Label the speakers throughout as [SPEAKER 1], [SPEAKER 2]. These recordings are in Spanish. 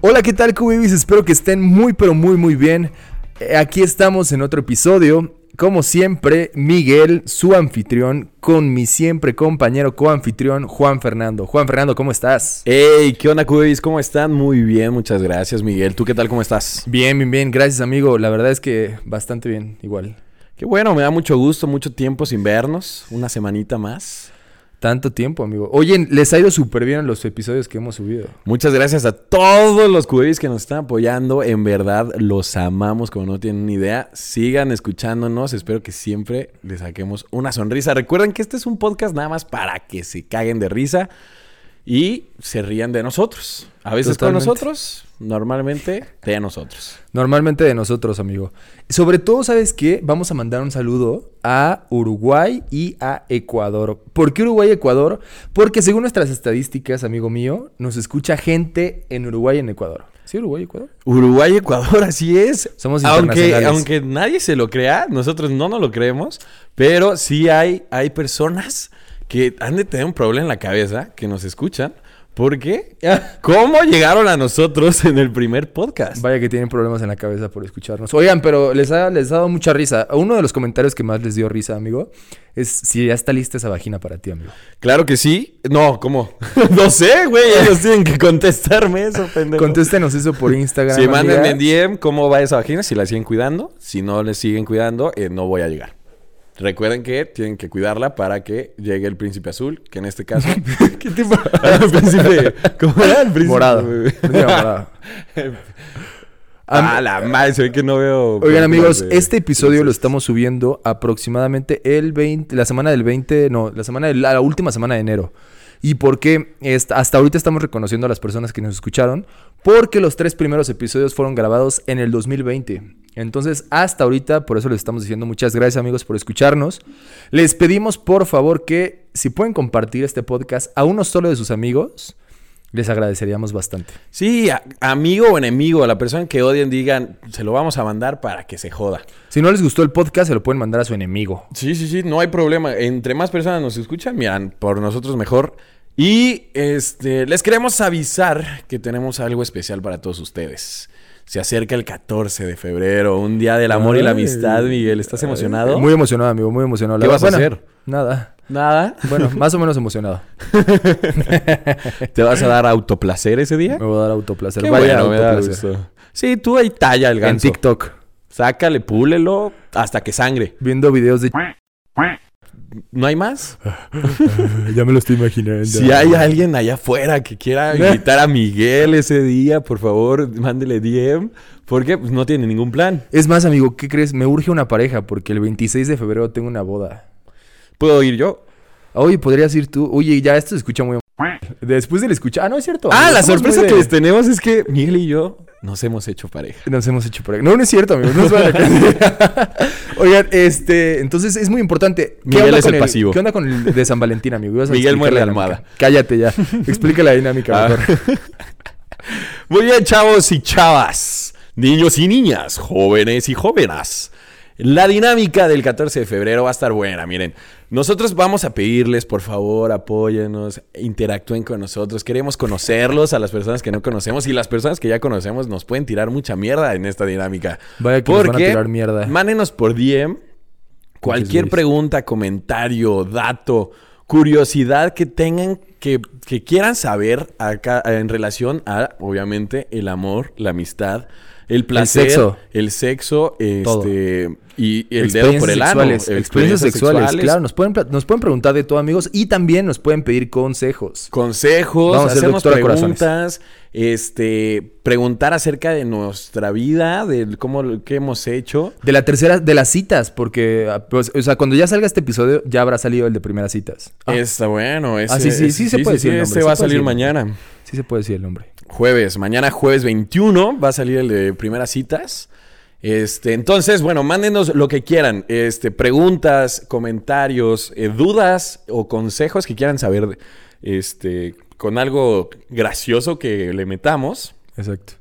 [SPEAKER 1] Hola, ¿qué tal, Cubibis? Espero que estén muy, pero muy, muy bien. Eh, Aquí estamos en otro episodio. Como siempre, Miguel, su anfitrión, con mi siempre compañero coanfitrión, Juan Fernando. Juan Fernando, ¿cómo estás?
[SPEAKER 2] Hey, ¿qué onda, Cubis? ¿Cómo están? Muy bien, muchas gracias, Miguel. ¿Tú qué tal? ¿Cómo estás?
[SPEAKER 1] Bien, bien, bien. Gracias, amigo. La verdad es que bastante bien, igual.
[SPEAKER 2] Qué bueno, me da mucho gusto, mucho tiempo sin vernos, una semanita más.
[SPEAKER 1] Tanto tiempo, amigo. Oye, les ha ido súper bien los episodios que hemos subido.
[SPEAKER 2] Muchas gracias a todos los Cubis que nos están apoyando, en verdad los amamos como no tienen ni idea. Sigan escuchándonos, espero que siempre les saquemos una sonrisa. Recuerden que este es un podcast nada más para que se caguen de risa y se rían de nosotros. A veces
[SPEAKER 1] Totalmente.
[SPEAKER 2] con nosotros, normalmente de nosotros.
[SPEAKER 1] Normalmente de nosotros, amigo. Sobre todo, ¿sabes qué? Vamos a mandar un saludo a Uruguay y a Ecuador. ¿Por qué Uruguay y Ecuador? Porque según nuestras estadísticas, amigo mío, nos escucha gente en Uruguay y en Ecuador. ¿Sí, Uruguay y Ecuador?
[SPEAKER 2] Uruguay, Ecuador, así es.
[SPEAKER 1] Somos
[SPEAKER 2] aunque,
[SPEAKER 1] internacionales.
[SPEAKER 2] aunque nadie se lo crea, nosotros no nos lo creemos, pero sí hay, hay personas que han de tener un problema en la cabeza, que nos escuchan, porque ¿cómo llegaron a nosotros en el primer podcast?
[SPEAKER 1] Vaya que tienen problemas en la cabeza por escucharnos. Oigan, pero les ha, les ha dado mucha risa. Uno de los comentarios que más les dio risa, amigo, es si ya está lista esa vagina para ti, amigo.
[SPEAKER 2] Claro que sí. No, ¿cómo? no sé, güey. Ellos tienen que contestarme eso, pendejo.
[SPEAKER 1] Contéstenos eso por Instagram.
[SPEAKER 2] si mandan
[SPEAKER 1] amiga.
[SPEAKER 2] en DM cómo va esa vagina, si la siguen cuidando, si no le siguen cuidando, eh, no voy a llegar. Recuerden que tienen que cuidarla para que llegue el príncipe azul, que en este caso. ¿Qué tipo? el príncipe. ¿Cómo era el príncipe?
[SPEAKER 1] Morado. Digo, morado.
[SPEAKER 2] ah, la madre, se ve que no veo.
[SPEAKER 1] Oigan amigos,
[SPEAKER 2] películas de-
[SPEAKER 1] este episodio lo estamos subiendo aproximadamente el 20, la semana del 20, no, la semana de la, la última semana de enero. ¿Y por qué est- hasta ahorita estamos reconociendo a las personas que nos escucharon? Porque los tres primeros episodios fueron grabados en el 2020. Entonces, hasta ahorita, por eso les estamos diciendo muchas gracias amigos por escucharnos. Les pedimos por favor que si pueden compartir este podcast a uno solo de sus amigos, les agradeceríamos bastante.
[SPEAKER 2] Sí, a- amigo o enemigo, a la persona que odien, digan, se lo vamos a mandar para que se joda.
[SPEAKER 1] Si no les gustó el podcast, se lo pueden mandar a su enemigo.
[SPEAKER 2] Sí, sí, sí, no hay problema. Entre más personas nos escuchan, miran, por nosotros mejor. Y este, les queremos avisar que tenemos algo especial para todos ustedes. Se acerca el 14 de febrero, un día del amor y la
[SPEAKER 1] Ay.
[SPEAKER 2] amistad, Miguel. ¿Estás emocionado?
[SPEAKER 1] Muy emocionado, amigo, muy emocionado. La
[SPEAKER 2] ¿Qué vas a
[SPEAKER 1] verdad,
[SPEAKER 2] hacer?
[SPEAKER 1] Nada.
[SPEAKER 2] Nada.
[SPEAKER 1] Bueno, más o menos emocionado.
[SPEAKER 2] ¿Te vas a dar autoplacer ese día?
[SPEAKER 1] Me voy a dar autoplacer.
[SPEAKER 2] ¿Eh? Qué
[SPEAKER 1] Vaya
[SPEAKER 2] bueno, me da
[SPEAKER 1] autoplacer.
[SPEAKER 2] gusto. Sí, tú ahí talla el
[SPEAKER 1] En
[SPEAKER 2] ganso.
[SPEAKER 1] TikTok,
[SPEAKER 2] Sácale, púlelo hasta que sangre.
[SPEAKER 1] viendo videos de...
[SPEAKER 2] ¿No hay más?
[SPEAKER 1] ya me lo estoy imaginando.
[SPEAKER 2] Si hay alguien allá afuera que quiera invitar a Miguel ese día, por favor, mándele DM, porque pues, no tiene ningún plan.
[SPEAKER 1] Es más, amigo, ¿qué crees? Me urge una pareja porque el 26 de febrero tengo una boda.
[SPEAKER 2] ¿Puedo ir yo?
[SPEAKER 1] Oye, podrías ir tú. Oye, ya esto se escucha muy... Después del escuchar... Ah, no, es cierto.
[SPEAKER 2] Ah,
[SPEAKER 1] amigo,
[SPEAKER 2] la
[SPEAKER 1] estamos muy
[SPEAKER 2] sorpresa
[SPEAKER 1] de-
[SPEAKER 2] que les tenemos es que Miguel y yo nos hemos hecho pareja.
[SPEAKER 1] Nos hemos hecho pareja. No, no es cierto, amigo. No es para Oigan, este... Entonces, es muy importante.
[SPEAKER 2] Miguel
[SPEAKER 1] onda
[SPEAKER 2] es
[SPEAKER 1] con
[SPEAKER 2] el pasivo.
[SPEAKER 1] ¿Qué onda con el de San Valentín, amigo? Ibas a
[SPEAKER 2] Miguel
[SPEAKER 1] explicar
[SPEAKER 2] muere la
[SPEAKER 1] dinámica.
[SPEAKER 2] almohada.
[SPEAKER 1] Cállate ya. Explica la dinámica
[SPEAKER 2] Ah.
[SPEAKER 1] mejor.
[SPEAKER 2] Muy bien, chavos y chavas, niños y niñas, jóvenes y jóvenes. La dinámica del 14 de febrero va a estar buena, miren. Nosotros vamos a pedirles, por favor, apóyennos, interactúen con nosotros. Queremos conocerlos a las personas que no conocemos y las personas que ya conocemos nos pueden tirar mucha mierda en esta dinámica.
[SPEAKER 1] Vaya que nos van a tirar mierda.
[SPEAKER 2] Mándenos por DM Cualquier
[SPEAKER 1] Luis.
[SPEAKER 2] pregunta, comentario, dato, curiosidad que tengan, que, que quieran saber acá, en relación a, obviamente, el amor, la amistad, el placer, el
[SPEAKER 1] sexo.
[SPEAKER 2] sexo, este,
[SPEAKER 1] Todo.
[SPEAKER 2] y el dedo
[SPEAKER 1] Experiencias
[SPEAKER 2] por el ano,
[SPEAKER 1] sexuales, experiencias sexuales, Claro, nos pueden, pla- nos pueden preguntar de todo, amigos, y también nos pueden pedir consejos.
[SPEAKER 2] consejos,
[SPEAKER 1] Vamos a ser
[SPEAKER 2] hacernos
[SPEAKER 1] doctora Corazones.
[SPEAKER 2] preguntas, este, preguntar acerca de nuestra vida, de cómo qué hemos hecho.
[SPEAKER 1] De la tercera, de las citas, porque, ah, pues, o sea, cuando ya salga este episodio, ya habrá salido el de primeras citas. Ah,
[SPEAKER 2] Está bueno, ese,
[SPEAKER 1] sí, sí,
[SPEAKER 2] ese-
[SPEAKER 1] sí se puede decir el nombre, se
[SPEAKER 2] ese va
[SPEAKER 1] puede
[SPEAKER 2] a
[SPEAKER 1] decir
[SPEAKER 2] salir
[SPEAKER 1] el nombre.
[SPEAKER 2] mañana.
[SPEAKER 1] sí se puede decir el nombre.
[SPEAKER 2] Jueves, mañana jueves 21 va a salir el de primeras citas. Este, entonces, bueno, mándenos lo que quieran, este, preguntas, comentarios, eh, dudas o consejos que quieran saber, este, con algo gracioso que le metamos.
[SPEAKER 1] Exacto.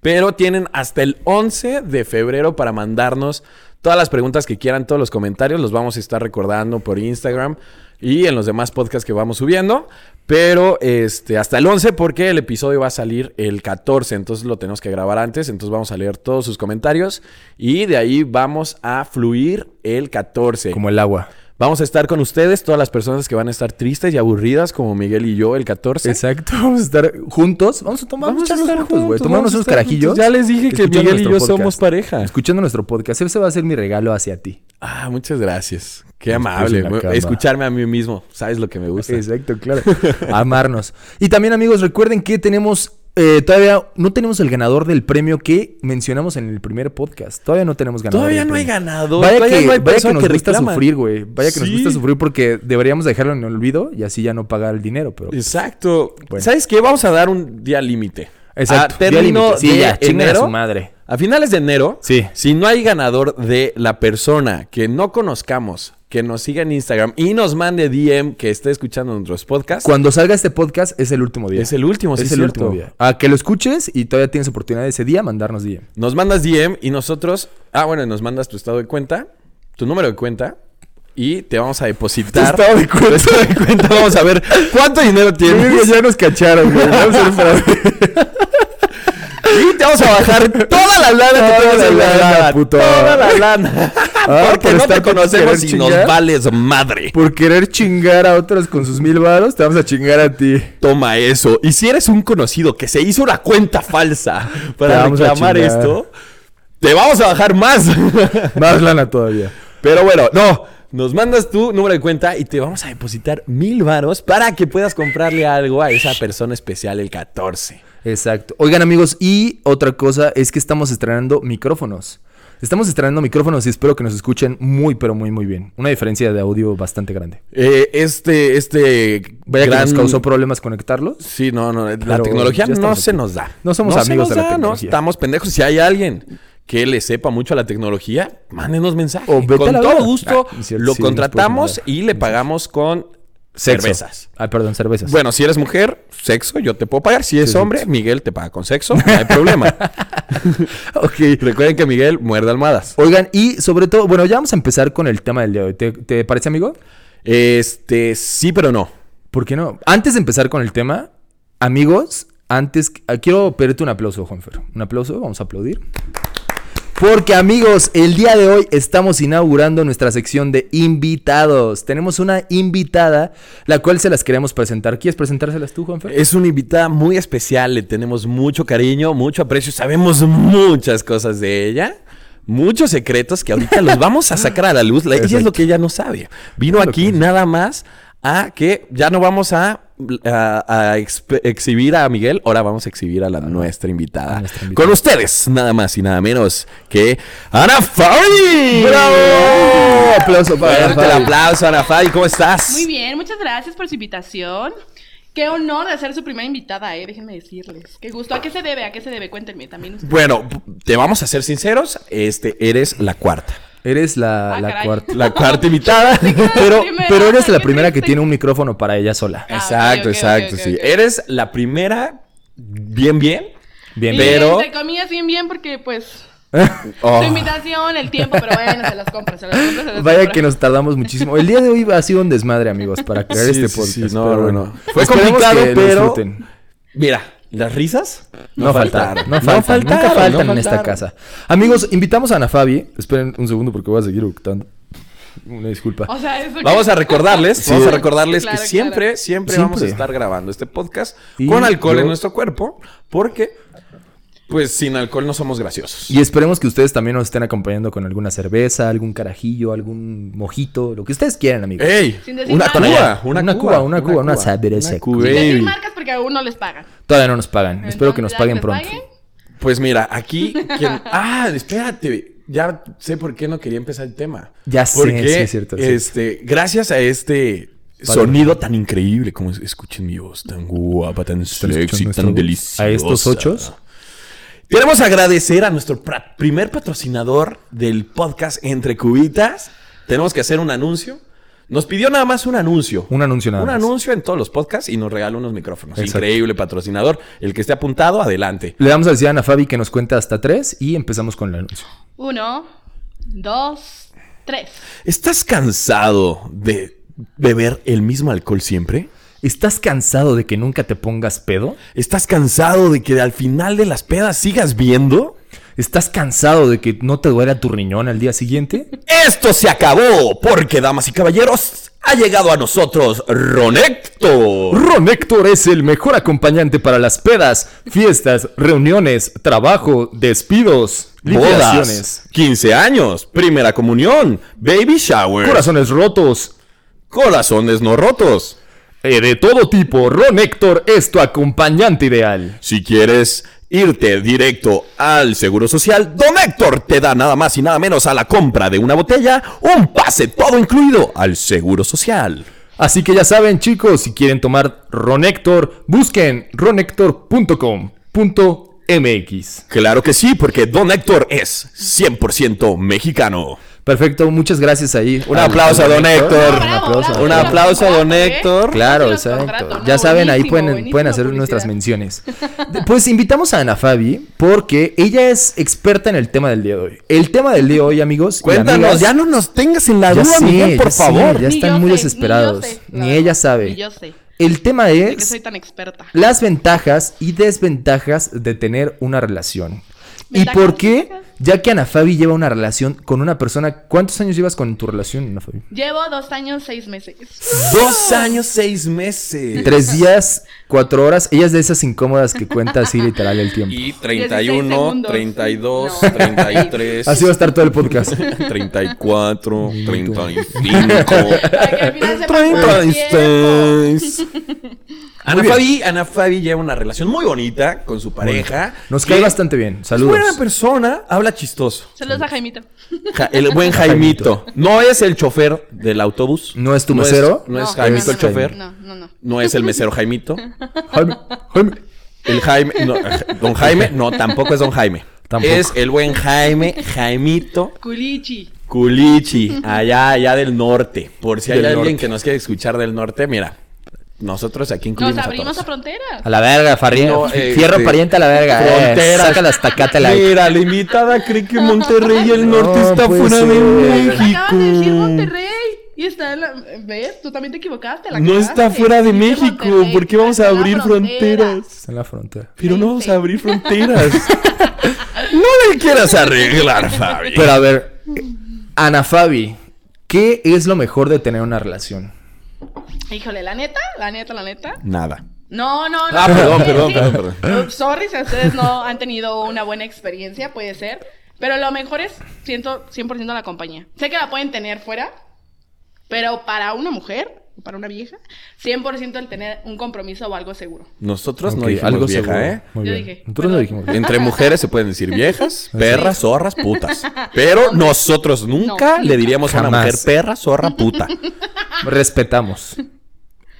[SPEAKER 2] Pero tienen hasta el 11 de febrero para mandarnos todas las preguntas que quieran, todos los comentarios, los vamos a estar recordando por Instagram. y en los demás podcasts que vamos subiendo. Pero este, hasta el 11 porque el episodio va a salir el 14, entonces lo tenemos que grabar antes, entonces vamos a leer todos sus comentarios y de ahí vamos a fluir el 14.
[SPEAKER 1] Como el agua.
[SPEAKER 2] Vamos a estar con ustedes, todas las personas que van a estar tristes y aburridas como Miguel y yo el 14.
[SPEAKER 1] Exacto, vamos a estar juntos. Vamos a tomar
[SPEAKER 2] Vamos a
[SPEAKER 1] muchas
[SPEAKER 2] estar
[SPEAKER 1] juntos, güey.
[SPEAKER 2] juntos,
[SPEAKER 1] Tomarnos
[SPEAKER 2] vamos a
[SPEAKER 1] unos
[SPEAKER 2] estar
[SPEAKER 1] carajillos.
[SPEAKER 2] juntos. Ya les dije que
[SPEAKER 1] escuchando
[SPEAKER 2] Miguel y yo
[SPEAKER 1] nuestro
[SPEAKER 2] somos pareja.
[SPEAKER 1] Escuchando nuestro podcast. Ese va a ser mi regalo hacia ti.
[SPEAKER 2] Ah, muchas gracias. Qué
[SPEAKER 1] Nos puso
[SPEAKER 2] amable.
[SPEAKER 1] en la
[SPEAKER 2] güey.
[SPEAKER 1] cama.
[SPEAKER 2] Escucharme a mí mismo. Sabes lo que me gusta.
[SPEAKER 1] Exacto, claro. Amarnos. Y también, amigos, recuerden que tenemos. eh, todavía no tenemos el ganador del premio que mencionamos en el primer podcast. Todavía no tenemos ganador.
[SPEAKER 2] Todavía
[SPEAKER 1] del
[SPEAKER 2] no hay
[SPEAKER 1] premio.
[SPEAKER 2] ganador.
[SPEAKER 1] Vaya
[SPEAKER 2] Todavía
[SPEAKER 1] que,
[SPEAKER 2] no
[SPEAKER 1] vaya
[SPEAKER 2] hay
[SPEAKER 1] que
[SPEAKER 2] persona
[SPEAKER 1] nos
[SPEAKER 2] que
[SPEAKER 1] gusta
[SPEAKER 2] reclama.
[SPEAKER 1] sufrir, güey. Vaya que nos gusta
[SPEAKER 2] Sí.
[SPEAKER 1] sufrir porque deberíamos dejarlo en olvido y así ya no pagar el dinero. Pero
[SPEAKER 2] Exacto.
[SPEAKER 1] Bueno.
[SPEAKER 2] ¿Sabes qué? Vamos a dar un día límite.
[SPEAKER 1] Exacto.
[SPEAKER 2] A
[SPEAKER 1] Día
[SPEAKER 2] Ah, término
[SPEAKER 1] límite. Sí,
[SPEAKER 2] de
[SPEAKER 1] ya, chinguen a
[SPEAKER 2] enero,
[SPEAKER 1] su madre.
[SPEAKER 2] A finales de enero,
[SPEAKER 1] Sí.
[SPEAKER 2] si no hay ganador de la persona que no conozcamos, que nos siga en Instagram y nos mande DM que esté escuchando nuestros podcasts,
[SPEAKER 1] Cuando salga este podcast es el último día.
[SPEAKER 2] es el último, sí
[SPEAKER 1] es
[SPEAKER 2] es
[SPEAKER 1] el
[SPEAKER 2] cierto.
[SPEAKER 1] último día. A que lo escuches y todavía tienes oportunidad ese día mandarnos DM.
[SPEAKER 2] Nos mandas DM y nosotros, ah, bueno, nos mandas tu estado de cuenta, tu número de cuenta y te vamos a depositar.
[SPEAKER 1] Tu estado de cuenta.
[SPEAKER 2] Tu estado de cuenta, vamos a ver cuánto dinero tienes.
[SPEAKER 1] ya nos cacharon, güey. Vamos a
[SPEAKER 2] Y te vamos a bajar toda la lana que
[SPEAKER 1] Toda
[SPEAKER 2] tengas
[SPEAKER 1] la
[SPEAKER 2] en la
[SPEAKER 1] lana,
[SPEAKER 2] lana, Ah,
[SPEAKER 1] puto.
[SPEAKER 2] Toda la lana. Porque
[SPEAKER 1] por
[SPEAKER 2] no
[SPEAKER 1] estar
[SPEAKER 2] te
[SPEAKER 1] con
[SPEAKER 2] conocemos
[SPEAKER 1] querer
[SPEAKER 2] y nos
[SPEAKER 1] chingar.
[SPEAKER 2] vales madre.
[SPEAKER 1] Por querer chingar a otros con sus mil varos, te vamos a chingar a ti.
[SPEAKER 2] Toma eso. Y si eres un conocido que se hizo una cuenta falsa
[SPEAKER 1] Te
[SPEAKER 2] para
[SPEAKER 1] vamos a
[SPEAKER 2] reclamar
[SPEAKER 1] chingar.
[SPEAKER 2] esto, te vamos a bajar más.
[SPEAKER 1] Más lana todavía.
[SPEAKER 2] Pero bueno, no. Nos mandas tu número de cuenta y te vamos a depositar mil varos para que puedas comprarle algo a esa persona especial el 14.
[SPEAKER 1] Exacto. Oigan, amigos, y otra cosa es que estamos estrenando micrófonos. Estamos estrenando micrófonos y espero que nos escuchen muy, pero muy, muy bien. Una diferencia de audio bastante grande.
[SPEAKER 2] Eh, este, este.
[SPEAKER 1] Vaya
[SPEAKER 2] gran-
[SPEAKER 1] que nos causó problemas conectarlos.
[SPEAKER 2] Sí, no, no. La
[SPEAKER 1] Pero
[SPEAKER 2] tecnología
[SPEAKER 1] ya
[SPEAKER 2] no
[SPEAKER 1] estamos
[SPEAKER 2] se
[SPEAKER 1] aquí.
[SPEAKER 2] nos da.
[SPEAKER 1] No somos
[SPEAKER 2] se
[SPEAKER 1] amigos
[SPEAKER 2] nos
[SPEAKER 1] de la
[SPEAKER 2] da, No
[SPEAKER 1] tecnología.
[SPEAKER 2] estamos pendejos. Si hay alguien que le sepa mucho a la tecnología, mándenos mensaje.
[SPEAKER 1] O vete a
[SPEAKER 2] con
[SPEAKER 1] la
[SPEAKER 2] todo
[SPEAKER 1] verga.
[SPEAKER 2] gusto
[SPEAKER 1] Ah, es cierto,
[SPEAKER 2] lo
[SPEAKER 1] sí, nos
[SPEAKER 2] contratamos
[SPEAKER 1] puedes mandar
[SPEAKER 2] y le pagamos con
[SPEAKER 1] Sexo.
[SPEAKER 2] cervezas.
[SPEAKER 1] Ah, perdón, cervezas.
[SPEAKER 2] Bueno, si eres mujer, sexo, yo te puedo pagar. Si es
[SPEAKER 1] Sí,
[SPEAKER 2] hombre, Miguel te paga con sexo, no hay problema.
[SPEAKER 1] ok.
[SPEAKER 2] Recuerden que Miguel muerde almohadas.
[SPEAKER 1] Oigan, y sobre todo, bueno, ya vamos a empezar con el tema del día de hoy. ¿Te, te parece, amigo?
[SPEAKER 2] Este, sí, pero no.
[SPEAKER 1] ¿Por qué no? Antes de empezar con el tema, amigos, antes ah, quiero pedirte un aplauso, Juanfer. Un aplauso, vamos a aplaudir. Porque amigos, el día de hoy estamos inaugurando nuestra sección de invitados. Tenemos una invitada, la cual se las queremos presentar. ¿Quieres presentárselas tú,
[SPEAKER 3] Eh,
[SPEAKER 1] Juanfer?
[SPEAKER 2] Es una invitada muy especial, le tenemos mucho cariño, mucho aprecio, sabemos muchas cosas de ella, muchos secretos que ahorita los vamos a sacar a la luz. La- Ella es lo que ella no sabe. Vino aquí nada más a que ya no vamos a, a- a exp- exhibir a Miguel, ahora vamos a exhibir a la nuestra invitada.
[SPEAKER 1] Ah, a nuestra invitada.
[SPEAKER 2] Con ustedes, nada más y nada menos que Ana Fabi.
[SPEAKER 1] ¡Bravo! Aplauso para Ana
[SPEAKER 2] Fuerte el
[SPEAKER 1] Fabi.
[SPEAKER 2] aplauso, Ana Fabi, ¿cómo estás?
[SPEAKER 3] Muy bien, muchas gracias por su invitación. Qué honor de ser su primera invitada, eh, déjenme decirles. Qué gusto. ¿A qué se debe? ¿A qué se debe? Cuéntenme también. ustedes.
[SPEAKER 2] Bueno, te vamos a ser sinceros, este eres la cuarta.
[SPEAKER 1] Eres la,
[SPEAKER 3] Ah,
[SPEAKER 1] la
[SPEAKER 3] caray.
[SPEAKER 1] cuarta.
[SPEAKER 2] La cuarta
[SPEAKER 3] Ah,
[SPEAKER 2] invitada.
[SPEAKER 1] Pero,
[SPEAKER 3] primera,
[SPEAKER 1] pero eres la
[SPEAKER 3] qué
[SPEAKER 1] primera que
[SPEAKER 3] triste.
[SPEAKER 1] tiene un micrófono para ella sola.
[SPEAKER 3] Ah,
[SPEAKER 2] exacto,
[SPEAKER 3] ok, ok,
[SPEAKER 2] exacto,
[SPEAKER 3] ok,
[SPEAKER 2] sí.
[SPEAKER 3] ok.
[SPEAKER 2] Eres la primera bien bien.
[SPEAKER 1] Bien,
[SPEAKER 3] Y
[SPEAKER 1] bien.
[SPEAKER 2] pero-
[SPEAKER 3] Entre comillas, bien, bien, porque pues.
[SPEAKER 2] Oh.
[SPEAKER 3] Su invitación, el tiempo, pero bueno, se las compra, se las compra, se las
[SPEAKER 1] Vaya
[SPEAKER 3] compra.
[SPEAKER 1] que nos tardamos muchísimo. El día de hoy ha sido un desmadre, amigos, para crear
[SPEAKER 2] Sí,
[SPEAKER 1] este
[SPEAKER 2] sí,
[SPEAKER 1] podcast.
[SPEAKER 2] sí, no,
[SPEAKER 1] pero
[SPEAKER 2] bueno.
[SPEAKER 1] bueno.
[SPEAKER 2] Fue
[SPEAKER 1] Esperemos
[SPEAKER 2] complicado,
[SPEAKER 1] que lo
[SPEAKER 2] pero-
[SPEAKER 1] disfruten.
[SPEAKER 2] Mira, las risas
[SPEAKER 1] No faltaron, no faltan, nunca faltan en esta casa. Amigos, invitamos a Ana Fabi. Esperen un segundo porque voy a seguir octando. Una disculpa.
[SPEAKER 3] O sea, eso que-
[SPEAKER 2] Vamos a recordarles,
[SPEAKER 1] Sí.
[SPEAKER 2] vamos a recordarles
[SPEAKER 3] Claro,
[SPEAKER 2] que
[SPEAKER 3] claro.
[SPEAKER 2] siempre, siempre, vamos a
[SPEAKER 1] Siempre.
[SPEAKER 2] estar grabando este podcast
[SPEAKER 1] Y
[SPEAKER 2] con alcohol
[SPEAKER 1] yo-
[SPEAKER 2] en nuestro cuerpo, porque pues sin alcohol no somos graciosos.
[SPEAKER 1] Y esperemos que ustedes también nos estén acompañando con alguna cerveza, algún carajillo, algún mojito, lo que ustedes quieran, amigos.
[SPEAKER 2] ¡Ey!
[SPEAKER 3] Sin decir
[SPEAKER 2] Una
[SPEAKER 3] nada.
[SPEAKER 2] cuba, una,
[SPEAKER 1] Una
[SPEAKER 2] cuba,
[SPEAKER 1] cuba, una cuba, una cerveza.
[SPEAKER 2] una cuba.
[SPEAKER 3] Sin decir
[SPEAKER 2] Baby.
[SPEAKER 3] marcas porque aún no les pagan.
[SPEAKER 1] Todavía no nos pagan. Espero que nos
[SPEAKER 3] Entonces, ya
[SPEAKER 1] paguen
[SPEAKER 3] les
[SPEAKER 1] pronto.
[SPEAKER 3] paguen.
[SPEAKER 2] Pues mira, aquí. quien- Ah, espérate. Ya sé por qué no quería empezar el tema.
[SPEAKER 1] Ya sé,
[SPEAKER 2] Porque,
[SPEAKER 1] sí, es cierto, es cierto.
[SPEAKER 2] Este, gracias a este
[SPEAKER 1] Vale.
[SPEAKER 2] sonido tan increíble, como es- escuchen mi voz, tan guapa, tan sexy,
[SPEAKER 1] escuchando
[SPEAKER 2] tan
[SPEAKER 1] nuestra voz?
[SPEAKER 2] deliciosa.
[SPEAKER 1] ¿A estos ochos?
[SPEAKER 2] Queremos agradecer a nuestro pra- primer patrocinador del podcast Entre Cubitas. Tenemos que hacer un anuncio. Nos pidió nada más un anuncio.
[SPEAKER 1] Un anuncio nada
[SPEAKER 2] Un
[SPEAKER 1] más.
[SPEAKER 2] anuncio en todos los podcasts y nos regaló unos micrófonos.
[SPEAKER 1] Exacto.
[SPEAKER 2] Increíble patrocinador. El que esté apuntado, adelante.
[SPEAKER 1] Le vamos a decir a Ana Fabi que nos cuenta hasta tres y empezamos con el anuncio.
[SPEAKER 3] Uno, dos, tres.
[SPEAKER 2] ¿Estás cansado de beber el mismo alcohol siempre?
[SPEAKER 1] ¿Estás cansado de que nunca te pongas pedo?
[SPEAKER 2] ¿Estás cansado de que al final de las pedas sigas viendo?
[SPEAKER 1] ¿Estás cansado de que no te duela tu riñón al día siguiente?
[SPEAKER 2] Esto se acabó, porque damas y caballeros, ha llegado a nosotros Ronecto.
[SPEAKER 1] Ron Héctor es el mejor acompañante para las pedas, fiestas, reuniones, trabajo, despidos,
[SPEAKER 2] Bodas,
[SPEAKER 1] liberaciones,
[SPEAKER 2] 15 años, primera comunión, baby shower,
[SPEAKER 1] corazones rotos,
[SPEAKER 2] corazones no rotos.
[SPEAKER 1] eh, de todo tipo. Ron Héctor es tu acompañante ideal.
[SPEAKER 2] Si quieres irte directo al Seguro Social, Don Héctor te da nada más y nada menos a la compra de una botella, un pase todo incluido al Seguro Social.
[SPEAKER 1] Así que ya saben, chicos, si quieren tomar Ron Héctor, busquen ronhector.com.mx.
[SPEAKER 2] Claro que sí, porque Don Héctor es 100% mexicano.
[SPEAKER 1] Perfecto, muchas gracias ahí.
[SPEAKER 2] Un aplauso a Don Héctor.
[SPEAKER 1] Un aplauso.
[SPEAKER 2] Un aplauso a Don
[SPEAKER 3] ¿eh?
[SPEAKER 2] Héctor.
[SPEAKER 1] Claro, exacto. Ya saben, ahí pueden, pueden hacer nuestras menciones. De- Pues invitamos a Ana Fabi porque ella es experta en el tema del día de hoy. El tema del día de hoy, amigos. y amigas-
[SPEAKER 2] no nos tengas en la
[SPEAKER 1] Ya sé, ya sé, ya están muy desesperados. Ni, ella sabe.
[SPEAKER 3] Ni yo sé.
[SPEAKER 1] El tema
[SPEAKER 3] de que
[SPEAKER 1] es
[SPEAKER 3] soy tan experta.
[SPEAKER 1] las ventajas y desventajas de tener una relación. ¿Y
[SPEAKER 3] ¿Ventajas
[SPEAKER 1] por qué?
[SPEAKER 3] físicas?
[SPEAKER 1] Ya que Ana Fabi lleva una relación con una persona. ¿Cuántos años llevas con tu relación, Ana Fabi?
[SPEAKER 3] Llevo dos años, seis meses.
[SPEAKER 2] Dos años, seis meses.
[SPEAKER 1] Tres días, cuatro horas. Ella es de esas incómodas que cuenta así literal el tiempo.
[SPEAKER 2] Y
[SPEAKER 3] 31,
[SPEAKER 2] 31, 32,
[SPEAKER 3] 32,
[SPEAKER 2] 33,
[SPEAKER 1] Así va a estar todo el podcast.
[SPEAKER 2] 34, 35.
[SPEAKER 3] Para que al final se me
[SPEAKER 2] 36. Ana
[SPEAKER 1] bien.
[SPEAKER 2] Fabi, Ana Fabi lleva una relación muy bonita con su pareja.
[SPEAKER 1] Nos
[SPEAKER 2] que
[SPEAKER 1] cae bastante bien.
[SPEAKER 2] es
[SPEAKER 1] Saludos.
[SPEAKER 2] buena persona, habla chistoso.
[SPEAKER 3] Saludos a Jaimito.
[SPEAKER 2] Ja- el buen Jaimito. No es el chofer del autobús.
[SPEAKER 1] No es tu mesero.
[SPEAKER 2] no es
[SPEAKER 3] No,
[SPEAKER 2] Jaimito
[SPEAKER 3] no,
[SPEAKER 2] el
[SPEAKER 3] no,
[SPEAKER 2] chofer. No.
[SPEAKER 3] No, no, no.
[SPEAKER 2] es el mesero Jaimito.
[SPEAKER 1] Jaime, Jaime.
[SPEAKER 2] El Jaime, no, don Jaime, no, tampoco es don Jaime.
[SPEAKER 1] Tampoco.
[SPEAKER 2] Es el buen Jaime, Jaimito
[SPEAKER 3] Culichi.
[SPEAKER 2] Culichi, allá, allá del norte. Por si hay
[SPEAKER 1] Del
[SPEAKER 2] alguien
[SPEAKER 1] norte.
[SPEAKER 2] que nos quiere escuchar del norte, mira, nosotros aquí incluimos
[SPEAKER 3] Nos abrimos
[SPEAKER 2] a
[SPEAKER 3] a
[SPEAKER 2] todos.
[SPEAKER 3] fronteras.
[SPEAKER 1] A la verga, farriente.
[SPEAKER 2] No, eh,
[SPEAKER 1] Fierro
[SPEAKER 2] este,
[SPEAKER 1] pariente a la verga. eh.
[SPEAKER 2] fronteras.
[SPEAKER 1] saca las tacate la.
[SPEAKER 2] Mira, la invitada cree que Monterrey y el
[SPEAKER 1] No,
[SPEAKER 2] norte está
[SPEAKER 1] pues,
[SPEAKER 2] fuera de
[SPEAKER 1] sí.
[SPEAKER 2] México.
[SPEAKER 3] Acabas de decir Monterrey. Y está en la... ¿Ves? Tú también te equivocaste. La
[SPEAKER 2] No
[SPEAKER 3] cagaste.
[SPEAKER 2] está fuera de
[SPEAKER 3] Dijiste
[SPEAKER 2] México,
[SPEAKER 3] Monterrey,
[SPEAKER 2] ¿por qué vamos a
[SPEAKER 3] está en la
[SPEAKER 2] abrir
[SPEAKER 3] frontera.
[SPEAKER 2] fronteras?
[SPEAKER 1] Está en la frontera.
[SPEAKER 2] Pero no vamos a abrir fronteras. no le quieras arreglar, Fabi.
[SPEAKER 1] Pero a ver, eh, Ana Fabi, ¿qué es lo mejor de tener una relación?
[SPEAKER 3] Híjole, la neta, la neta, la neta.
[SPEAKER 2] Nada.
[SPEAKER 3] No, no, no.
[SPEAKER 2] Ah, perdón,
[SPEAKER 3] Sí,
[SPEAKER 2] perdón,
[SPEAKER 3] sí.
[SPEAKER 2] perdón,
[SPEAKER 3] Uh, Sorry si ustedes no han tenido una buena experiencia, puede ser. Pero lo mejor es siento 100% la compañía. Sé que la pueden tener fuera, pero para una mujer, para una vieja, 100% el tener un compromiso o algo seguro.
[SPEAKER 2] Nosotros no
[SPEAKER 1] Ok,
[SPEAKER 2] dijimos vieja,
[SPEAKER 1] seguro.
[SPEAKER 2] ¿eh?
[SPEAKER 1] Muy
[SPEAKER 3] Yo
[SPEAKER 1] bien.
[SPEAKER 3] dije,
[SPEAKER 1] Nosotros no
[SPEAKER 3] perdón.
[SPEAKER 1] dijimos vieja.
[SPEAKER 2] Entre mujeres se pueden decir viejas, perras, zorras, putas. Pero nosotros nunca
[SPEAKER 3] No,
[SPEAKER 2] le diríamos a una
[SPEAKER 1] Jamás.
[SPEAKER 2] mujer perra, zorra, puta.
[SPEAKER 1] Respetamos.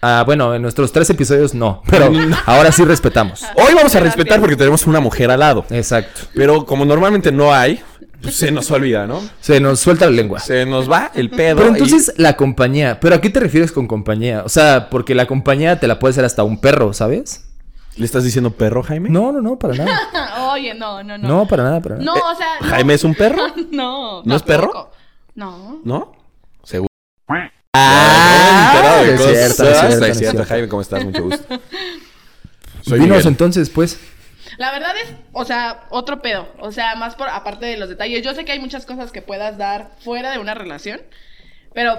[SPEAKER 1] Ah, bueno, en nuestros tres episodios no, pero ahora sí respetamos.
[SPEAKER 2] Hoy vamos a respetar porque tenemos una mujer al lado.
[SPEAKER 1] Exacto.
[SPEAKER 2] Pero como normalmente no hay, pues se nos olvida, ¿no?
[SPEAKER 1] Se nos suelta la lengua.
[SPEAKER 2] Se nos va el pedo.
[SPEAKER 1] Pero
[SPEAKER 2] y-
[SPEAKER 1] entonces la compañía, ¿pero a qué te refieres con compañía? O sea, porque la compañía te la puede hacer hasta un perro, ¿sabes?
[SPEAKER 2] ¿Le estás diciendo perro, Jaime?
[SPEAKER 1] No, no, no, para nada.
[SPEAKER 3] Oye, no, no, no.
[SPEAKER 1] No, para nada, para nada.
[SPEAKER 3] No, o sea. no.
[SPEAKER 2] eh, ¿Jaime es un perro?
[SPEAKER 3] No.
[SPEAKER 2] ¿No es perro?
[SPEAKER 3] tampoco. No.
[SPEAKER 2] ¿No? Seguro.
[SPEAKER 1] Ah,
[SPEAKER 2] Ah,
[SPEAKER 1] es cierto, es cierto, es cierto.
[SPEAKER 2] Jaime, ¿cómo estás? Mucho gusto. Soy
[SPEAKER 1] Dinos
[SPEAKER 2] Miguel.
[SPEAKER 1] entonces, pues.
[SPEAKER 3] La verdad es, o sea, otro pedo. O sea, más por aparte de los detalles. Yo sé que hay muchas cosas que puedas dar fuera de una relación, pero,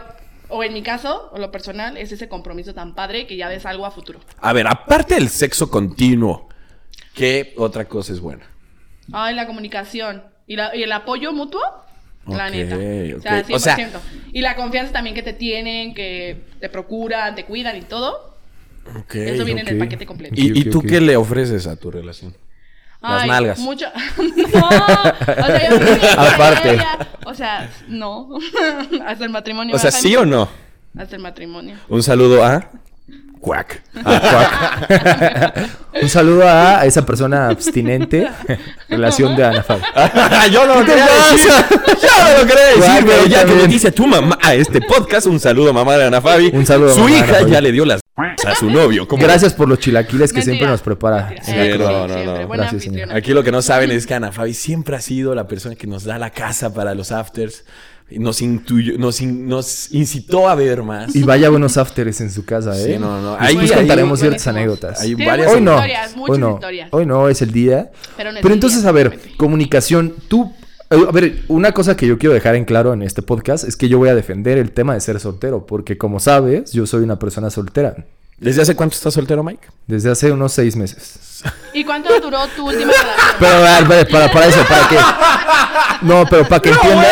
[SPEAKER 3] o en mi caso, o lo personal, es ese compromiso tan padre que ya ves algo a futuro.
[SPEAKER 2] A ver, aparte del sexo continuo, ¿qué otra cosa es buena?
[SPEAKER 3] Ay, la comunicación y, la- y el apoyo mutuo. La
[SPEAKER 2] Ok,
[SPEAKER 3] neta. O sea,
[SPEAKER 2] ok. O sea-
[SPEAKER 3] 100%. y la confianza también que te tienen, que te procuran, te cuidan y todo. Eso viene en el paquete completo.
[SPEAKER 2] ¿Y,
[SPEAKER 1] Ok,
[SPEAKER 2] y
[SPEAKER 1] ok,
[SPEAKER 2] tú
[SPEAKER 1] ok.
[SPEAKER 2] qué le ofreces a tu relación? Las nalgas.
[SPEAKER 3] Mucho. no. O sea, yo sí me-
[SPEAKER 1] Aparte.
[SPEAKER 3] O sea, no. Hasta el matrimonio.
[SPEAKER 2] O sea,
[SPEAKER 3] ¿verdad?
[SPEAKER 2] ¿sí o no?
[SPEAKER 3] Hasta el matrimonio.
[SPEAKER 2] Un saludo a... Cuac. Ah,
[SPEAKER 1] Un saludo a esa persona abstinente. Relación de Ana Fabi.
[SPEAKER 2] Ah, yo no lo quería decir. Yo no lo quería decir,
[SPEAKER 1] Guau,
[SPEAKER 2] pero
[SPEAKER 1] yo
[SPEAKER 2] ya que le
[SPEAKER 1] también.
[SPEAKER 2] dice tu mamá a este podcast, un saludo mamá de Ana Fabi.
[SPEAKER 1] Un saludo,
[SPEAKER 2] Su
[SPEAKER 1] mamá de Ana
[SPEAKER 2] hija
[SPEAKER 1] Fabi.
[SPEAKER 2] ya le dio las O sea, su novio. ¿cómo?
[SPEAKER 1] Gracias por los chilaquiles que
[SPEAKER 3] Mentira.
[SPEAKER 1] siempre nos prepara.
[SPEAKER 3] Mentira.
[SPEAKER 2] Sí,
[SPEAKER 1] señora
[SPEAKER 2] no,
[SPEAKER 3] Eh,
[SPEAKER 1] Clara.
[SPEAKER 2] no,
[SPEAKER 3] siempre.
[SPEAKER 2] no.
[SPEAKER 3] Buena
[SPEAKER 1] Gracias, señora.
[SPEAKER 3] anfitriona.
[SPEAKER 2] Aquí lo que no saben es que Ana Fabi siempre ha sido la persona que nos da la casa para los afters. Nos, intuyó- nos, in- nos incitó a ver más.
[SPEAKER 1] Y vaya buenos afters en su casa, ¿eh?
[SPEAKER 2] Sí, no, no.
[SPEAKER 1] Ahí
[SPEAKER 2] Ahí-
[SPEAKER 1] les
[SPEAKER 2] ahí-
[SPEAKER 1] contaremos ciertas
[SPEAKER 3] buenísimo.
[SPEAKER 1] anécdotas.
[SPEAKER 2] Ahí-
[SPEAKER 3] Tiene
[SPEAKER 2] varias
[SPEAKER 3] muchas
[SPEAKER 1] Hoy no,
[SPEAKER 3] historias, muchas
[SPEAKER 1] hoy no,
[SPEAKER 3] historias.
[SPEAKER 1] hoy no es el día.
[SPEAKER 3] Pero
[SPEAKER 1] Pero,
[SPEAKER 3] no es el
[SPEAKER 1] entonces,
[SPEAKER 3] día,
[SPEAKER 1] a ver,
[SPEAKER 3] Pepe.
[SPEAKER 1] comunicación, tú, eh, a ver, una cosa que yo quiero dejar en claro en este podcast es que yo voy a defender el tema de ser soltero, porque como sabes, yo soy una persona soltera
[SPEAKER 2] ¿Desde hace cuánto estás soltero, Mike?
[SPEAKER 1] desde hace unos seis meses.
[SPEAKER 3] ¿Y cuánto duró tu última relación?
[SPEAKER 1] Pero, a ver, para, para eso, para que, no, pero para que entiendan.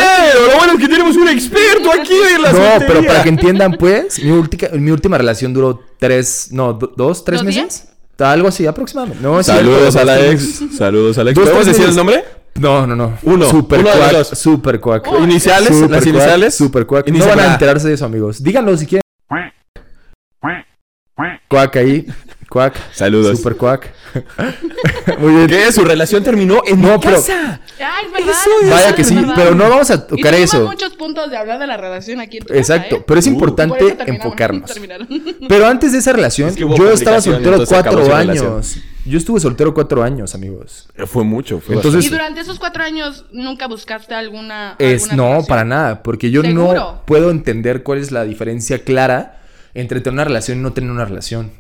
[SPEAKER 2] lo bueno es que tenemos un experto aquí en
[SPEAKER 1] No, pero para que entiendan, pues, mi, ultica- mi última relación duró tres, no, do- dos, tres
[SPEAKER 3] ¿Dos
[SPEAKER 1] meses. Algo así aproximadamente. No, es
[SPEAKER 2] Saludos
[SPEAKER 1] cierto,
[SPEAKER 2] a la
[SPEAKER 1] dos,
[SPEAKER 2] ex. Saludos a la ex.
[SPEAKER 1] Dos,
[SPEAKER 2] ¿Podemos
[SPEAKER 1] tres
[SPEAKER 2] decir el
[SPEAKER 1] meses.
[SPEAKER 2] nombre?
[SPEAKER 1] No, no, no.
[SPEAKER 2] Uno.
[SPEAKER 1] Super
[SPEAKER 2] Uno de
[SPEAKER 1] cuac.
[SPEAKER 2] los dos.
[SPEAKER 1] Super cuac.
[SPEAKER 3] Uy.
[SPEAKER 2] ¿Iniciales?
[SPEAKER 1] Super
[SPEAKER 2] ¿Las
[SPEAKER 1] cuac,
[SPEAKER 2] iniciales?
[SPEAKER 1] Super cuac. No
[SPEAKER 2] Inicia
[SPEAKER 1] van
[SPEAKER 2] con
[SPEAKER 1] a
[SPEAKER 2] A.
[SPEAKER 1] enterarse de eso, amigos. Díganlo si quieren. Cuac ahí. Cuac.
[SPEAKER 2] Saludos.
[SPEAKER 1] Super cuac. Muy bien.
[SPEAKER 2] ¿Qué? Su relación terminó en
[SPEAKER 1] No,
[SPEAKER 2] mi
[SPEAKER 1] pero-
[SPEAKER 2] casa.
[SPEAKER 3] Ay, es verdad.
[SPEAKER 2] Eso es-
[SPEAKER 1] Vaya que sí,
[SPEAKER 3] ¿verdad?
[SPEAKER 1] pero no vamos a
[SPEAKER 3] Y
[SPEAKER 1] tocar
[SPEAKER 3] toman
[SPEAKER 1] eso.
[SPEAKER 3] muchos puntos de hablar de la relación aquí en tu
[SPEAKER 1] Exacto, pero es
[SPEAKER 3] casa, ¿eh?
[SPEAKER 2] Uh.
[SPEAKER 3] Por eso
[SPEAKER 1] importante
[SPEAKER 3] terminaron,
[SPEAKER 1] enfocarnos.
[SPEAKER 3] terminaron.
[SPEAKER 1] Pero antes de esa relación,
[SPEAKER 2] Es que hubo
[SPEAKER 1] yo estaba
[SPEAKER 2] complicación,
[SPEAKER 1] soltero
[SPEAKER 2] entonces acabó
[SPEAKER 1] cuatro
[SPEAKER 2] su
[SPEAKER 1] años. Yo estuve soltero cuatro años, amigos.
[SPEAKER 2] Fue mucho. Fue
[SPEAKER 1] Entonces-
[SPEAKER 3] ¿Y durante esos cuatro años nunca buscaste alguna.
[SPEAKER 1] Es,
[SPEAKER 3] alguna
[SPEAKER 1] no,
[SPEAKER 3] relación?
[SPEAKER 1] para nada, porque yo no
[SPEAKER 3] ¿Seguro?
[SPEAKER 1] puedo entender cuál es la diferencia clara entre tener una relación y no tener una relación.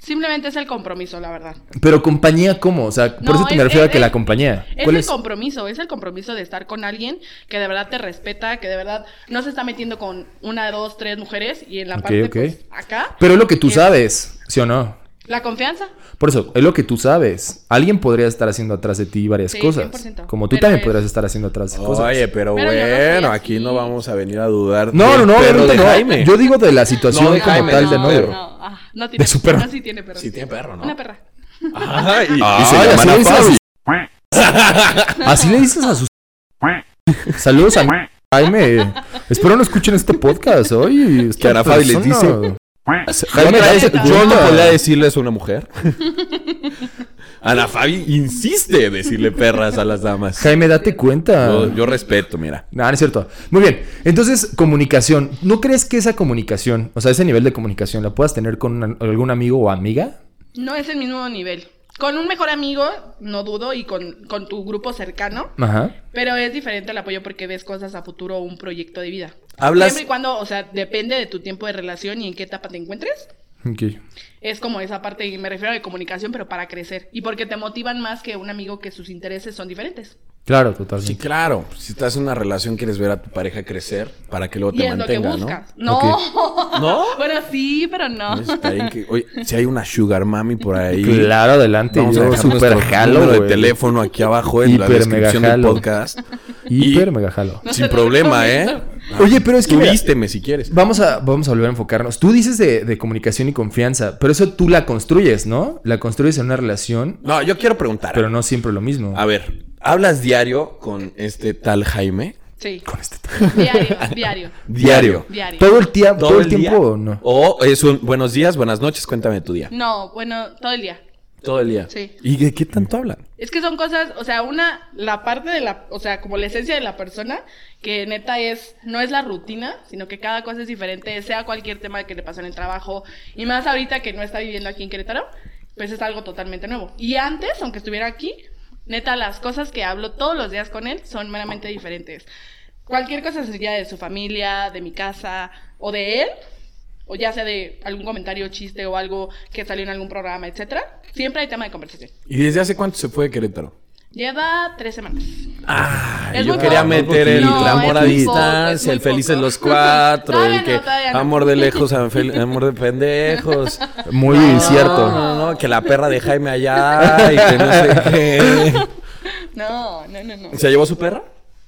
[SPEAKER 3] Simplemente es el compromiso, la verdad.
[SPEAKER 1] Pero compañía, ¿cómo? O sea, por
[SPEAKER 3] No,
[SPEAKER 1] eso te
[SPEAKER 3] es-
[SPEAKER 1] me refiero
[SPEAKER 3] es-
[SPEAKER 1] a que la
[SPEAKER 3] es-
[SPEAKER 1] compañía.
[SPEAKER 3] Es
[SPEAKER 1] ¿Cuál
[SPEAKER 3] el
[SPEAKER 1] es?
[SPEAKER 3] compromiso, es el compromiso de estar con alguien que de verdad te respeta, que de verdad no se está metiendo con una, dos, tres mujeres y en la
[SPEAKER 1] Ok,
[SPEAKER 3] parte
[SPEAKER 1] ok.
[SPEAKER 3] pues, acá.
[SPEAKER 1] Pero es lo que tú
[SPEAKER 3] es
[SPEAKER 1] sabes, ¿sí o no?
[SPEAKER 3] La confianza.
[SPEAKER 1] Por eso, es lo que tú sabes. Alguien podría estar haciendo atrás de ti varias
[SPEAKER 3] Sí,
[SPEAKER 1] cosas.
[SPEAKER 3] 100%.
[SPEAKER 1] Como tú
[SPEAKER 3] Pero
[SPEAKER 1] también
[SPEAKER 3] es-
[SPEAKER 1] podrías estar haciendo atrás de cosas.
[SPEAKER 2] Oye, pero
[SPEAKER 3] Pero yo no soy
[SPEAKER 2] bueno,
[SPEAKER 3] así.
[SPEAKER 2] aquí no vamos a venir a dudar.
[SPEAKER 1] no,
[SPEAKER 2] del
[SPEAKER 1] no, no,
[SPEAKER 2] perro
[SPEAKER 1] obviamente
[SPEAKER 2] de
[SPEAKER 1] no.
[SPEAKER 2] Jaime.
[SPEAKER 1] Yo digo de la situación
[SPEAKER 2] No, de
[SPEAKER 1] como
[SPEAKER 2] Jaime,
[SPEAKER 1] tal
[SPEAKER 2] no,
[SPEAKER 1] de
[SPEAKER 2] no,
[SPEAKER 1] novio.
[SPEAKER 3] No, ah, no tiene
[SPEAKER 1] De su perro.
[SPEAKER 3] No, sí tiene perro.
[SPEAKER 2] Sí tiene perro, ¿no?
[SPEAKER 3] Una perra.
[SPEAKER 2] Ajá, y,
[SPEAKER 1] Ay,
[SPEAKER 2] y Ah, se llama
[SPEAKER 1] así
[SPEAKER 2] Ana
[SPEAKER 1] le dices a
[SPEAKER 2] Fabi.
[SPEAKER 1] sus- Así le dices a sus. Saludos a Jaime. Espero no escuchen este podcast hoy.
[SPEAKER 2] Que Ana Fabi les dice.
[SPEAKER 1] Jaime,
[SPEAKER 2] Yo otra vez,
[SPEAKER 1] cállate tu
[SPEAKER 2] yo no
[SPEAKER 1] boca.
[SPEAKER 2] podía decirles una mujer. Ana Fabi insiste en decirle perras a las damas.
[SPEAKER 1] Jaime, date cuenta.
[SPEAKER 2] Yo, yo respeto, mira.
[SPEAKER 1] No, no es cierto. Muy bien. Entonces, comunicación. ¿No crees que esa comunicación, o sea, ese nivel de comunicación, la puedas tener con una- algún amigo o amiga?
[SPEAKER 3] No es el mismo nivel. Con un mejor amigo, no dudo, y con, con tu grupo cercano,
[SPEAKER 1] Ajá.
[SPEAKER 3] pero es diferente el apoyo porque ves cosas a futuro o un proyecto de vida.
[SPEAKER 2] Hablas-
[SPEAKER 3] Siempre y cuando, o sea, depende de tu tiempo de relación y en qué etapa te encuentres.
[SPEAKER 1] Ok.
[SPEAKER 3] Es como esa parte, y me refiero de comunicación, pero para crecer. Y porque te motivan más que un amigo que sus intereses son diferentes.
[SPEAKER 1] Claro,
[SPEAKER 2] Sí,
[SPEAKER 1] totalmente.
[SPEAKER 2] claro. Si estás en una relación, quieres ver a tu pareja crecer para que luego
[SPEAKER 3] Y
[SPEAKER 2] te
[SPEAKER 3] es lo que
[SPEAKER 2] mantenga,
[SPEAKER 3] buscas.
[SPEAKER 2] ¿no?
[SPEAKER 3] No.
[SPEAKER 2] ¿No?
[SPEAKER 3] bueno, sí, pero no.
[SPEAKER 2] Está bien que- oye, si hay una sugar mami por ahí.
[SPEAKER 1] Claro, adelante.
[SPEAKER 2] Vamos a
[SPEAKER 1] yo
[SPEAKER 2] dejar
[SPEAKER 1] super
[SPEAKER 2] nuestro
[SPEAKER 1] jalo,
[SPEAKER 2] número de
[SPEAKER 1] güey.
[SPEAKER 2] teléfono aquí abajo en la
[SPEAKER 1] Hiper
[SPEAKER 2] descripción
[SPEAKER 1] mega
[SPEAKER 2] del
[SPEAKER 1] jalo.
[SPEAKER 2] podcast.
[SPEAKER 1] Hiper
[SPEAKER 2] Y-
[SPEAKER 1] mega jalo.
[SPEAKER 3] No
[SPEAKER 2] Sin
[SPEAKER 3] sé,
[SPEAKER 2] problema,
[SPEAKER 3] no,
[SPEAKER 2] ¿eh?
[SPEAKER 3] no.
[SPEAKER 1] Oye, pero es que
[SPEAKER 2] Tú
[SPEAKER 1] mira,
[SPEAKER 2] vísteme si quieres.
[SPEAKER 1] vamos a, vamos a volver a enfocarnos. Tú dices de, de comunicación y confianza, pero eso tú la construyes, ¿no? La construyes en una relación,
[SPEAKER 2] No, yo quiero preguntar.
[SPEAKER 1] pero no siempre lo mismo.
[SPEAKER 2] A ver, ¿hablas diario con este tal Jaime?
[SPEAKER 3] Sí.
[SPEAKER 1] Con este
[SPEAKER 3] Diario, diario,
[SPEAKER 2] Diario.
[SPEAKER 3] diario.
[SPEAKER 1] Todo el, día, todo el
[SPEAKER 2] día?
[SPEAKER 1] tiempo, o ¿no?
[SPEAKER 2] O es un buenos días, buenas noches, cuéntame tu día.
[SPEAKER 3] No, bueno, todo el día.
[SPEAKER 2] Todo el día.
[SPEAKER 3] Mm. Sí.
[SPEAKER 2] ¿Y de qué tanto hablan?
[SPEAKER 3] Es que son cosas, o sea, una, la parte de la, o sea, como la esencia de la persona, que neta es, no es la rutina, sino que cada cosa es diferente, sea cualquier tema que le pasó en el trabajo, y más ahorita que no está viviendo aquí en Querétaro, pues es algo totalmente nuevo. Y antes, aunque estuviera aquí, neta, las cosas que hablo todos los días con él son meramente diferentes. Cualquier cosa sería de su familia, de mi casa, o de él, o ya sea de algún comentario, chiste o algo que salió en algún programa, etcétera, siempre hay tema de conversación.
[SPEAKER 2] ¿Y desde hace cuánto se fue de Querétaro?
[SPEAKER 3] Lleva tres semanas.
[SPEAKER 2] Ah,
[SPEAKER 3] Es
[SPEAKER 2] yo
[SPEAKER 3] muy
[SPEAKER 2] quería
[SPEAKER 3] poco.
[SPEAKER 2] meter el
[SPEAKER 3] No,
[SPEAKER 2] amor
[SPEAKER 3] es
[SPEAKER 2] a
[SPEAKER 3] muy poco, es
[SPEAKER 2] distancia,
[SPEAKER 3] muy
[SPEAKER 2] el felices
[SPEAKER 3] poco.
[SPEAKER 2] los cuatro,
[SPEAKER 3] Todavía
[SPEAKER 2] el
[SPEAKER 3] no,
[SPEAKER 2] que
[SPEAKER 3] todavía no.
[SPEAKER 2] amor de lejos, am- fel- amor de pendejos.
[SPEAKER 1] Muy
[SPEAKER 2] No,
[SPEAKER 1] cierto.
[SPEAKER 2] No, no, que la perra de Jaime allá y que no sé qué.
[SPEAKER 3] No, no, no, no.
[SPEAKER 2] ¿Se llevó su perra?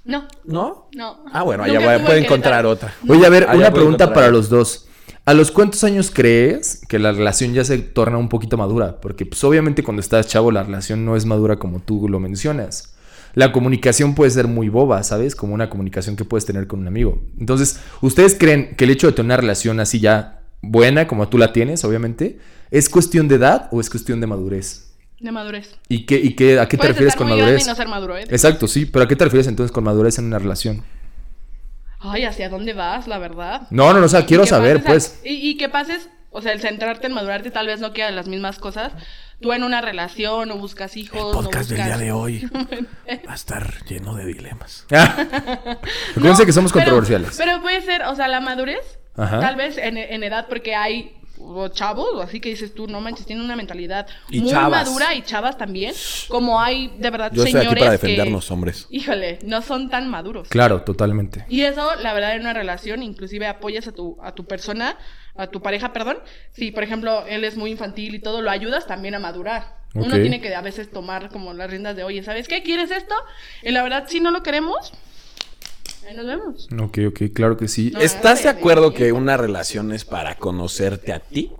[SPEAKER 3] No,
[SPEAKER 2] ¿No?
[SPEAKER 3] no.
[SPEAKER 2] Ah, bueno, allá
[SPEAKER 3] Nunca
[SPEAKER 2] voy-
[SPEAKER 3] estuvo
[SPEAKER 2] puedo
[SPEAKER 3] en
[SPEAKER 2] encontrar
[SPEAKER 3] Querétaro.
[SPEAKER 2] otra.
[SPEAKER 1] Oye, a ver,
[SPEAKER 2] Ah, ya
[SPEAKER 1] una
[SPEAKER 2] puedo
[SPEAKER 1] pregunta
[SPEAKER 2] encontrar
[SPEAKER 1] para
[SPEAKER 2] otra.
[SPEAKER 1] los dos. ¿A los cuántos años crees que la relación ya se torna un poquito madura? Porque pues, obviamente cuando estás chavo la relación no es madura como tú lo mencionas. La comunicación puede ser muy boba, ¿sabes? Como una comunicación que puedes tener con un amigo. Entonces, ¿ustedes creen que el hecho de tener una relación así ya buena como tú la tienes, obviamente, es cuestión de edad o es cuestión de madurez?
[SPEAKER 3] De madurez.
[SPEAKER 1] ¿Y qué, y qué, a qué te
[SPEAKER 3] Puedes
[SPEAKER 1] refieres
[SPEAKER 3] estar
[SPEAKER 1] con
[SPEAKER 3] muy grande
[SPEAKER 1] madurez?
[SPEAKER 3] y no ser maduro, ¿eh?
[SPEAKER 1] Exacto, sí, pero ¿a qué te refieres entonces con madurez en una relación?
[SPEAKER 3] Ay, ¿hacia dónde vas, la verdad?
[SPEAKER 1] No, no, no, o sea, quiero
[SPEAKER 3] Y que
[SPEAKER 1] saber,
[SPEAKER 3] pases a-
[SPEAKER 1] pues.
[SPEAKER 3] y, y que pases O sea, el centrarte en madurarte tal vez no quieras las mismas cosas. Tú en una relación, o buscas hijos, o
[SPEAKER 2] Podcast del
[SPEAKER 3] buscas-
[SPEAKER 2] día de hoy va a estar lleno de dilemas.
[SPEAKER 1] Ah. Acuérdense
[SPEAKER 3] No,
[SPEAKER 1] que somos
[SPEAKER 3] pero-
[SPEAKER 1] controversiales.
[SPEAKER 3] Pero, puede ser, o sea, la madurez,
[SPEAKER 1] Ajá.
[SPEAKER 3] tal vez en, en edad, porque hay o chavos, o así que dices tú, no manches, tienen una mentalidad
[SPEAKER 2] Y
[SPEAKER 3] muy
[SPEAKER 2] chavas.
[SPEAKER 3] madura y chavas también, como hay de verdad
[SPEAKER 2] Yo estoy
[SPEAKER 3] señores
[SPEAKER 2] aquí para
[SPEAKER 3] que,
[SPEAKER 2] defendernos, hombres.
[SPEAKER 3] Híjole, no son tan maduros.
[SPEAKER 1] Claro, totalmente.
[SPEAKER 3] Y eso, la verdad, en una relación, inclusive apoyas a tu, a tu persona, a tu pareja, perdón. Si, por ejemplo, él es muy infantil y todo, lo ayudas también a madurar. Uno
[SPEAKER 1] Ok.
[SPEAKER 3] tiene que a veces tomar como las riendas de, oye, ¿sabes qué? ¿Quieres esto? Y la verdad, si no lo queremos, ahí nos vemos.
[SPEAKER 1] Ok, ok, claro que sí.
[SPEAKER 3] No,
[SPEAKER 2] ¿Estás de
[SPEAKER 3] espérate.
[SPEAKER 2] acuerdo que una relación es para conocerte a ti?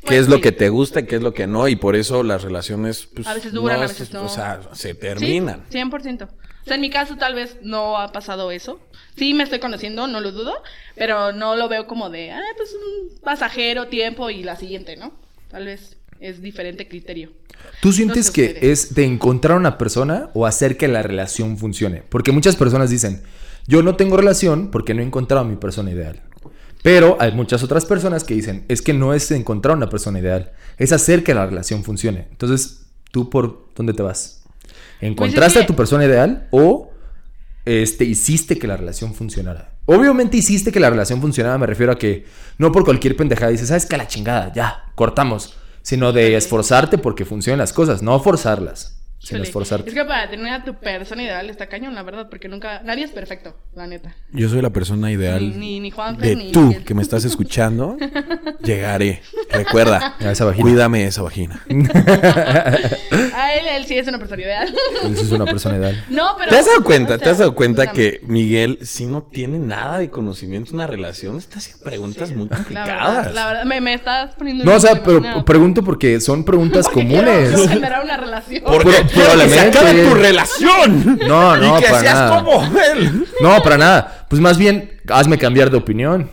[SPEAKER 2] ¿Qué
[SPEAKER 3] Pues
[SPEAKER 2] es lo
[SPEAKER 3] sí.
[SPEAKER 2] que te gusta, qué es lo que no? Y por eso las relaciones... pues,
[SPEAKER 3] A veces duran,
[SPEAKER 2] no
[SPEAKER 3] a veces
[SPEAKER 2] se-
[SPEAKER 3] no.
[SPEAKER 2] O sea, se
[SPEAKER 3] Sí,
[SPEAKER 2] terminan.
[SPEAKER 3] 100%. O sea, en mi caso tal vez no ha pasado eso. Sí, me estoy conociendo, no lo dudo, pero no lo veo como de, ah, pues un pasajero, tiempo y la siguiente, ¿no? Tal vez es diferente criterio.
[SPEAKER 1] ¿Tú sientes
[SPEAKER 3] sé
[SPEAKER 1] que
[SPEAKER 3] ustedes.
[SPEAKER 1] es de encontrar una persona o hacer que la relación funcione? Porque muchas personas dicen, yo no tengo relación porque no he encontrado a mi persona ideal. Pero hay muchas otras personas que dicen, es que no es encontrar una persona ideal, es hacer que la relación funcione. Entonces, ¿tú por dónde te vas? ¿Encontraste a
[SPEAKER 3] Pues que-
[SPEAKER 1] tu persona ideal o este, hiciste que la relación funcionara? Obviamente hiciste que la relación funcionara, me refiero a que no por cualquier pendejada dices, sabes que a la chingada, ya, cortamos, sino de esforzarte porque funcionen las cosas, no forzarlas, sino
[SPEAKER 3] Híjole,
[SPEAKER 1] esforzarte.
[SPEAKER 3] Es que para tener a tu persona ideal está cañón, la verdad, porque nunca, nadie es perfecto, la neta.
[SPEAKER 2] Yo soy la persona ideal
[SPEAKER 3] Ni- ni- ni Juanfe,
[SPEAKER 2] de
[SPEAKER 3] ni
[SPEAKER 2] tú
[SPEAKER 3] Miguel.
[SPEAKER 2] que me estás escuchando. Llegaré. Recuerda,
[SPEAKER 1] A esa vagina.
[SPEAKER 2] cuídame esa vagina.
[SPEAKER 3] A Ah, él, él sí es una persona ideal.
[SPEAKER 1] Entonces es una persona ideal.
[SPEAKER 3] no, pero...
[SPEAKER 2] ¿Te has dado cuenta?
[SPEAKER 3] o sea,
[SPEAKER 2] ¿Te has dado cuenta
[SPEAKER 3] no,
[SPEAKER 2] que Miguel, si no tiene nada de conocimiento en una relación, está haciendo preguntas muy
[SPEAKER 3] La
[SPEAKER 2] complicadas?
[SPEAKER 3] verdad, la verdad, me, me estás poniendo...
[SPEAKER 1] No,
[SPEAKER 3] en
[SPEAKER 1] o sea,
[SPEAKER 3] una-
[SPEAKER 1] pero
[SPEAKER 3] una-
[SPEAKER 1] pregunto porque son preguntas
[SPEAKER 3] porque
[SPEAKER 1] comunes.
[SPEAKER 3] Quiero, quiero generar una relación.
[SPEAKER 2] Porque
[SPEAKER 1] Pro-
[SPEAKER 2] quiero que se
[SPEAKER 1] probablemente.
[SPEAKER 2] acabe tu relación.
[SPEAKER 1] No, no,
[SPEAKER 2] Y que
[SPEAKER 1] para
[SPEAKER 2] seas
[SPEAKER 1] nada.
[SPEAKER 2] como él.
[SPEAKER 1] No, para nada. Pues más bien, hazme cambiar de opinión.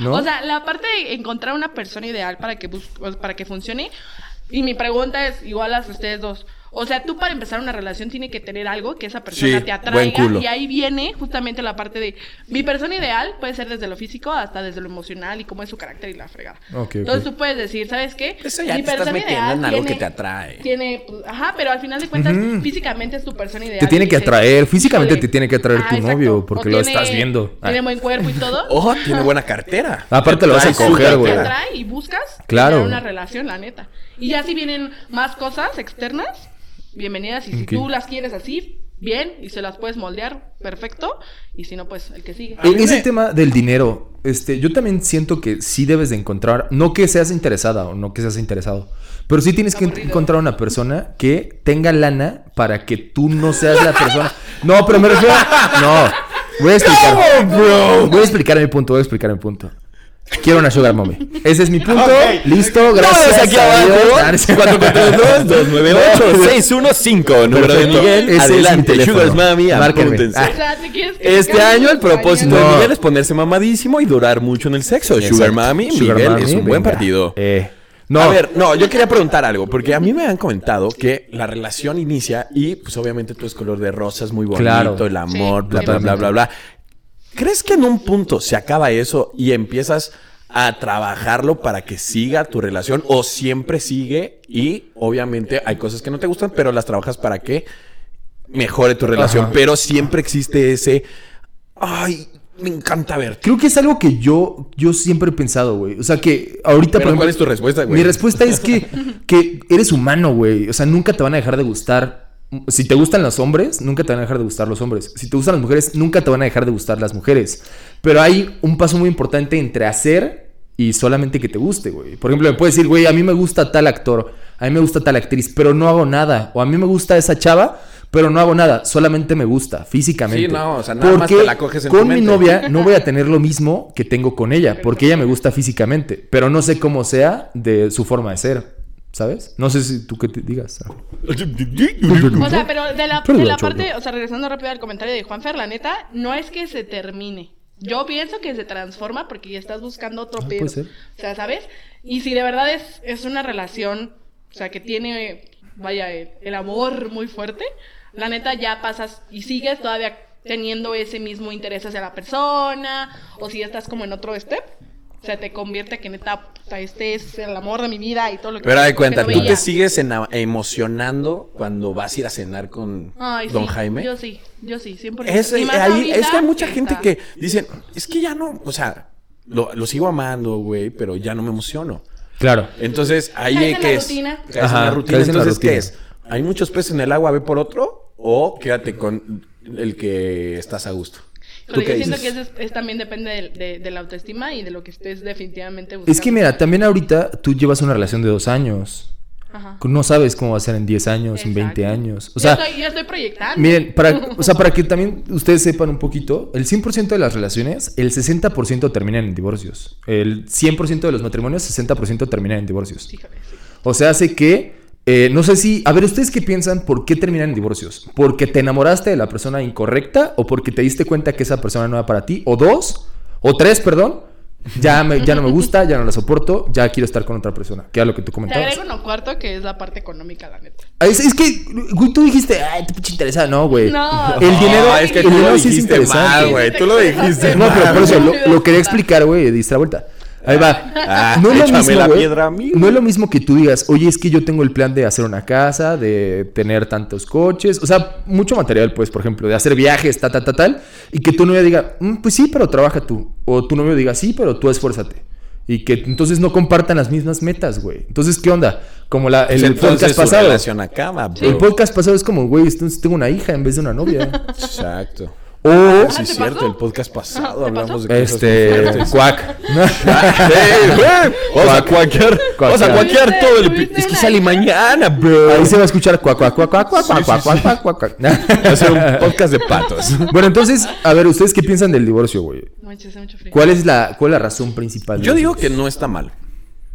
[SPEAKER 1] ¿No?
[SPEAKER 3] O sea, la parte de encontrar una persona ideal para que bus- o para que funcione. Y mi pregunta es igual a ustedes dos. O sea, tú para empezar una relación tiene que tener algo que esa persona
[SPEAKER 2] Sí,
[SPEAKER 3] te
[SPEAKER 2] buen
[SPEAKER 3] atraiga
[SPEAKER 2] culo.
[SPEAKER 3] y ahí viene justamente la parte de mi persona ideal puede ser desde lo físico hasta desde lo emocional y cómo es su carácter y la fregada.
[SPEAKER 1] Ok, ok.
[SPEAKER 3] Entonces tú puedes decir, ¿sabes qué?
[SPEAKER 2] Eso ya
[SPEAKER 3] mi
[SPEAKER 2] te estás
[SPEAKER 3] persona
[SPEAKER 2] metiendo
[SPEAKER 3] ideal
[SPEAKER 2] en algo que
[SPEAKER 3] tiene-
[SPEAKER 2] te atrae.
[SPEAKER 3] Tiene, pues, ajá, pero al final de cuentas físicamente es tu persona ideal.
[SPEAKER 1] Te tiene
[SPEAKER 3] y
[SPEAKER 1] que
[SPEAKER 3] dices,
[SPEAKER 1] atraer, físicamente
[SPEAKER 3] "Híjole".
[SPEAKER 1] te tiene que atraer tu novio, porque lo estás viendo.
[SPEAKER 3] Tiene
[SPEAKER 1] Ah.
[SPEAKER 3] buen cuerpo y todo.
[SPEAKER 2] Oh, tiene buena cartera.
[SPEAKER 1] Aparte lo vas a
[SPEAKER 2] Trae su
[SPEAKER 1] coger,
[SPEAKER 2] cartera.
[SPEAKER 1] güey.
[SPEAKER 3] Te atrae y buscas
[SPEAKER 1] Claro.
[SPEAKER 3] tener una relación, la neta. Y ya si vienen más cosas externas, bienvenidas. Y si
[SPEAKER 1] Ok.
[SPEAKER 3] tú las quieres así, bien, y se las puedes moldear, perfecto. Y si no, pues el que sigue.
[SPEAKER 1] En E ese tema del dinero, este, yo también siento que sí debes de encontrar, no que seas interesada o no que seas interesado, pero sí tienes que en-
[SPEAKER 3] Aburrido.
[SPEAKER 1] encontrar una persona que tenga lana para que tú no seas la persona. No, pero me refiero. No, voy a explicar.
[SPEAKER 2] ¿Cómo, bro?
[SPEAKER 1] Voy a explicar mi punto, voy a explicar mi punto. Quiero una sugar mommy. Ese es mi punto.
[SPEAKER 2] Ok.
[SPEAKER 1] Listo,
[SPEAKER 2] Números
[SPEAKER 1] gracias.
[SPEAKER 2] aquí
[SPEAKER 1] adiós.
[SPEAKER 2] abajo. 442-298-615. Número de
[SPEAKER 1] Perfecto.
[SPEAKER 2] Miguel.
[SPEAKER 1] Ese es mi
[SPEAKER 2] Adelante,
[SPEAKER 1] teléfono.
[SPEAKER 2] Sugar Mami.
[SPEAKER 1] Márquenme.
[SPEAKER 2] apúntense.
[SPEAKER 1] Ah.
[SPEAKER 3] O sea, ¿te quieres que
[SPEAKER 2] Este
[SPEAKER 3] cambie
[SPEAKER 2] año el
[SPEAKER 3] tu
[SPEAKER 2] propósito
[SPEAKER 3] compañía?
[SPEAKER 2] de
[SPEAKER 1] No.
[SPEAKER 2] Miguel es ponerse mamadísimo y durar mucho en el sexo. Sugar
[SPEAKER 1] Exacto.
[SPEAKER 2] Mami,
[SPEAKER 1] Sugar
[SPEAKER 2] Miguel
[SPEAKER 1] mommy,
[SPEAKER 2] es un buen
[SPEAKER 1] venga.
[SPEAKER 2] partido.
[SPEAKER 1] Eh, no.
[SPEAKER 2] A ver, no, yo quería preguntar algo, porque a mí me han comentado que la relación inicia y pues obviamente tú es color de rosas, muy bonito,
[SPEAKER 1] Claro.
[SPEAKER 2] el amor,
[SPEAKER 3] Sí,
[SPEAKER 2] bla, bla, bla, bla, bla. ¿Crees que en un punto se acaba eso y empiezas a trabajarlo para que siga tu relación o siempre sigue y obviamente hay cosas que no te gustan, pero las trabajas para que mejore tu relación,
[SPEAKER 1] Ajá.
[SPEAKER 2] pero siempre existe ese, ay, me encanta verte.
[SPEAKER 1] Creo que es algo que yo, yo siempre he pensado, güey. O sea, que ahorita...
[SPEAKER 2] Pero,
[SPEAKER 1] por ejemplo,
[SPEAKER 2] ¿cuál es tu respuesta, güey?
[SPEAKER 1] Mi respuesta es que, que eres humano, güey. O sea, nunca te van a dejar de gustar... Si te gustan los hombres, nunca te van a dejar de gustar los hombres. Si te gustan las mujeres, nunca te van a dejar de gustar las mujeres. Pero hay un paso muy importante entre hacer y solamente que te guste, güey. Por ejemplo, me puedes decir, güey, a mí me gusta tal actor, a mí me gusta tal actriz, pero no hago nada. O a mí me gusta esa chava, pero no hago nada. Solamente me gusta, físicamente.
[SPEAKER 2] Sí, no, o sea, nada más
[SPEAKER 1] Porque
[SPEAKER 2] te la coges en tu
[SPEAKER 1] con mi
[SPEAKER 2] mente.
[SPEAKER 1] novia no voy a tener lo mismo que tengo con ella, porque ella me gusta físicamente, pero no sé cómo sea de su forma de ser, ¿sabes? No sé si tú qué te digas.
[SPEAKER 3] O sea, pero de la,
[SPEAKER 1] Pero
[SPEAKER 3] de
[SPEAKER 1] lo
[SPEAKER 3] la
[SPEAKER 1] cholo.
[SPEAKER 3] parte, o sea, regresando rápido al comentario de Juan Fer, la neta, no es que se termine. Yo pienso que se transforma porque ya estás buscando otro
[SPEAKER 1] Ah,
[SPEAKER 3] pedo.
[SPEAKER 1] puede ser.
[SPEAKER 3] O sea, ¿sabes? Y si de verdad es, es una relación, o sea, que tiene, eh, vaya, el, el amor muy fuerte, la neta ya pasas y sigues todavía teniendo ese mismo interés hacia la persona, o si ya estás como en otro step. sea, te convierte que neta, puta, este es el amor de mi vida y todo lo que
[SPEAKER 2] Pero
[SPEAKER 3] que
[SPEAKER 2] de cuenta,
[SPEAKER 3] no
[SPEAKER 2] ¿tú
[SPEAKER 3] veía.
[SPEAKER 2] te sigues ena- emocionando cuando vas a ir a cenar con
[SPEAKER 3] Ay,
[SPEAKER 2] Don
[SPEAKER 3] sí,
[SPEAKER 2] Jaime?
[SPEAKER 3] Yo sí, yo sí, 100%.
[SPEAKER 2] Es, eh,
[SPEAKER 3] Y más
[SPEAKER 2] ahí-
[SPEAKER 3] ahorita
[SPEAKER 2] es que hay mucha gente
[SPEAKER 3] está-
[SPEAKER 2] que dicen, es que ya no, o sea, lo, lo sigo amando, güey, pero ya no me emociono.
[SPEAKER 1] Claro.
[SPEAKER 2] Entonces, ahí
[SPEAKER 3] Caes
[SPEAKER 2] hay
[SPEAKER 3] en
[SPEAKER 2] que
[SPEAKER 3] la
[SPEAKER 2] es.
[SPEAKER 3] rutina.
[SPEAKER 2] Caes en la
[SPEAKER 1] Ajá,
[SPEAKER 2] rutina.
[SPEAKER 1] caes en la
[SPEAKER 2] Entonces, ¿qué
[SPEAKER 1] rutina.
[SPEAKER 2] es? ¿Hay muchos peces en el agua, ve por otro? ¿O quédate con el que estás a gusto?
[SPEAKER 3] Híjole,
[SPEAKER 2] qué
[SPEAKER 3] yo siento
[SPEAKER 2] dices?
[SPEAKER 3] que es, es- también depende del- de, de la autoestima y de lo que estés definitivamente buscando.
[SPEAKER 1] Es que mira, también ahorita tú llevas una relación de dos años.
[SPEAKER 3] Ajá.
[SPEAKER 1] No sabes cómo va a ser en 10 años, en 20
[SPEAKER 3] Exacto.
[SPEAKER 1] años. O
[SPEAKER 3] Yo
[SPEAKER 1] sea,
[SPEAKER 3] estoy- yo estoy proyectando.
[SPEAKER 1] Miren, para, o sea, para que también ustedes sepan un poquito, el 100% de las relaciones, el 60% terminan en divorcios. El 100% de los matrimonios, 60% terminan en divorcios.
[SPEAKER 3] Híjole, sí.
[SPEAKER 1] O sea, hace que, eh, no sé si, a ver, ¿ustedes qué piensan? ¿Por qué terminan en divorcios? ¿Porque te enamoraste de la persona incorrecta o porque te diste cuenta que esa persona no era para ti? O dos, o tres, perdón. Ya, me- ya no me gusta, ya no la soporto, ya quiero estar con otra persona. Que era lo que tú
[SPEAKER 3] Te
[SPEAKER 1] comentabas.
[SPEAKER 3] agrego uno cuarto que es la parte económica, la neta.
[SPEAKER 1] Ah, Es, es que, güey, tú dijiste, ay, te pinche interesada, no, güey.
[SPEAKER 3] No.
[SPEAKER 1] el dinero,
[SPEAKER 2] No, es que
[SPEAKER 1] el
[SPEAKER 2] tú lo
[SPEAKER 1] dinero sí es
[SPEAKER 2] dijiste
[SPEAKER 1] interesante.
[SPEAKER 2] mal, güey. Tú lo dijiste
[SPEAKER 1] No, pero por eso
[SPEAKER 3] mal.
[SPEAKER 1] lo, lo quería explicar, güey, diste la vuelta. Ahí va.
[SPEAKER 2] Ah,
[SPEAKER 1] no, es lo
[SPEAKER 2] échame
[SPEAKER 1] mismo,
[SPEAKER 2] la
[SPEAKER 1] güey.
[SPEAKER 2] piedra a mí,
[SPEAKER 1] no es lo mismo que tú digas, oye, es que yo tengo el plan de hacer una casa, de tener tantos coches, o sea, mucho material, pues, por ejemplo, de hacer viajes, ta, ta, ta, tal, y que tu novia diga, "Mm, pues sí, pero trabaja tú. O tu novio diga, sí, pero tú esfuérzate. Y que entonces no compartan las mismas metas, güey. Entonces, ¿qué onda? Como la, el,
[SPEAKER 2] El
[SPEAKER 1] podcast pasado.
[SPEAKER 2] relación acaba, bro.
[SPEAKER 1] El podcast pasado es como, güey, entonces tengo una hija en vez de una novia.
[SPEAKER 2] Exacto.
[SPEAKER 1] O
[SPEAKER 2] Sí,
[SPEAKER 3] ¿te
[SPEAKER 2] es cierto,
[SPEAKER 3] pasó?
[SPEAKER 2] el podcast
[SPEAKER 3] Ajá,
[SPEAKER 2] pasado
[SPEAKER 3] ¿te
[SPEAKER 2] hablamos
[SPEAKER 3] pasó?
[SPEAKER 2] de cosas muy
[SPEAKER 1] este
[SPEAKER 2] fuertes.
[SPEAKER 1] cuac.
[SPEAKER 2] Sí, güey. Vamos a cuaquear. Vamos a cuaquear todo el. pi-
[SPEAKER 3] ¿Tuviste
[SPEAKER 2] Es que
[SPEAKER 3] una
[SPEAKER 2] sale
[SPEAKER 3] hija?
[SPEAKER 2] mañana, bro.
[SPEAKER 1] Ahí se va a escuchar cuac, cuac, cuac, cuac, cuac,
[SPEAKER 2] Sí, sí,
[SPEAKER 1] cuac, cuac,
[SPEAKER 2] sí.
[SPEAKER 1] cuac, cuac, cuac.
[SPEAKER 2] Va a ser un podcast de patos.
[SPEAKER 1] Bueno, entonces, a ver, ¿ustedes qué piensan del divorcio, güey?
[SPEAKER 3] No manches, hace mucho frío.
[SPEAKER 1] ¿Cuál es la, cuál es la razón principal?
[SPEAKER 2] Yo
[SPEAKER 1] del
[SPEAKER 2] digo
[SPEAKER 1] divorcio?
[SPEAKER 2] que no está mal.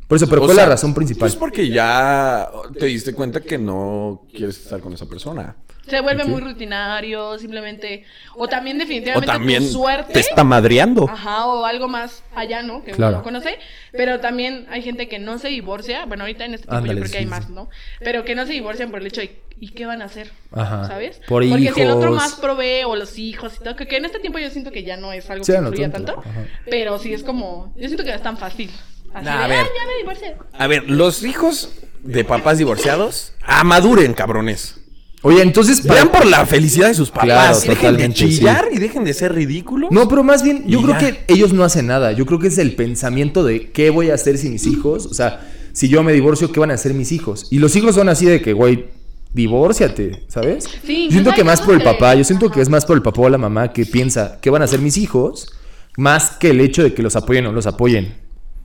[SPEAKER 1] Por eso, pero
[SPEAKER 2] O
[SPEAKER 1] ¿cuál es
[SPEAKER 2] sea,
[SPEAKER 1] la razón principal?
[SPEAKER 2] Pues porque ya te diste cuenta que no quieres estar con esa persona.
[SPEAKER 3] Se vuelve muy rutinario, simplemente. O también,
[SPEAKER 2] O
[SPEAKER 3] definitivamente,
[SPEAKER 2] también
[SPEAKER 3] tu suerte.
[SPEAKER 2] te está madreando.
[SPEAKER 3] Ajá, o algo más allá, ¿no? Que
[SPEAKER 1] Claro.
[SPEAKER 3] uno no conoce. Pero también hay gente que no se divorcia. Bueno, ahorita en este tiempo
[SPEAKER 1] Ándale,
[SPEAKER 3] yo creo que hay
[SPEAKER 1] sí, sí.
[SPEAKER 3] más, ¿no? Pero que no se divorcian por el hecho de, ¿y qué van a hacer?
[SPEAKER 1] Ajá.
[SPEAKER 3] ¿Sabes?
[SPEAKER 1] Por
[SPEAKER 3] Porque si el otro
[SPEAKER 1] hijos.
[SPEAKER 3] más provee, o los hijos y todo, que, que en este tiempo yo siento que ya no es algo
[SPEAKER 1] Sí,
[SPEAKER 3] que
[SPEAKER 1] no
[SPEAKER 3] influya
[SPEAKER 1] tanto.
[SPEAKER 3] tanto.
[SPEAKER 1] Ajá.
[SPEAKER 3] Pero sí es como, yo siento que no es tan fácil. Así
[SPEAKER 2] Nah, a
[SPEAKER 3] de,
[SPEAKER 2] ver.
[SPEAKER 3] "Ay, ya me divorcié.
[SPEAKER 2] A ver, los hijos de papás divorciados, ah, maduren, cabrones.
[SPEAKER 1] Oye, entonces, para-
[SPEAKER 2] Vean por la felicidad de sus
[SPEAKER 1] Claro,
[SPEAKER 2] papás. dejen de
[SPEAKER 1] totalmente, sí.
[SPEAKER 2] chillar y dejen de ser ridículos.
[SPEAKER 1] No, pero más bien, yo
[SPEAKER 2] Y
[SPEAKER 1] creo
[SPEAKER 2] ya.
[SPEAKER 1] que ellos no hacen nada. Yo creo que es el pensamiento de qué voy a hacer sin mis hijos. O sea, si yo me divorcio, ¿qué van a hacer mis hijos? Y los hijos son así de que, güey, divórciate, ¿sabes?
[SPEAKER 3] Sí, pues
[SPEAKER 1] yo siento
[SPEAKER 3] hay
[SPEAKER 1] que más
[SPEAKER 3] cosas
[SPEAKER 1] por el
[SPEAKER 3] que-
[SPEAKER 1] papá, yo siento
[SPEAKER 3] ajá.
[SPEAKER 1] que es más por el papá o la mamá que piensa, ¿qué van a hacer mis hijos? Más que el hecho de que los apoyen o no los apoyen.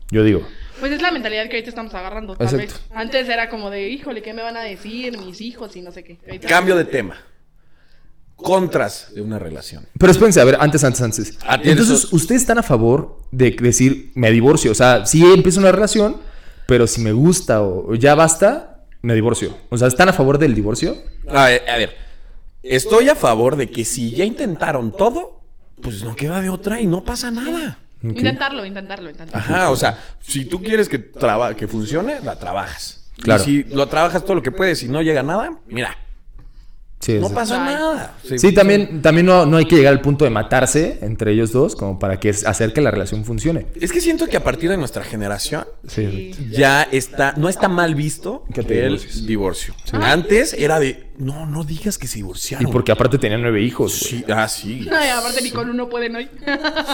[SPEAKER 1] Yo digo.
[SPEAKER 3] Pues es la mentalidad que ahorita estamos agarrando, tal
[SPEAKER 1] Exacto.
[SPEAKER 3] vez. Antes era como de, híjole, ¿qué me van a decir mis hijos y no sé qué? Ahorita-
[SPEAKER 2] Cambio de tema. Contras de una relación.
[SPEAKER 1] Pero espérense, a ver, antes, antes, antes.
[SPEAKER 2] Ah, tienes
[SPEAKER 1] Entonces,
[SPEAKER 2] dos.
[SPEAKER 1] ¿ustedes están a favor de decir, me divorcio? O sea, sí empiezo una relación, pero si me gusta o o ya basta, me divorcio. O sea, ¿están a favor del divorcio?
[SPEAKER 2] A ver, a ver, estoy a favor de que si ya intentaron todo, pues no queda de otra y no pasa nada.
[SPEAKER 1] Ok.
[SPEAKER 3] Intentarlo, intentarlo, intentarlo.
[SPEAKER 2] Ajá, o sea, si tú quieres que, traba- que funcione, la trabajas.
[SPEAKER 1] Claro.
[SPEAKER 2] Y si lo trabajas todo lo que puedes y no llega nada, mira,
[SPEAKER 1] Sí,
[SPEAKER 2] no
[SPEAKER 1] sí.
[SPEAKER 2] pasa
[SPEAKER 3] Ay.
[SPEAKER 2] nada. Se-
[SPEAKER 1] Sí, también, también no, no hay que llegar al punto de matarse entre ellos dos como para que es- hacer que la relación funcione.
[SPEAKER 2] Es que siento que a partir de nuestra generación
[SPEAKER 1] Sí,
[SPEAKER 3] Sí.
[SPEAKER 2] ya está, no está mal visto
[SPEAKER 1] Que te
[SPEAKER 2] el
[SPEAKER 1] divorcies.
[SPEAKER 2] divorcio. Antes era de, no, no digas que se
[SPEAKER 1] Y
[SPEAKER 2] divorciaron.
[SPEAKER 1] porque aparte tenían nueve hijos. güey.
[SPEAKER 2] Sí, ah, sí.
[SPEAKER 3] No, y aparte ni con uno pueden hoy.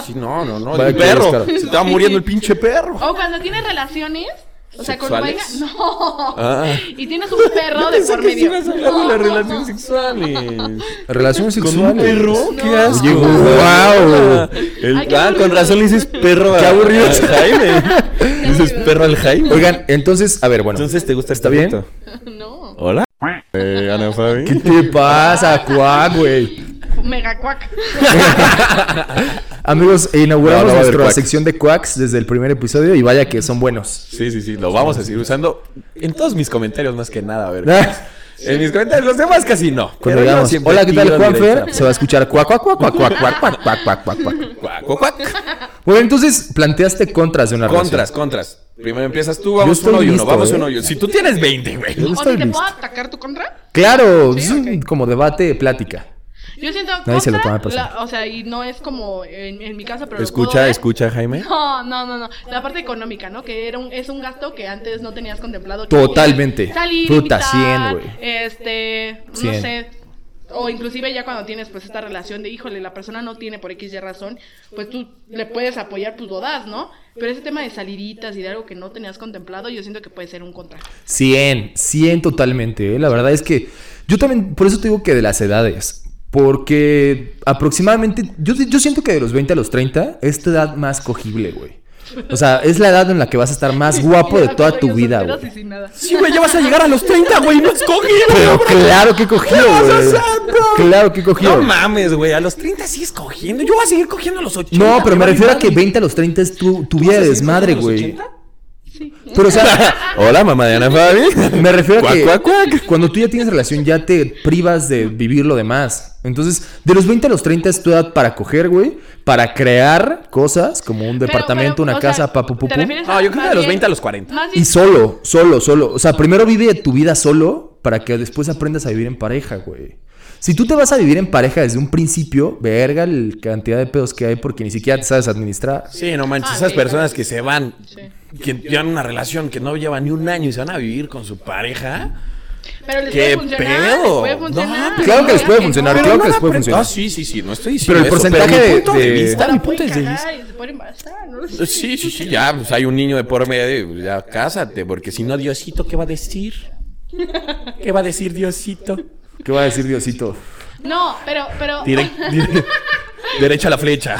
[SPEAKER 2] Sí, no, no, no.
[SPEAKER 1] Vaya
[SPEAKER 2] El
[SPEAKER 1] que
[SPEAKER 2] perro.
[SPEAKER 1] descaro.
[SPEAKER 2] Se estaba muriendo el pinche perro.
[SPEAKER 3] O cuando tienes relaciones, o sea, con
[SPEAKER 2] ¿Sexuales?
[SPEAKER 3] pareja, no.
[SPEAKER 2] Ah.
[SPEAKER 3] Y tienes un perro de por medio. No.
[SPEAKER 2] sexuales.
[SPEAKER 1] Relaciones sexuales.
[SPEAKER 2] ¿Qué
[SPEAKER 3] No.
[SPEAKER 2] asco?
[SPEAKER 1] Oye,
[SPEAKER 2] ¡Wow! El-
[SPEAKER 3] Ay, qué
[SPEAKER 2] ah, con
[SPEAKER 3] aburrido.
[SPEAKER 2] razón le dices perro
[SPEAKER 1] Qué
[SPEAKER 2] a-
[SPEAKER 1] aburrido.
[SPEAKER 2] al Jaime. Le dices
[SPEAKER 3] aburrido.
[SPEAKER 2] perro al Jaime.
[SPEAKER 1] Oigan, entonces, a ver, bueno.
[SPEAKER 2] entonces te gusta
[SPEAKER 1] ¿está
[SPEAKER 2] este
[SPEAKER 1] bien?
[SPEAKER 2] foto?
[SPEAKER 3] No.
[SPEAKER 2] Hola. Eh, Ana Fabi.
[SPEAKER 1] ¿Qué te pasa, cuac, güey?
[SPEAKER 3] Mega cuac.
[SPEAKER 1] Amigos, e inauguramos
[SPEAKER 2] No, no va a haber
[SPEAKER 1] nuestra
[SPEAKER 2] quacks.
[SPEAKER 1] sección de quacks desde el primer episodio y vaya que son buenos.
[SPEAKER 2] Sí, sí, sí, lo vamos a seguir usando en todos mis comentarios más que nada, a ver. En mis comentarios, los demás casi no.
[SPEAKER 1] Ah. Cuando
[SPEAKER 2] pero yo
[SPEAKER 1] digamos,
[SPEAKER 2] siempre
[SPEAKER 1] hola, ¿qué
[SPEAKER 2] tiro
[SPEAKER 1] tal
[SPEAKER 2] directo.
[SPEAKER 1] Juanfer? Se va a escuchar cuac, cuac, cuac, cuac, cuac, cuac, cuac, cuac, cuac, cuac, cuac.
[SPEAKER 2] Cuac, cuac, cuac.
[SPEAKER 1] Bueno, entonces planteaste contras de una
[SPEAKER 2] Contras,
[SPEAKER 1] relación.
[SPEAKER 2] contras. Primero empiezas tú, vamos
[SPEAKER 1] estoy
[SPEAKER 2] uno y uno,
[SPEAKER 1] listo,
[SPEAKER 2] vamos
[SPEAKER 1] ¿eh?
[SPEAKER 2] uno y uno. Si tú tienes 20, güey.
[SPEAKER 1] Yo
[SPEAKER 3] O
[SPEAKER 1] estoy
[SPEAKER 3] si te
[SPEAKER 1] listo.
[SPEAKER 3] puedo atacar tu contra.
[SPEAKER 1] Claro, es un
[SPEAKER 3] ok.
[SPEAKER 1] como debate, plática.
[SPEAKER 3] Yo siento
[SPEAKER 1] Nadie se lo
[SPEAKER 3] contra,
[SPEAKER 1] toma personal.
[SPEAKER 3] la- O sea, y no es como en, en mi caso, pero lo puedo
[SPEAKER 2] Escucha,
[SPEAKER 3] ver.
[SPEAKER 2] escucha, Jaime.
[SPEAKER 3] No, no, no, no. La parte económica, ¿no? Que era un, es un gasto que antes no tenías contemplado. que
[SPEAKER 1] Totalmente.
[SPEAKER 3] podías Salir,
[SPEAKER 1] Puta, 100,
[SPEAKER 3] invitar,
[SPEAKER 1] güey.
[SPEAKER 3] Este,
[SPEAKER 1] 100.
[SPEAKER 3] no sé. O inclusive ya cuando tienes pues esta relación de, híjole, la persona no tiene por X y razón, pues tú le puedes apoyar, pues lo das, ¿no? Pero ese tema de saliditas y de algo que no tenías contemplado, yo siento que puede ser un contra.
[SPEAKER 1] 100, 100 totalmente. ¿eh? La verdad es que yo también, por eso te digo que de las edades. Porque aproximadamente, yo, yo siento que de los 20 a los 30 es tu edad más cogible, güey. O sea, es la edad en la que vas a estar más guapo de toda tu vida,
[SPEAKER 3] Solteros y
[SPEAKER 1] güey.
[SPEAKER 3] sin nada.
[SPEAKER 2] Sí, güey, ya vas a llegar a los 30, güey. No escogí,
[SPEAKER 1] Pero claro que cogido,
[SPEAKER 2] vas a
[SPEAKER 1] güey.
[SPEAKER 2] hacer, bro?
[SPEAKER 1] Claro que cogido.
[SPEAKER 2] No mames, güey. A los 30 sigues cogiendo. Yo voy a seguir cogiendo a los 80.
[SPEAKER 1] No, pero me
[SPEAKER 2] Vale,
[SPEAKER 1] refiero a
[SPEAKER 2] madre.
[SPEAKER 1] que 20 a los 30 es tu, tu
[SPEAKER 2] ¿Tú vas
[SPEAKER 1] vida
[SPEAKER 2] a
[SPEAKER 1] de
[SPEAKER 2] seguir cogiendo
[SPEAKER 1] desmadre,
[SPEAKER 2] a los
[SPEAKER 1] güey.
[SPEAKER 2] 80?
[SPEAKER 3] Sí.
[SPEAKER 1] Pero, o sea,
[SPEAKER 2] Hola, mamá de Ana Fabi.
[SPEAKER 1] Me refiero a
[SPEAKER 2] Cuac,
[SPEAKER 1] que
[SPEAKER 2] cuac, cuac.
[SPEAKER 1] cuando tú ya tienes relación ya te privas de vivir lo demás. Entonces, de los 20 a los 30 es tu edad para coger, güey, para crear cosas como un
[SPEAKER 3] Pero,
[SPEAKER 1] departamento,
[SPEAKER 3] pero,
[SPEAKER 1] una
[SPEAKER 3] o sea,
[SPEAKER 1] casa, papu,
[SPEAKER 3] ¿te refieres a-
[SPEAKER 2] Ah, yo creo que
[SPEAKER 3] más
[SPEAKER 2] de los
[SPEAKER 3] bien-
[SPEAKER 2] 20 a los 40.
[SPEAKER 3] Más bien
[SPEAKER 1] Y solo, solo, solo. O sea, primero vive tu vida solo para que después aprendas a vivir en pareja, güey. Si tú te vas a vivir en pareja desde un principio, verga la cantidad de pedos que hay porque ni siquiera te sabes administrar.
[SPEAKER 2] Sí, no manches.
[SPEAKER 3] Ah,
[SPEAKER 2] Esas
[SPEAKER 3] sí,
[SPEAKER 2] personas
[SPEAKER 3] claro.
[SPEAKER 2] que se van,
[SPEAKER 3] Sí.
[SPEAKER 2] que llevan una relación que no lleva ni un año y se van a vivir con su pareja.
[SPEAKER 3] Pero les
[SPEAKER 2] ¡Qué
[SPEAKER 3] puede funcionar.
[SPEAKER 2] pedo!
[SPEAKER 3] les puede
[SPEAKER 2] No,
[SPEAKER 3] funcionar.
[SPEAKER 2] pues
[SPEAKER 1] claro que les puede
[SPEAKER 3] no.
[SPEAKER 1] funcionar,
[SPEAKER 2] Pero
[SPEAKER 1] claro
[SPEAKER 2] no
[SPEAKER 1] que les
[SPEAKER 2] la
[SPEAKER 1] puede
[SPEAKER 2] pre-
[SPEAKER 1] funcionar.
[SPEAKER 2] Ah, sí, sí, sí. No estoy
[SPEAKER 1] Pero
[SPEAKER 2] diciendo
[SPEAKER 1] el
[SPEAKER 2] eso,
[SPEAKER 1] porcentaje
[SPEAKER 2] mi
[SPEAKER 1] de-
[SPEAKER 2] punto de,
[SPEAKER 1] de- Eh,
[SPEAKER 2] vista,
[SPEAKER 3] La
[SPEAKER 2] mi
[SPEAKER 3] Ah, puede
[SPEAKER 2] punto de vista.
[SPEAKER 3] cagar y se puede embarazar, ¿no?
[SPEAKER 2] Sí, sí, sí, ya, pues hay un niño de por medio, pues, ya cásate, porque si no, Diosito, ¿qué va a decir? ¿Qué va a decir Diosito?
[SPEAKER 1] ¿Qué va a decir Diosito?
[SPEAKER 3] No, pero, pero.
[SPEAKER 2] Dire- dire- derecha a la flecha.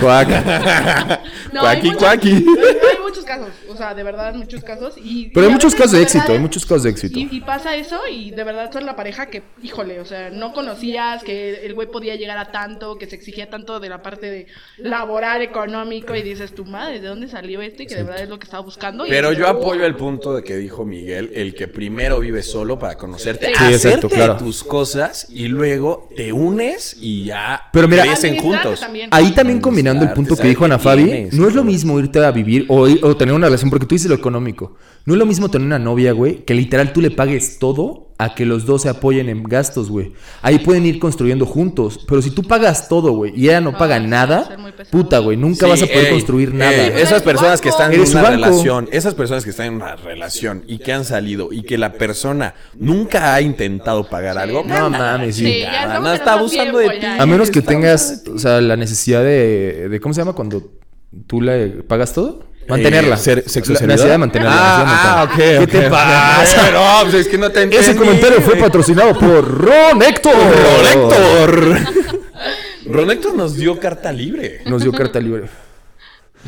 [SPEAKER 3] No, hay
[SPEAKER 2] cuaqui,
[SPEAKER 3] muchos-
[SPEAKER 2] cuaqui.
[SPEAKER 3] Hay muchos casos, o sea, de verdad, muchos casos. Y,
[SPEAKER 1] Pero
[SPEAKER 3] y
[SPEAKER 1] hay
[SPEAKER 3] a
[SPEAKER 1] muchos
[SPEAKER 3] veces,
[SPEAKER 1] casos de
[SPEAKER 3] verdad,
[SPEAKER 1] éxito, hay muchos casos de éxito.
[SPEAKER 3] Y, y pasa eso, y de verdad son la pareja que, híjole, o sea, no conocías que el güey podía llegar a tanto, que se exigía tanto de la parte de laboral, económico, y dices, tu madre, ¿de dónde salió esto? Y que de verdad es lo que estaba buscando. y
[SPEAKER 2] Pero
[SPEAKER 3] dices,
[SPEAKER 2] yo
[SPEAKER 3] "Uh".
[SPEAKER 2] apoyo el punto de que dijo Miguel, el que primero vive solo para conocerte,
[SPEAKER 3] Sí,
[SPEAKER 2] hacerte
[SPEAKER 1] exacto, claro.
[SPEAKER 2] tus cosas y luego te unes y ya
[SPEAKER 1] Pero mira-
[SPEAKER 2] crecen
[SPEAKER 3] Administrarte
[SPEAKER 2] juntos.
[SPEAKER 3] también.
[SPEAKER 1] Ahí también combinando el punto que dijo Ana Fabi, no es lo mismo irte a vivir o, ir- o tener una relación, porque tú dices lo económico. No es lo mismo tener una novia, güey, que literal tú le pagues todo a que los dos se apoyen en gastos, güey. Ahí pueden ir construyendo juntos, pero si tú pagas todo, güey, y ella no paga
[SPEAKER 3] sí, va a
[SPEAKER 1] nada,
[SPEAKER 3] ser muy pesado.
[SPEAKER 1] puta, güey, nunca
[SPEAKER 2] Sí,
[SPEAKER 1] vas a poder
[SPEAKER 2] ey,
[SPEAKER 1] construir
[SPEAKER 2] ey,
[SPEAKER 1] nada. güey.
[SPEAKER 2] esas personas que están en
[SPEAKER 1] Eres su
[SPEAKER 2] una
[SPEAKER 1] banco.
[SPEAKER 2] relación, esas personas que están en una relación y que han salido y que la persona nunca ha intentado pagar algo,
[SPEAKER 1] No mames, sí.
[SPEAKER 3] Sí, ya
[SPEAKER 2] chingada,
[SPEAKER 3] estamos
[SPEAKER 2] no
[SPEAKER 3] en
[SPEAKER 2] está
[SPEAKER 3] otro
[SPEAKER 2] abusando de
[SPEAKER 3] tiempo,
[SPEAKER 2] ti.
[SPEAKER 3] ya.
[SPEAKER 1] A menos que
[SPEAKER 2] está
[SPEAKER 1] tengas,
[SPEAKER 2] abusando de
[SPEAKER 1] o sea, la necesidad de, de- ¿cómo se llama? Cuando tú le pagas todo. Mantenerla.
[SPEAKER 2] Eh, ser-
[SPEAKER 1] la,
[SPEAKER 2] sexo
[SPEAKER 1] la
[SPEAKER 2] servidor.
[SPEAKER 1] necesidad de mantenerla. la necesidad de
[SPEAKER 2] Ah, ah, ok.
[SPEAKER 1] mantenerla.
[SPEAKER 2] ok,
[SPEAKER 1] ¿Qué te
[SPEAKER 2] ok.
[SPEAKER 1] pasa?
[SPEAKER 2] No, pues es que no te
[SPEAKER 1] Ese
[SPEAKER 2] entendí,
[SPEAKER 1] comentario fue
[SPEAKER 2] güey.
[SPEAKER 1] patrocinado por Ron Héctor.
[SPEAKER 2] Ron Héctor. Ron Héctor nos dio carta libre.
[SPEAKER 1] Nos dio carta libre.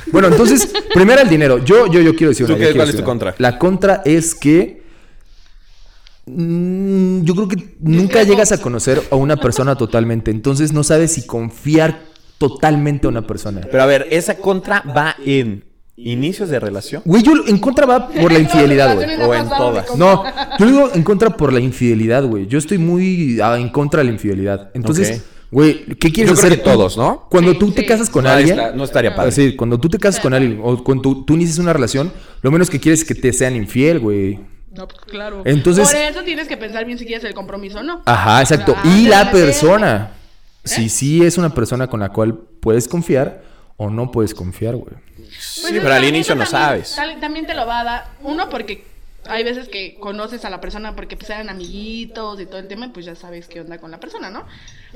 [SPEAKER 1] Bueno, entonces, primero el dinero. Yo, yo, yo quiero decir
[SPEAKER 2] ¿Tú
[SPEAKER 1] una, yo
[SPEAKER 2] qué-
[SPEAKER 1] quiero
[SPEAKER 2] cuál es
[SPEAKER 1] decir
[SPEAKER 2] tu
[SPEAKER 1] una.
[SPEAKER 2] contra?
[SPEAKER 1] La contra es que. mm, yo creo que nunca
[SPEAKER 3] Discrepo.
[SPEAKER 1] llegas a conocer a una persona totalmente. Entonces no sabes si confiar totalmente a una persona.
[SPEAKER 2] Pero a ver, esa contra va en inicios de relación.
[SPEAKER 1] Güey, yo en contra va por la infidelidad, güey.
[SPEAKER 2] O en todas.
[SPEAKER 1] No, yo digo en contra por la infidelidad, güey. Yo estoy muy ah, en contra de la infidelidad. Entonces,
[SPEAKER 2] Ok.
[SPEAKER 1] güey, ¿qué quieres
[SPEAKER 2] Yo creo
[SPEAKER 1] hacer
[SPEAKER 2] que
[SPEAKER 1] tú?
[SPEAKER 2] todos, ¿no?
[SPEAKER 1] Cuando
[SPEAKER 3] Sí,
[SPEAKER 1] tú te
[SPEAKER 3] sí.
[SPEAKER 1] casas con
[SPEAKER 2] No,
[SPEAKER 1] alguien, Ah,
[SPEAKER 2] está- no estaría padre.
[SPEAKER 1] Es decir, cuando tú te casas con alguien o cuando tú, tú inicias una relación, lo menos que quieres es que te sean infiel, güey.
[SPEAKER 3] No, pues, claro.
[SPEAKER 1] Entonces-
[SPEAKER 3] Por eso tienes que pensar bien si quieres el compromiso o no.
[SPEAKER 1] Ajá, exacto.
[SPEAKER 3] Ah, ¿Eh?
[SPEAKER 1] Y la
[SPEAKER 3] ya sé.
[SPEAKER 1] persona, si sí es una persona con la cual puedes confiar o no puedes confiar, güey.
[SPEAKER 3] Pues
[SPEAKER 2] sí,
[SPEAKER 3] es
[SPEAKER 2] pero al
[SPEAKER 3] que
[SPEAKER 2] inicio
[SPEAKER 3] eso
[SPEAKER 2] no
[SPEAKER 3] también-
[SPEAKER 2] sabes.
[SPEAKER 3] tal- también te lo va a dar. Uno, porque hay veces que conoces a la persona porque pues eran amiguitos y todo el tema, y pues ya sabes qué onda con la persona, ¿no?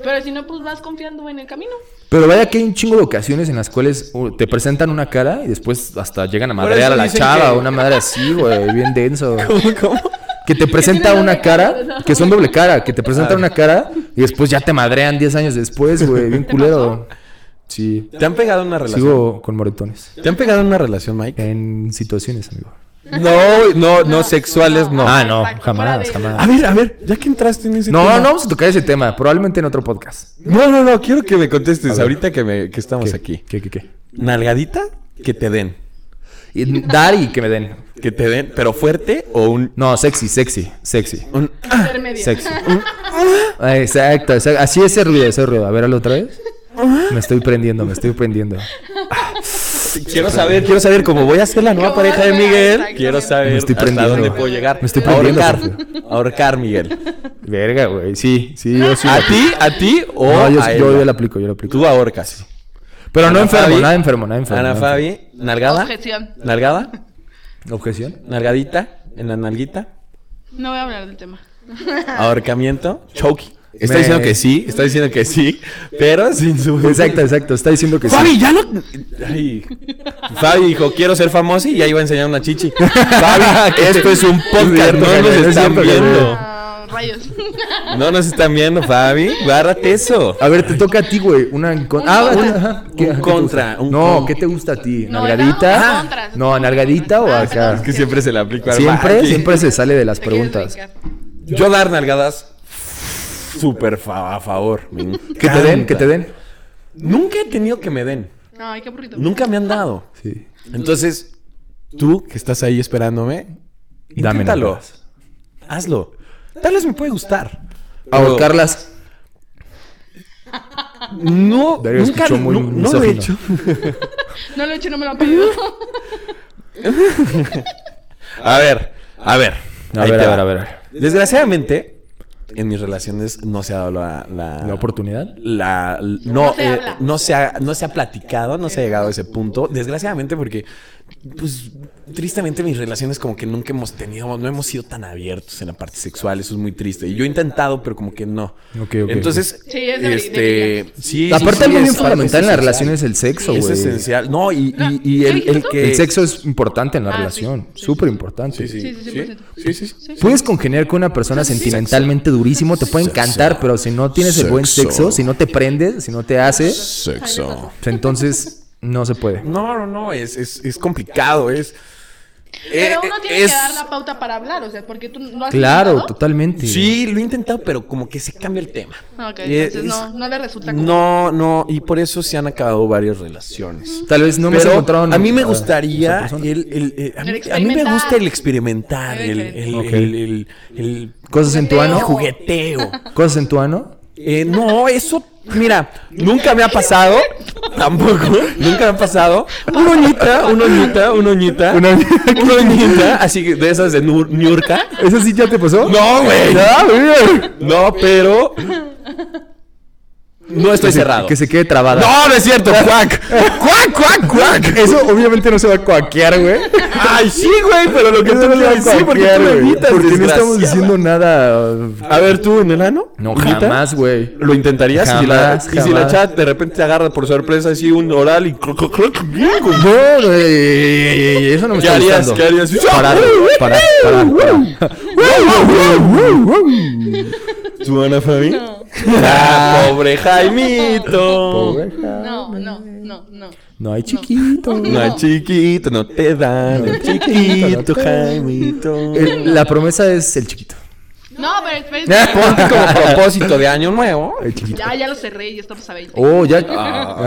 [SPEAKER 3] Pero si no, pues vas confiando en el camino.
[SPEAKER 1] Pero vaya que hay un chingo de ocasiones en las cuales uh, te presentan una cara y después hasta llegan a
[SPEAKER 2] Por
[SPEAKER 1] madrear
[SPEAKER 2] eso
[SPEAKER 1] a la
[SPEAKER 2] dicen
[SPEAKER 1] chava,
[SPEAKER 2] que-
[SPEAKER 1] una madre así, güey, bien denso.
[SPEAKER 2] ¿Cómo, cómo?
[SPEAKER 1] Que te presenta
[SPEAKER 3] tienen
[SPEAKER 1] una
[SPEAKER 3] doble cara,
[SPEAKER 1] cara,
[SPEAKER 3] ¿no?
[SPEAKER 1] que son doble cara, que te presentan una cara y después ya te madrean 10 años después, güey, bien culero. Sí.
[SPEAKER 2] ¿Te han pegado en una relación?
[SPEAKER 1] Sigo con moretones.
[SPEAKER 2] ¿Te han pegado en una relación, Mike?
[SPEAKER 1] En situaciones, amigo.
[SPEAKER 2] No, no, no, sexuales, no.
[SPEAKER 1] Ah, no,
[SPEAKER 3] Exacto, fuera
[SPEAKER 1] jamás,
[SPEAKER 3] de-
[SPEAKER 1] jamás.
[SPEAKER 2] A ver, a ver, ya que entraste en ese
[SPEAKER 1] No,
[SPEAKER 2] Ah, tema.
[SPEAKER 1] no vamos a tocar ese tema, probablemente en otro podcast.
[SPEAKER 2] No, no, no, quiero que me contestes ahorita que, me, que estamos aquí.
[SPEAKER 1] ¿Qué, qué, qué?
[SPEAKER 2] ¿Nalgadita? Que te den.
[SPEAKER 1] Y dar y que me den.
[SPEAKER 2] Que te den, pero fuerte o un.
[SPEAKER 1] No, sexy, sexy, sexy.
[SPEAKER 2] un- ah.
[SPEAKER 3] Intermedio.
[SPEAKER 1] Sexy.
[SPEAKER 2] Mm.
[SPEAKER 1] Exacto, exacto. Así ese ruido, ese ruido. A ver, hazlo otra vez. Me estoy prendiendo, me estoy prendiendo.
[SPEAKER 2] Quiero saber, quiero saber cómo voy a ser la nueva
[SPEAKER 3] ¿Cómo vas
[SPEAKER 2] pareja de
[SPEAKER 3] a llegar?
[SPEAKER 2] Miguel.
[SPEAKER 3] Exactamente.
[SPEAKER 2] Quiero saber
[SPEAKER 1] Me estoy
[SPEAKER 2] hasta
[SPEAKER 1] prendiendo.
[SPEAKER 2] dónde puedo llegar.
[SPEAKER 1] Me estoy prendiendo,
[SPEAKER 2] ahorcar,
[SPEAKER 1] Sofía.
[SPEAKER 2] ahorcar, Miguel.
[SPEAKER 1] Verga, güey. Sí, sí, yo sí.
[SPEAKER 2] ¿A ti? ¿A ti Ah, o
[SPEAKER 1] No, yo,
[SPEAKER 2] a
[SPEAKER 1] yo,
[SPEAKER 2] él?
[SPEAKER 1] yo la aplico, yo la aplico.
[SPEAKER 2] Tú ahorcas.
[SPEAKER 1] Pero no
[SPEAKER 2] Ana
[SPEAKER 1] enfermo,
[SPEAKER 2] Fabi.
[SPEAKER 1] nada enfermo, nada enfermo.
[SPEAKER 2] Ana
[SPEAKER 1] nada enfermo.
[SPEAKER 2] Fabi, ¿nalgada?
[SPEAKER 3] Objeción.
[SPEAKER 2] ¿Nalgada?
[SPEAKER 1] ¿Objeción?
[SPEAKER 2] ¿Nalgadita? ¿En la nalguita?
[SPEAKER 3] No voy a hablar del tema.
[SPEAKER 2] Ah, ¿Ahorcamiento? ¿Choki? Está
[SPEAKER 1] Me-
[SPEAKER 2] diciendo que sí, está diciendo que sí, pero sin su...
[SPEAKER 1] Exacto, exacto. Está diciendo que sí.
[SPEAKER 2] Fabi, ya no... Ay. Fabi dijo, quiero ser famoso y ya iba a enseñar una chichi. Fabi, esto es un podcast,
[SPEAKER 1] cierto,
[SPEAKER 2] no nos
[SPEAKER 1] Jaime, es
[SPEAKER 2] están
[SPEAKER 1] cierto, Jaime.
[SPEAKER 2] viendo.
[SPEAKER 3] Ah, rayos.
[SPEAKER 2] No nos están viendo, Fabi. Bárrate eso.
[SPEAKER 1] A ver, te toca a ti, güey. Una en contra.
[SPEAKER 3] Un contra.
[SPEAKER 1] ajá.
[SPEAKER 2] Un
[SPEAKER 1] ¿Qué- ajá, qué te
[SPEAKER 2] contra,
[SPEAKER 1] gusta?
[SPEAKER 2] un
[SPEAKER 1] no,
[SPEAKER 2] con-
[SPEAKER 1] ¿qué te gusta a ti?
[SPEAKER 3] No,
[SPEAKER 1] ¿Nalgadita?
[SPEAKER 3] no, contras.
[SPEAKER 1] no, ¿nalgadita o
[SPEAKER 3] Ah,
[SPEAKER 1] acá?
[SPEAKER 2] Es que siempre se le aplica al
[SPEAKER 1] Siempre,
[SPEAKER 2] Maki.
[SPEAKER 1] siempre se sale de las
[SPEAKER 3] Te quieres
[SPEAKER 1] preguntas.
[SPEAKER 3] brincar.
[SPEAKER 2] Yo dar nalgadas súper fa- a favor. me
[SPEAKER 1] Que te den,
[SPEAKER 2] encanta.
[SPEAKER 1] que te den.
[SPEAKER 2] Nunca he tenido que me den.
[SPEAKER 3] Ay, qué aburrido.
[SPEAKER 2] Nunca me han dado.
[SPEAKER 1] Sí.
[SPEAKER 2] Entonces, tú que estás ahí esperándome,
[SPEAKER 1] Dame
[SPEAKER 2] inténtalo.
[SPEAKER 1] nalgadas.
[SPEAKER 2] Hazlo. Tal vez me puede gustar.
[SPEAKER 1] Ahorcarlas.
[SPEAKER 2] No,
[SPEAKER 1] Darío
[SPEAKER 2] nunca
[SPEAKER 1] escuchó muy
[SPEAKER 2] no, no lo he hecho.
[SPEAKER 1] misógino.
[SPEAKER 3] No lo he hecho, no me lo han pedido.
[SPEAKER 2] A ver, a ver.
[SPEAKER 1] A
[SPEAKER 2] ahí
[SPEAKER 1] ver,
[SPEAKER 2] te
[SPEAKER 1] a
[SPEAKER 2] va.
[SPEAKER 1] ver, a ver.
[SPEAKER 2] Desgraciadamente, en mis relaciones no se ha dado la, la,
[SPEAKER 1] Ah. ¿La oportunidad?
[SPEAKER 2] la- no,
[SPEAKER 3] No se
[SPEAKER 2] eh,
[SPEAKER 3] habla.
[SPEAKER 2] no se ha, no se ha platicado, no se ha llegado a ese punto. Desgraciadamente, porque, pues, tristemente mis relaciones como que nunca hemos tenido, no hemos sido tan abiertos en la parte sexual. Eso es muy triste. Y yo he intentado, pero como que no.
[SPEAKER 1] Ok, ok.
[SPEAKER 2] Entonces,
[SPEAKER 3] Sí, es de-
[SPEAKER 2] este,
[SPEAKER 3] de-
[SPEAKER 2] sí,
[SPEAKER 1] Aparte,
[SPEAKER 2] sí, sí,
[SPEAKER 1] algo
[SPEAKER 2] es
[SPEAKER 1] bien
[SPEAKER 2] parte
[SPEAKER 1] fundamental en las
[SPEAKER 2] esencial.
[SPEAKER 1] relaciones es el sexo,
[SPEAKER 2] Es
[SPEAKER 1] güey.
[SPEAKER 2] esencial. No, y, y- y el,
[SPEAKER 3] ¿Qué
[SPEAKER 2] el
[SPEAKER 3] dijiste tú?
[SPEAKER 2] que...
[SPEAKER 1] El sexo es importante en la
[SPEAKER 3] Ah, sí,
[SPEAKER 1] relación.
[SPEAKER 3] sí, sí.
[SPEAKER 1] Súper importante.
[SPEAKER 3] Sí, sí, sí,
[SPEAKER 2] sí,
[SPEAKER 3] 100%.
[SPEAKER 2] sí, sí, sí.
[SPEAKER 1] Puedes congeniar con una persona sentimentalmente durísimo, te puede encantar, pero si no tienes el buen
[SPEAKER 2] Sexo.
[SPEAKER 1] sexo, si no te prendes, si no te hace,
[SPEAKER 2] Sexo.
[SPEAKER 1] pues entonces no se puede.
[SPEAKER 2] No, no, no, es, es, es complicado, es... eh,
[SPEAKER 3] Pero uno tiene
[SPEAKER 2] es-
[SPEAKER 3] que dar la pauta para hablar, o sea, porque tú no has
[SPEAKER 1] Claro,
[SPEAKER 3] intentado?
[SPEAKER 1] totalmente.
[SPEAKER 2] Sí, lo he intentado, pero como que se cambia el tema.
[SPEAKER 3] Ah, ok,
[SPEAKER 2] Eh,
[SPEAKER 3] entonces
[SPEAKER 2] es-
[SPEAKER 3] no, no le resulta como...
[SPEAKER 2] No, no, y por eso se han acabado varias
[SPEAKER 3] Mm.
[SPEAKER 2] relaciones.
[SPEAKER 1] Tal vez no me has
[SPEAKER 2] Pero
[SPEAKER 1] encontrado en-
[SPEAKER 2] a mí me
[SPEAKER 1] ah,
[SPEAKER 2] gustaría
[SPEAKER 1] esa
[SPEAKER 2] el,
[SPEAKER 1] persona.
[SPEAKER 2] el- eh, a, mí,
[SPEAKER 3] El
[SPEAKER 2] a mí me
[SPEAKER 3] experimentar.
[SPEAKER 2] gusta el experimentar,
[SPEAKER 3] Muy
[SPEAKER 2] el, el,
[SPEAKER 3] diferente.
[SPEAKER 2] el- el- el-
[SPEAKER 1] ¿Cosas en tu
[SPEAKER 3] Jugueteo.
[SPEAKER 1] ano?
[SPEAKER 2] jugueteo.
[SPEAKER 1] ¿Cosas en tu ano?
[SPEAKER 2] Eh, no, eso, mira, nunca me ha pasado, tampoco, nunca me ha pasado. Una oñita, una oñita, una oñita, una
[SPEAKER 1] Una oñita.
[SPEAKER 2] oñita, así que de esas de Nur- Niurka.
[SPEAKER 1] ¿Eso sí ya te pasó?
[SPEAKER 2] No, güey.
[SPEAKER 1] Ah, mira.
[SPEAKER 2] No, pero. No estoy
[SPEAKER 1] Que se-
[SPEAKER 2] cerrado.
[SPEAKER 1] Que se quede trabada.
[SPEAKER 2] No, no es cierto, cuac. Cuac, cuac, cuac.
[SPEAKER 1] Eso obviamente no se va a coaquear, güey.
[SPEAKER 2] Ay, sí, güey, pero lo que tú
[SPEAKER 1] Eso no se va a
[SPEAKER 2] quieres decir, porque
[SPEAKER 1] coaquear,
[SPEAKER 2] tú lo
[SPEAKER 1] güey,
[SPEAKER 2] evitas,
[SPEAKER 1] Porque no
[SPEAKER 2] desgraciada.
[SPEAKER 1] estamos diciendo nada. uh,
[SPEAKER 2] A ver, tú en el ano.
[SPEAKER 1] No,
[SPEAKER 2] ¿Neta?
[SPEAKER 1] jamás, güey.
[SPEAKER 2] ¿Lo intentarías? y, si la,
[SPEAKER 1] Jamás,
[SPEAKER 2] y si la
[SPEAKER 1] jamás.
[SPEAKER 2] chat de repente te agarra por sorpresa así un oral y. cloc, cloc, cloc, güey.
[SPEAKER 1] No, no, ey, ey, ey, ey, eh, eso no me
[SPEAKER 2] ¿Qué
[SPEAKER 1] está
[SPEAKER 2] harías?
[SPEAKER 1] gustando.
[SPEAKER 2] ¿Qué harías?
[SPEAKER 1] Parar, parar, parar, parar.
[SPEAKER 2] ¿Tú, Ana Fabi?
[SPEAKER 3] No,
[SPEAKER 2] Ah, pobre Jaimito.
[SPEAKER 3] no, no, no, no.
[SPEAKER 1] No hay chiquito.
[SPEAKER 2] No,
[SPEAKER 3] No.
[SPEAKER 2] chiquito, no te dan. el chiquito,
[SPEAKER 1] no te-
[SPEAKER 2] Jaimito.
[SPEAKER 1] El- la promesa es el chiquito.
[SPEAKER 3] No, pero espérense.
[SPEAKER 2] Ponte como propósito de año nuevo.
[SPEAKER 1] El chiquito.
[SPEAKER 3] Ya, ya lo cerré, ya estamos a 20.
[SPEAKER 1] Oh, ya,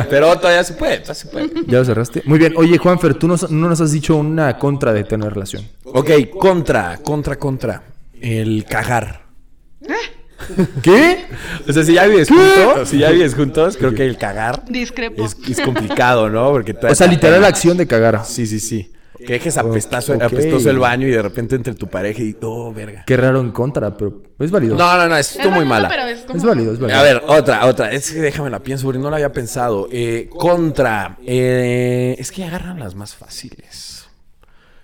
[SPEAKER 2] Pero todavía se puede, todavía se puede.
[SPEAKER 1] ya lo cerraste. Muy bien. Oye, Juanfer, tú nos- no nos has dicho una contra de tener relación.
[SPEAKER 2] Ok, contra, contra, contra. El cagar.
[SPEAKER 3] Ah,
[SPEAKER 1] ¿Qué?
[SPEAKER 2] O sea, si ya vives juntos, si ya vives juntos, creo que el cagar
[SPEAKER 3] Discrepo.
[SPEAKER 2] es, es complicado, ¿no? Porque
[SPEAKER 1] O sea, literal la acción de cagar.
[SPEAKER 2] Sí, sí, sí. Que dejes apestazo,
[SPEAKER 1] Ok.
[SPEAKER 2] apestoso el baño y de repente entre tu pareja y oh, verga.
[SPEAKER 1] Qué raro en contra, pero es válido.
[SPEAKER 2] No, no, no, es
[SPEAKER 3] Es
[SPEAKER 2] muy
[SPEAKER 3] bonito,
[SPEAKER 2] mala.
[SPEAKER 3] pero es como-
[SPEAKER 1] Es válido, es válido.
[SPEAKER 2] A ver, otra, otra. Es que déjame la pienso porque no la había pensado. Eh, contra. eh, es que agarran las más fáciles.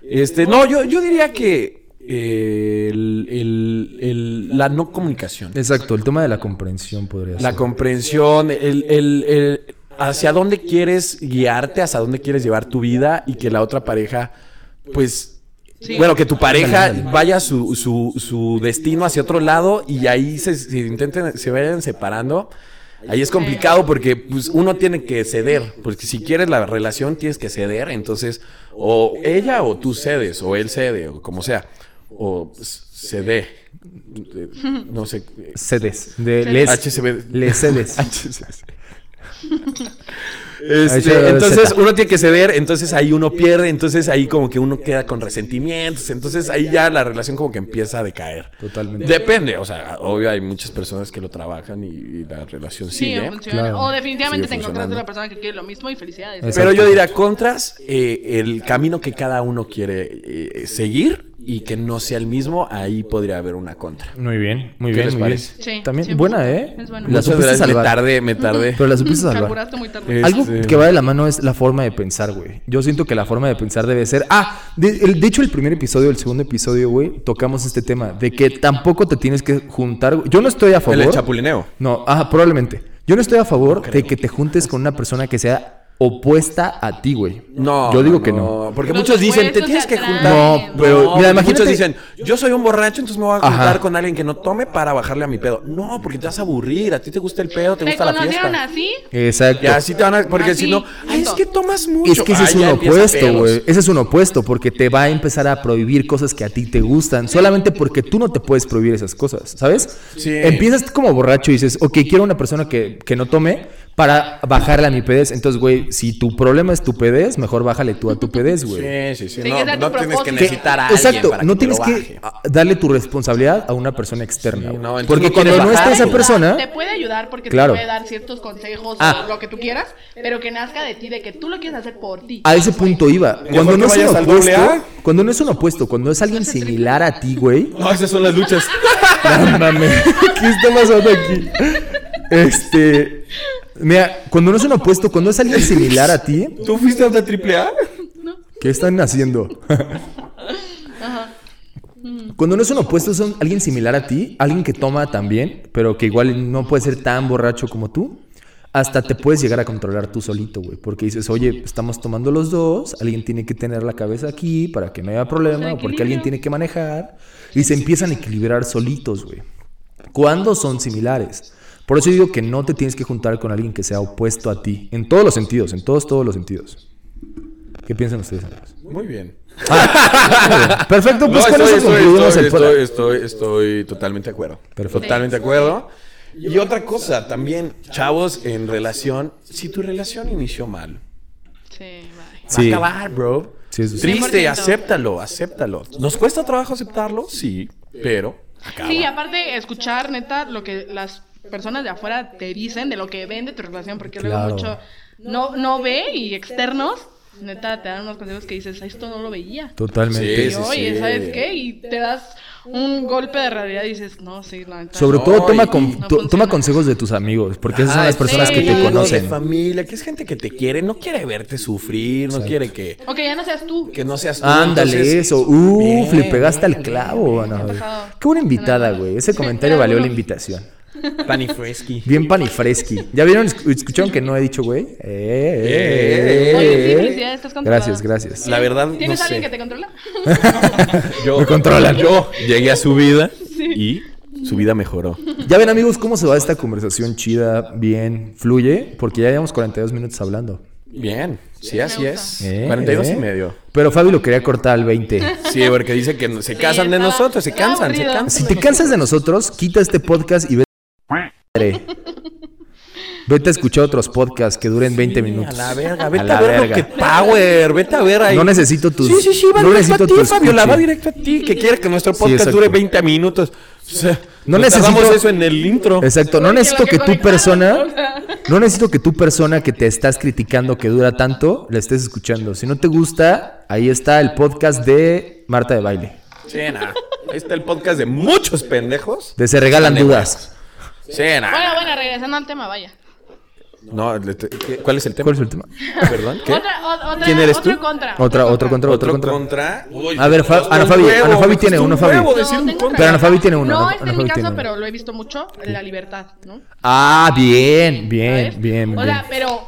[SPEAKER 2] Este, no, yo, yo diría que eh, el- el- el- la no comunicación.
[SPEAKER 1] Exacto, el tema de la comprensión podría ser.
[SPEAKER 2] La comprensión, el, el- el hacia dónde quieres guiarte, hacia dónde quieres llevar tu vida y que la otra pareja, pues,
[SPEAKER 3] Sí.
[SPEAKER 2] bueno, que tu pareja vaya su, su, su destino hacia otro lado y ahí se, se intenten, se vayan separando. Ahí es complicado porque pues, uno tiene que ceder, porque si quieres la relación tienes que ceder, entonces o ella o tú cedes, o él cede, o como sea, o pues, cede, no sé,
[SPEAKER 1] Cedes. De les,
[SPEAKER 2] HCB.
[SPEAKER 1] les cedes.
[SPEAKER 2] H- Este,
[SPEAKER 1] Ahí se-
[SPEAKER 2] entonces
[SPEAKER 1] Zeta.
[SPEAKER 2] uno tiene que ceder, entonces ahí uno pierde, entonces ahí como que uno queda con resentimientos, entonces ahí ya la relación como que empieza a decaer.
[SPEAKER 1] Totalmente.
[SPEAKER 2] Depende, o sea, obvio hay muchas personas que lo trabajan y, y la relación
[SPEAKER 3] Sí,
[SPEAKER 2] sigue.
[SPEAKER 3] funciona.
[SPEAKER 1] Claro.
[SPEAKER 3] O definitivamente
[SPEAKER 2] ¿eh? Sigue
[SPEAKER 3] te encontraste
[SPEAKER 2] funcionando.
[SPEAKER 3] la persona que quiere lo mismo y felicidades.
[SPEAKER 1] Exacto.
[SPEAKER 2] Pero yo diría contras, eh, el camino que cada uno quiere eh, seguir y que no sea el mismo, ahí podría haber una contra.
[SPEAKER 1] Muy bien, muy
[SPEAKER 2] ¿Qué
[SPEAKER 1] bien,
[SPEAKER 2] les
[SPEAKER 1] muy bien.
[SPEAKER 2] parece?
[SPEAKER 3] Sí,
[SPEAKER 1] También
[SPEAKER 3] 100%.
[SPEAKER 1] buena, ¿eh?
[SPEAKER 3] Es buena.
[SPEAKER 1] La
[SPEAKER 2] Muchas
[SPEAKER 1] supiste
[SPEAKER 2] gracias, me
[SPEAKER 1] salvar.
[SPEAKER 2] tardé, me tardé.
[SPEAKER 1] Pero la supiste salvar.
[SPEAKER 3] Calculaste muy tarde.
[SPEAKER 1] Algo
[SPEAKER 2] Este-
[SPEAKER 1] que va de la mano es la forma de pensar, güey. Yo siento que la forma de pensar debe ser. Ah, de, el- de hecho, el primer episodio, el segundo episodio, güey, tocamos este tema de que tampoco te tienes que juntar. güey. Yo no estoy a favor.
[SPEAKER 2] El chapulineo.
[SPEAKER 1] No, ah, probablemente. Yo no estoy a favor de que te juntes con una persona que sea opuesta a ti, güey.
[SPEAKER 2] No.
[SPEAKER 1] Yo digo que no.
[SPEAKER 2] Porque
[SPEAKER 3] Los
[SPEAKER 2] muchos dicen, te
[SPEAKER 3] opuestos
[SPEAKER 2] tienes
[SPEAKER 3] se
[SPEAKER 2] que
[SPEAKER 3] atraen.
[SPEAKER 2] juntar.
[SPEAKER 1] No, pero mira, imagínate-
[SPEAKER 2] Muchos dicen, yo soy un borracho, entonces me voy a juntar
[SPEAKER 1] Ajá.
[SPEAKER 2] con alguien que no tome para bajarle a mi pedo. No, porque te vas a aburrir. A ti te gusta el pedo, te
[SPEAKER 3] ¿Te
[SPEAKER 2] gusta la fiesta.
[SPEAKER 3] conocieron así?
[SPEAKER 1] Exacto.
[SPEAKER 2] Y así te van a. Porque
[SPEAKER 3] Así,
[SPEAKER 2] si no, ay, es
[SPEAKER 3] punto.
[SPEAKER 2] que tomas mucho.
[SPEAKER 1] Es que ese
[SPEAKER 2] Ay,
[SPEAKER 1] es un
[SPEAKER 2] ya empieza
[SPEAKER 1] opuesto,
[SPEAKER 2] pedos.
[SPEAKER 1] güey. Ese es un opuesto porque te va a empezar a prohibir cosas que a ti te gustan, solamente porque tú no te puedes prohibir esas cosas, ¿sabes?
[SPEAKER 2] Sí.
[SPEAKER 1] Empiezas como borracho y dices, ok, quiero una persona que, que no tome para bajarle a mi pedez. Entonces, güey, si tu problema es tu pedez, mejor bájale tú a tu pedez, güey.
[SPEAKER 2] Sí, sí, sí.
[SPEAKER 3] Sí,
[SPEAKER 2] No,
[SPEAKER 3] que sea tu
[SPEAKER 2] no tienes que
[SPEAKER 3] propósito.
[SPEAKER 2] necesitar a alguien.
[SPEAKER 1] Exacto,
[SPEAKER 2] para
[SPEAKER 1] no
[SPEAKER 2] que te lo
[SPEAKER 1] tienes que
[SPEAKER 2] baje.
[SPEAKER 1] a- darle tu responsabilidad a una persona externa.
[SPEAKER 2] Sí,
[SPEAKER 1] güey.
[SPEAKER 2] no, entonces
[SPEAKER 1] porque
[SPEAKER 2] no
[SPEAKER 1] cuando
[SPEAKER 2] quieres
[SPEAKER 1] no está
[SPEAKER 2] bajar,
[SPEAKER 1] esa
[SPEAKER 2] güey.
[SPEAKER 1] persona,
[SPEAKER 3] Te puede ayudar porque
[SPEAKER 1] Claro.
[SPEAKER 3] te puede dar ciertos consejos
[SPEAKER 1] Ah.
[SPEAKER 3] o lo que tú quieras, pero que nazca de ti, de que tú lo quieres hacer por ti.
[SPEAKER 1] a ese punto iba.
[SPEAKER 2] Mejor
[SPEAKER 1] Cuando
[SPEAKER 2] que
[SPEAKER 1] no es un
[SPEAKER 2] vayas al doble
[SPEAKER 1] opuesto,
[SPEAKER 2] A.
[SPEAKER 1] cuando no es un opuesto, cuando es alguien similar a ti, güey.
[SPEAKER 2] No, esas son las luchas.
[SPEAKER 1] No mames, ¿qué está pasando aquí? Este. Mira, cuando no es un opuesto, cuando es alguien similar a ti,
[SPEAKER 2] ¿Tú fuiste a una triple A?
[SPEAKER 1] ¿qué están haciendo? Cuando no es un opuesto, son alguien similar a ti, alguien que toma también, pero que igual no puede ser tan borracho como tú. Hasta te puedes llegar a controlar tú solito, güey. Porque dices, oye, estamos tomando los dos, alguien tiene que tener la cabeza aquí para que no haya problema, o porque alguien tiene que manejar. Y se empiezan a equilibrar solitos, güey. Cuando son similares. Por eso digo que no te tienes que juntar con alguien que sea opuesto a ti. En todos los sentidos, en todos, todos los sentidos. ¿Qué piensan ustedes, amigos?
[SPEAKER 2] Muy bien.
[SPEAKER 1] Ah, perfecto, pues
[SPEAKER 2] No,
[SPEAKER 1] con
[SPEAKER 2] estoy,
[SPEAKER 1] eso
[SPEAKER 2] estoy,
[SPEAKER 1] concluimos
[SPEAKER 2] estoy,
[SPEAKER 1] el podcast.
[SPEAKER 2] estoy, estoy- estoy totalmente de acuerdo.
[SPEAKER 1] Perfecto.
[SPEAKER 2] Totalmente de acuerdo. Y otra cosa también, chavos, en relación, si tu relación inició mal,
[SPEAKER 3] Sí, bye.
[SPEAKER 1] Sí.
[SPEAKER 2] va a acabar, bro.
[SPEAKER 1] Sí, eso sí.
[SPEAKER 2] Triste,
[SPEAKER 3] 100%.
[SPEAKER 2] acéptalo, acéptalo. ¿Nos cuesta trabajo aceptarlo? Sí, pero acaba.
[SPEAKER 3] Sí, aparte, escuchar, neta, lo que las personas de afuera te dicen, de lo que ven de tu relación, porque
[SPEAKER 1] Claro.
[SPEAKER 3] luego mucho no, no ve y externos, neta, te dan unos consejos que dices, "Ah, esto no lo veía.
[SPEAKER 1] Totalmente.
[SPEAKER 3] Y
[SPEAKER 2] Sí,
[SPEAKER 3] oye,
[SPEAKER 2] sí.
[SPEAKER 3] ¿sabes qué? Y te das un golpe de realidad y dices, no, sí, la neta.
[SPEAKER 1] Sobre
[SPEAKER 3] no".
[SPEAKER 1] todo
[SPEAKER 2] No,
[SPEAKER 1] toma,
[SPEAKER 2] y-
[SPEAKER 1] con-
[SPEAKER 2] y-
[SPEAKER 1] to-
[SPEAKER 3] no funciona.
[SPEAKER 1] toma consejos de tus amigos, porque esas son
[SPEAKER 2] Ajá,
[SPEAKER 1] las personas que
[SPEAKER 3] sí,
[SPEAKER 1] te
[SPEAKER 2] amigos,
[SPEAKER 1] conocen.
[SPEAKER 2] De familia, que es gente que te quiere, no quiere verte sufrir, no quiere que,
[SPEAKER 3] Ok, ya no seas tú.
[SPEAKER 2] que no seas tú.
[SPEAKER 1] Ándale,
[SPEAKER 2] entonces-
[SPEAKER 1] eso. Uf,
[SPEAKER 2] Bien,
[SPEAKER 1] le pegaste
[SPEAKER 2] bien,
[SPEAKER 1] al clavo, Ana.
[SPEAKER 3] bien pasado.
[SPEAKER 1] Qué buena invitada, güey. Ese
[SPEAKER 3] Sí,
[SPEAKER 1] comentario
[SPEAKER 3] claro,
[SPEAKER 1] valió la
[SPEAKER 3] bueno.
[SPEAKER 1] invitación.
[SPEAKER 2] Panifresqui.
[SPEAKER 1] Bien panifresqui. ¿Ya vieron? Esc- ¿Escucharon que no he dicho, güey? Eh, eh, eh,
[SPEAKER 3] Oye, sí,
[SPEAKER 1] eh.
[SPEAKER 3] felicidades, estás controlada.
[SPEAKER 1] Gracias, gracias.
[SPEAKER 2] La verdad, no
[SPEAKER 3] ¿Tienes
[SPEAKER 2] sé.
[SPEAKER 3] alguien que te controla?
[SPEAKER 2] Yo,
[SPEAKER 1] Me controlan.
[SPEAKER 2] Yo llegué a su vida y su vida mejoró.
[SPEAKER 1] Ya ven, amigos, cómo se va esta conversación chida, bien, fluye, porque ya llevamos 42 minutos hablando.
[SPEAKER 2] Bien, sí, así es.
[SPEAKER 1] Eh,
[SPEAKER 2] 42
[SPEAKER 1] eh.
[SPEAKER 2] y medio.
[SPEAKER 1] Pero Fabi lo quería cortar al 20.
[SPEAKER 2] Sí, porque dice que no- se casan de
[SPEAKER 3] estaba-
[SPEAKER 2] nosotros, se
[SPEAKER 3] estaba
[SPEAKER 2] cansan, se
[SPEAKER 3] aburrido.
[SPEAKER 2] cansan.
[SPEAKER 1] Si te cansas de nosotros, quita este podcast y vete. Vete a escuchar otros podcasts que duren 20
[SPEAKER 2] A
[SPEAKER 1] minutos.
[SPEAKER 2] la verga, vete
[SPEAKER 1] la
[SPEAKER 2] a, ver
[SPEAKER 1] verga.
[SPEAKER 2] lo que Power, vete a ver ahí.
[SPEAKER 1] No necesito tus-
[SPEAKER 2] Sí, sí, sí, va
[SPEAKER 1] no
[SPEAKER 2] directo
[SPEAKER 1] necesito
[SPEAKER 2] a ti,
[SPEAKER 1] tu
[SPEAKER 2] Fabio, la
[SPEAKER 1] escuche.
[SPEAKER 2] va directo a ti, que quiere que nuestro podcast
[SPEAKER 1] exacto.
[SPEAKER 2] dure 20 minutos. O sea,
[SPEAKER 1] No
[SPEAKER 2] nos tardamos
[SPEAKER 1] necesito-
[SPEAKER 2] eso en el intro.
[SPEAKER 1] Exacto, no
[SPEAKER 3] Oye,
[SPEAKER 1] necesito
[SPEAKER 3] que
[SPEAKER 1] que
[SPEAKER 3] lo que
[SPEAKER 1] tu
[SPEAKER 3] conectaron,
[SPEAKER 1] persona,
[SPEAKER 3] o sea.
[SPEAKER 1] no necesito que tu persona que te estás criticando que dura tanto, la estés escuchando. Si no te gusta, ahí está el podcast de Marta de Baile.
[SPEAKER 2] Sí, nah. Ahí está el podcast de muchos pendejos.
[SPEAKER 1] De Se Regalan Dudas.
[SPEAKER 2] Sí, nah.
[SPEAKER 3] Bueno, bueno, regresando al tema, vaya.
[SPEAKER 2] No, le- te- ¿qué- ¿cuál es el tema?
[SPEAKER 1] ¿Cuál es el tema?
[SPEAKER 2] Perdón, ¿qué?
[SPEAKER 3] Otra, o- otra,
[SPEAKER 2] ¿Quién eres
[SPEAKER 3] otro
[SPEAKER 2] tú?
[SPEAKER 3] contra.
[SPEAKER 1] Otra, otro contra, otro contra.
[SPEAKER 2] Uy,
[SPEAKER 1] A ver, Fa-
[SPEAKER 2] hasta
[SPEAKER 1] Ana
[SPEAKER 2] un
[SPEAKER 1] Fabi,
[SPEAKER 2] huevo,
[SPEAKER 1] Ana Fabi
[SPEAKER 2] me
[SPEAKER 1] tiene
[SPEAKER 2] hasta
[SPEAKER 1] uno,
[SPEAKER 2] un
[SPEAKER 1] Fabi.
[SPEAKER 2] huevo
[SPEAKER 3] No,
[SPEAKER 2] decir Pues un
[SPEAKER 3] tengo
[SPEAKER 2] contra.
[SPEAKER 1] Pero Ana Fabi tiene uno,
[SPEAKER 3] No,
[SPEAKER 1] Ana-
[SPEAKER 3] este
[SPEAKER 1] Ana
[SPEAKER 3] es
[SPEAKER 1] Fabi
[SPEAKER 3] mi
[SPEAKER 1] tiene
[SPEAKER 3] caso,
[SPEAKER 1] uno.
[SPEAKER 3] pero lo he visto mucho, la libertad, ¿no?
[SPEAKER 1] Ah, bien,
[SPEAKER 3] ¿Sabes?
[SPEAKER 1] bien, bien,
[SPEAKER 3] O
[SPEAKER 1] bien.
[SPEAKER 3] sea, pero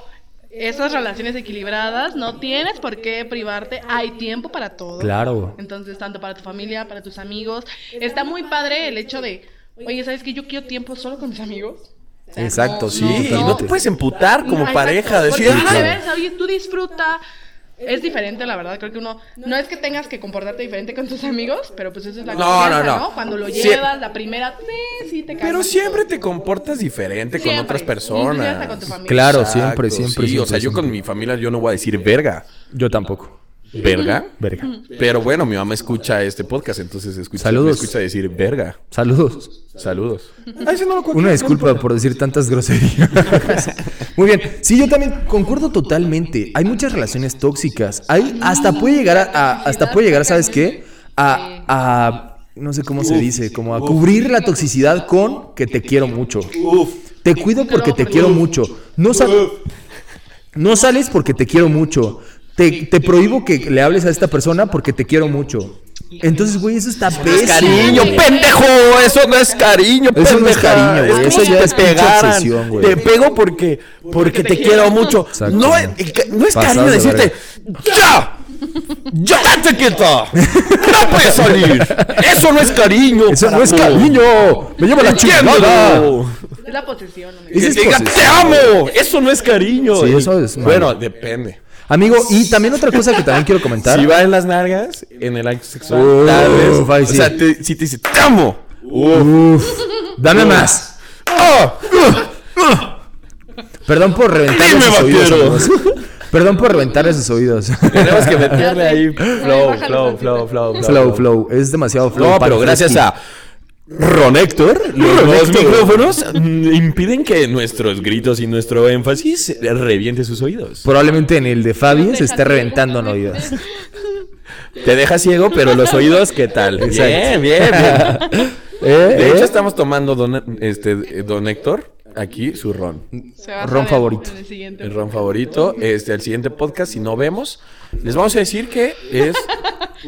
[SPEAKER 3] esas relaciones equilibradas no tienes por qué privarte. Hay tiempo para todo.
[SPEAKER 1] Claro.
[SPEAKER 3] Entonces, tanto para tu familia, para tus amigos. Está muy padre el hecho de, oye, ¿sabes qué? Yo quiero tiempo solo con mis amigos. O sea,
[SPEAKER 1] Exacto,
[SPEAKER 3] no-
[SPEAKER 1] sí,
[SPEAKER 2] Sí,
[SPEAKER 3] no-
[SPEAKER 2] y no te puedes emputar como
[SPEAKER 3] Exacto,
[SPEAKER 2] pareja.
[SPEAKER 3] porque
[SPEAKER 2] Decir,
[SPEAKER 3] es
[SPEAKER 2] "Ah,
[SPEAKER 3] viceversa, oye, tú disfruta Es diferente, la verdad. Creo que uno. No es que tengas que comportarte diferente con tus amigos, pero pues eso es la
[SPEAKER 2] No,
[SPEAKER 3] confianza,
[SPEAKER 2] no, no.
[SPEAKER 3] Cuando lo
[SPEAKER 2] Sie-
[SPEAKER 3] llevas, la primera. Sí, sí, te
[SPEAKER 2] Pero
[SPEAKER 3] calmas.
[SPEAKER 2] siempre te comportas diferente con
[SPEAKER 3] Siempre.
[SPEAKER 2] otras
[SPEAKER 3] Inclusive hasta
[SPEAKER 2] personas.
[SPEAKER 3] con tu familia.
[SPEAKER 1] Claro,
[SPEAKER 2] Exacto,
[SPEAKER 1] siempre, siempre,
[SPEAKER 2] sí,
[SPEAKER 1] siempre.
[SPEAKER 2] O sea, yo
[SPEAKER 1] siempre.
[SPEAKER 2] con mi familia yo no voy a decir verga.
[SPEAKER 1] Yo tampoco.
[SPEAKER 2] ¿Verga?
[SPEAKER 1] Verga.
[SPEAKER 3] Mm.
[SPEAKER 2] Pero bueno, mi mamá escucha este podcast, entonces escucha,
[SPEAKER 1] Saludos.
[SPEAKER 2] me escucha decir verga.
[SPEAKER 1] Saludos.
[SPEAKER 2] Saludos. Ah, ese no lo cuento.
[SPEAKER 1] Una disculpa por decir tantas groserías. Muy bien. Sí, yo también concuerdo totalmente. Hay muchas relaciones tóxicas. Hay, hasta puede llegar a, a- hasta puede llegar, ¿sabes qué? A, a- no sé cómo se dice, como a cubrir la toxicidad con que te quiero mucho. Te cuido porque te quiero mucho. No sabes. No sales porque te quiero mucho. Te, te prohíbo que le hables a esta persona porque te quiero mucho. Entonces, güey, eso está pésimo.
[SPEAKER 2] Cariño,
[SPEAKER 1] güey.
[SPEAKER 2] pendejo, eso no es cariño,
[SPEAKER 1] Eso no es
[SPEAKER 2] pendeja.
[SPEAKER 1] cariño, güey,
[SPEAKER 2] como
[SPEAKER 1] eso
[SPEAKER 2] si
[SPEAKER 1] ya
[SPEAKER 2] te
[SPEAKER 1] es pinche
[SPEAKER 2] pegaran.
[SPEAKER 1] obsesión, güey.
[SPEAKER 2] Te pego porque porque te quiero mucho.
[SPEAKER 1] Exacto.
[SPEAKER 2] No es, eh, no es
[SPEAKER 1] Pasado
[SPEAKER 2] cariño
[SPEAKER 1] de
[SPEAKER 2] decirte ya. ¡Ya te quita! ¡No puedes salir! ¡Eso no es cariño!
[SPEAKER 1] Eso no es
[SPEAKER 2] carajo.
[SPEAKER 1] cariño. Me lleva la
[SPEAKER 2] Entiéndelo.
[SPEAKER 1] chingada.
[SPEAKER 3] Es la posesión, amigo.
[SPEAKER 1] Ese
[SPEAKER 2] Que
[SPEAKER 1] es
[SPEAKER 2] te diga, ¡Te
[SPEAKER 1] posesión.
[SPEAKER 2] amo! Eso no es cariño.
[SPEAKER 1] Sí, eso es malo.
[SPEAKER 2] Bueno, depende.
[SPEAKER 1] Amigo, y también otra cosa que también quiero comentar.
[SPEAKER 2] Si va en las nalgas, en el acto sexual,
[SPEAKER 1] Uf,
[SPEAKER 2] tal vez.
[SPEAKER 1] ahí
[SPEAKER 2] O
[SPEAKER 1] sí.
[SPEAKER 2] sea, te- si te dice, ¡Te amo!
[SPEAKER 1] Uf, dame más.
[SPEAKER 2] ¡Ah!
[SPEAKER 1] Perdón por reventarle
[SPEAKER 2] Dime,
[SPEAKER 1] sus oídos.
[SPEAKER 2] vaquero.
[SPEAKER 1] amigos. Perdón por reventarle sus oídos.
[SPEAKER 2] Tenemos que meterle ahí
[SPEAKER 3] Ay,
[SPEAKER 2] flow,
[SPEAKER 3] Ah, bájale
[SPEAKER 2] flow,
[SPEAKER 3] tantito.
[SPEAKER 2] flow, flow,
[SPEAKER 1] Flow, flow. Es demasiado flow.
[SPEAKER 2] No,
[SPEAKER 1] para
[SPEAKER 2] pero gracias
[SPEAKER 1] Fresky.
[SPEAKER 2] a Ron Héctor, los,
[SPEAKER 1] Ron
[SPEAKER 2] los
[SPEAKER 1] Héctor.
[SPEAKER 2] micrófonos mm, impiden que nuestros gritos y nuestro énfasis reviente sus oídos.
[SPEAKER 1] Probablemente en el de Fabi se esté reventando en oídos.
[SPEAKER 2] Te deja ciego, pero los oídos, ¿qué tal?
[SPEAKER 1] Exacto.
[SPEAKER 2] Bien, bien, bien.
[SPEAKER 1] Eh,
[SPEAKER 2] De
[SPEAKER 1] eh.
[SPEAKER 2] hecho, estamos tomando don, este, eh, don Héctor aquí su ron.
[SPEAKER 3] Se va a
[SPEAKER 1] Ron
[SPEAKER 3] saber
[SPEAKER 1] favorito.
[SPEAKER 3] en el siguiente.
[SPEAKER 2] El ron favorito. Este, el siguiente podcast, si no vemos, les vamos a decir que es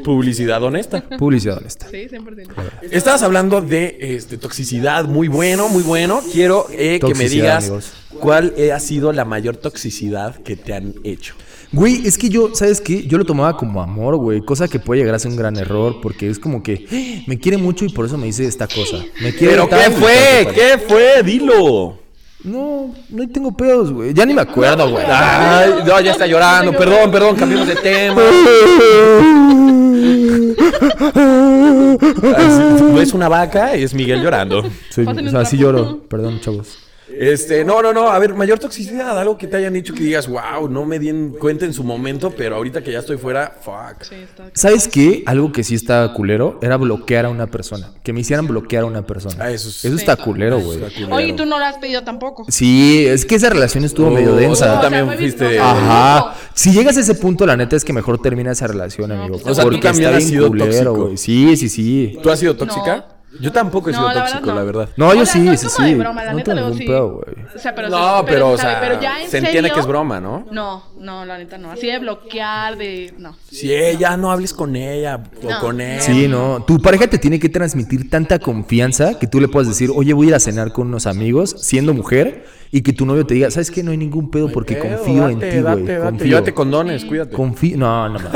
[SPEAKER 2] publicidad honesta.
[SPEAKER 1] Publicidad honesta.
[SPEAKER 3] Sí, 100%.
[SPEAKER 2] Estabas hablando de este, toxicidad, muy bueno, muy bueno. Quiero eh, que me
[SPEAKER 1] Toxicidad,
[SPEAKER 2] digas
[SPEAKER 1] amigos.
[SPEAKER 2] cuál eh, ha sido la mayor toxicidad que te han hecho.
[SPEAKER 1] Güey, es que yo, ¿sabes qué? Yo lo tomaba como amor, güey. Cosa que puede llegar a ser un gran error porque es como que "Eh, me quiere mucho y por eso me dice esta cosa. Me quiere
[SPEAKER 2] ¿Pero qué
[SPEAKER 1] tal y tal
[SPEAKER 2] fue?
[SPEAKER 1] y tal".
[SPEAKER 2] ¿Qué fue? Dilo.
[SPEAKER 1] No, no tengo pedos, güey. Ya ni me acuerdo,
[SPEAKER 2] Ah,
[SPEAKER 1] güey.
[SPEAKER 2] Ay, no, ya está llorando. Perdón, perdón, cambiamos de tema. No es una vaca, es Miguel llorando.
[SPEAKER 1] Soy-
[SPEAKER 3] Pásenle
[SPEAKER 1] o
[SPEAKER 3] un
[SPEAKER 1] sea, sí
[SPEAKER 3] trapo.
[SPEAKER 1] lloro. Perdón, chavos.
[SPEAKER 2] Este, no, no, no. A ver, mayor toxicidad, algo que te hayan dicho que digas, wow, no me di en cuenta en su momento, pero ahorita que ya estoy fuera, fuck.
[SPEAKER 3] Sí, está.
[SPEAKER 1] ¿Sabes qué? Algo que sí está culero era bloquear a una persona. Que me hicieran bloquear a una persona.
[SPEAKER 2] Ah, eso es-
[SPEAKER 1] está culero, güey.
[SPEAKER 3] Oye, tú no lo has pedido tampoco.
[SPEAKER 1] Sí, es que esa relación estuvo medio
[SPEAKER 2] Oh,
[SPEAKER 1] densa.
[SPEAKER 2] tú
[SPEAKER 3] sea,
[SPEAKER 2] también
[SPEAKER 3] fue
[SPEAKER 2] fuiste.
[SPEAKER 3] bien-
[SPEAKER 1] Ajá. Si llegas a ese punto, la neta es que mejor termina esa relación, amigo.
[SPEAKER 3] pues, O sea, tú
[SPEAKER 2] también has sido tóxico.
[SPEAKER 1] güey. Sí, sí, sí.
[SPEAKER 2] ¿Tú has sido tóxica? Yo tampoco he
[SPEAKER 3] No,
[SPEAKER 2] sido
[SPEAKER 3] la verdad
[SPEAKER 2] tóxico,
[SPEAKER 3] no.
[SPEAKER 2] la verdad.
[SPEAKER 1] No, yo
[SPEAKER 3] O sea,
[SPEAKER 1] sí,
[SPEAKER 3] es
[SPEAKER 1] sí,
[SPEAKER 3] como de
[SPEAKER 1] sí.
[SPEAKER 3] broma, la
[SPEAKER 1] no
[SPEAKER 3] neta,
[SPEAKER 1] tengo
[SPEAKER 3] luego
[SPEAKER 1] ningún
[SPEAKER 3] sí.
[SPEAKER 1] pedo, güey.
[SPEAKER 3] O sea, pero
[SPEAKER 2] No, pero, o
[SPEAKER 3] sabe,
[SPEAKER 2] sea,
[SPEAKER 3] pero ya en
[SPEAKER 2] se entiende
[SPEAKER 3] serio-
[SPEAKER 2] que es broma, ¿no?
[SPEAKER 3] No, no, la neta no. Así de bloquear, de. No.
[SPEAKER 2] Si ella no hables con ella o
[SPEAKER 3] No,
[SPEAKER 2] con él.
[SPEAKER 1] Sí, no. Tu pareja te tiene que transmitir tanta confianza que tú le puedas decir, oye, voy a ir a cenar con unos amigos, siendo mujer, y que tu novio te diga, ¿sabes qué? No hay ningún pedo porque
[SPEAKER 2] Pero
[SPEAKER 1] confío en
[SPEAKER 2] date,
[SPEAKER 1] ti,
[SPEAKER 2] date,
[SPEAKER 1] güey.
[SPEAKER 2] date.
[SPEAKER 1] Confío.
[SPEAKER 2] Llévate condones, cuídate.
[SPEAKER 1] Confío. No, no, no.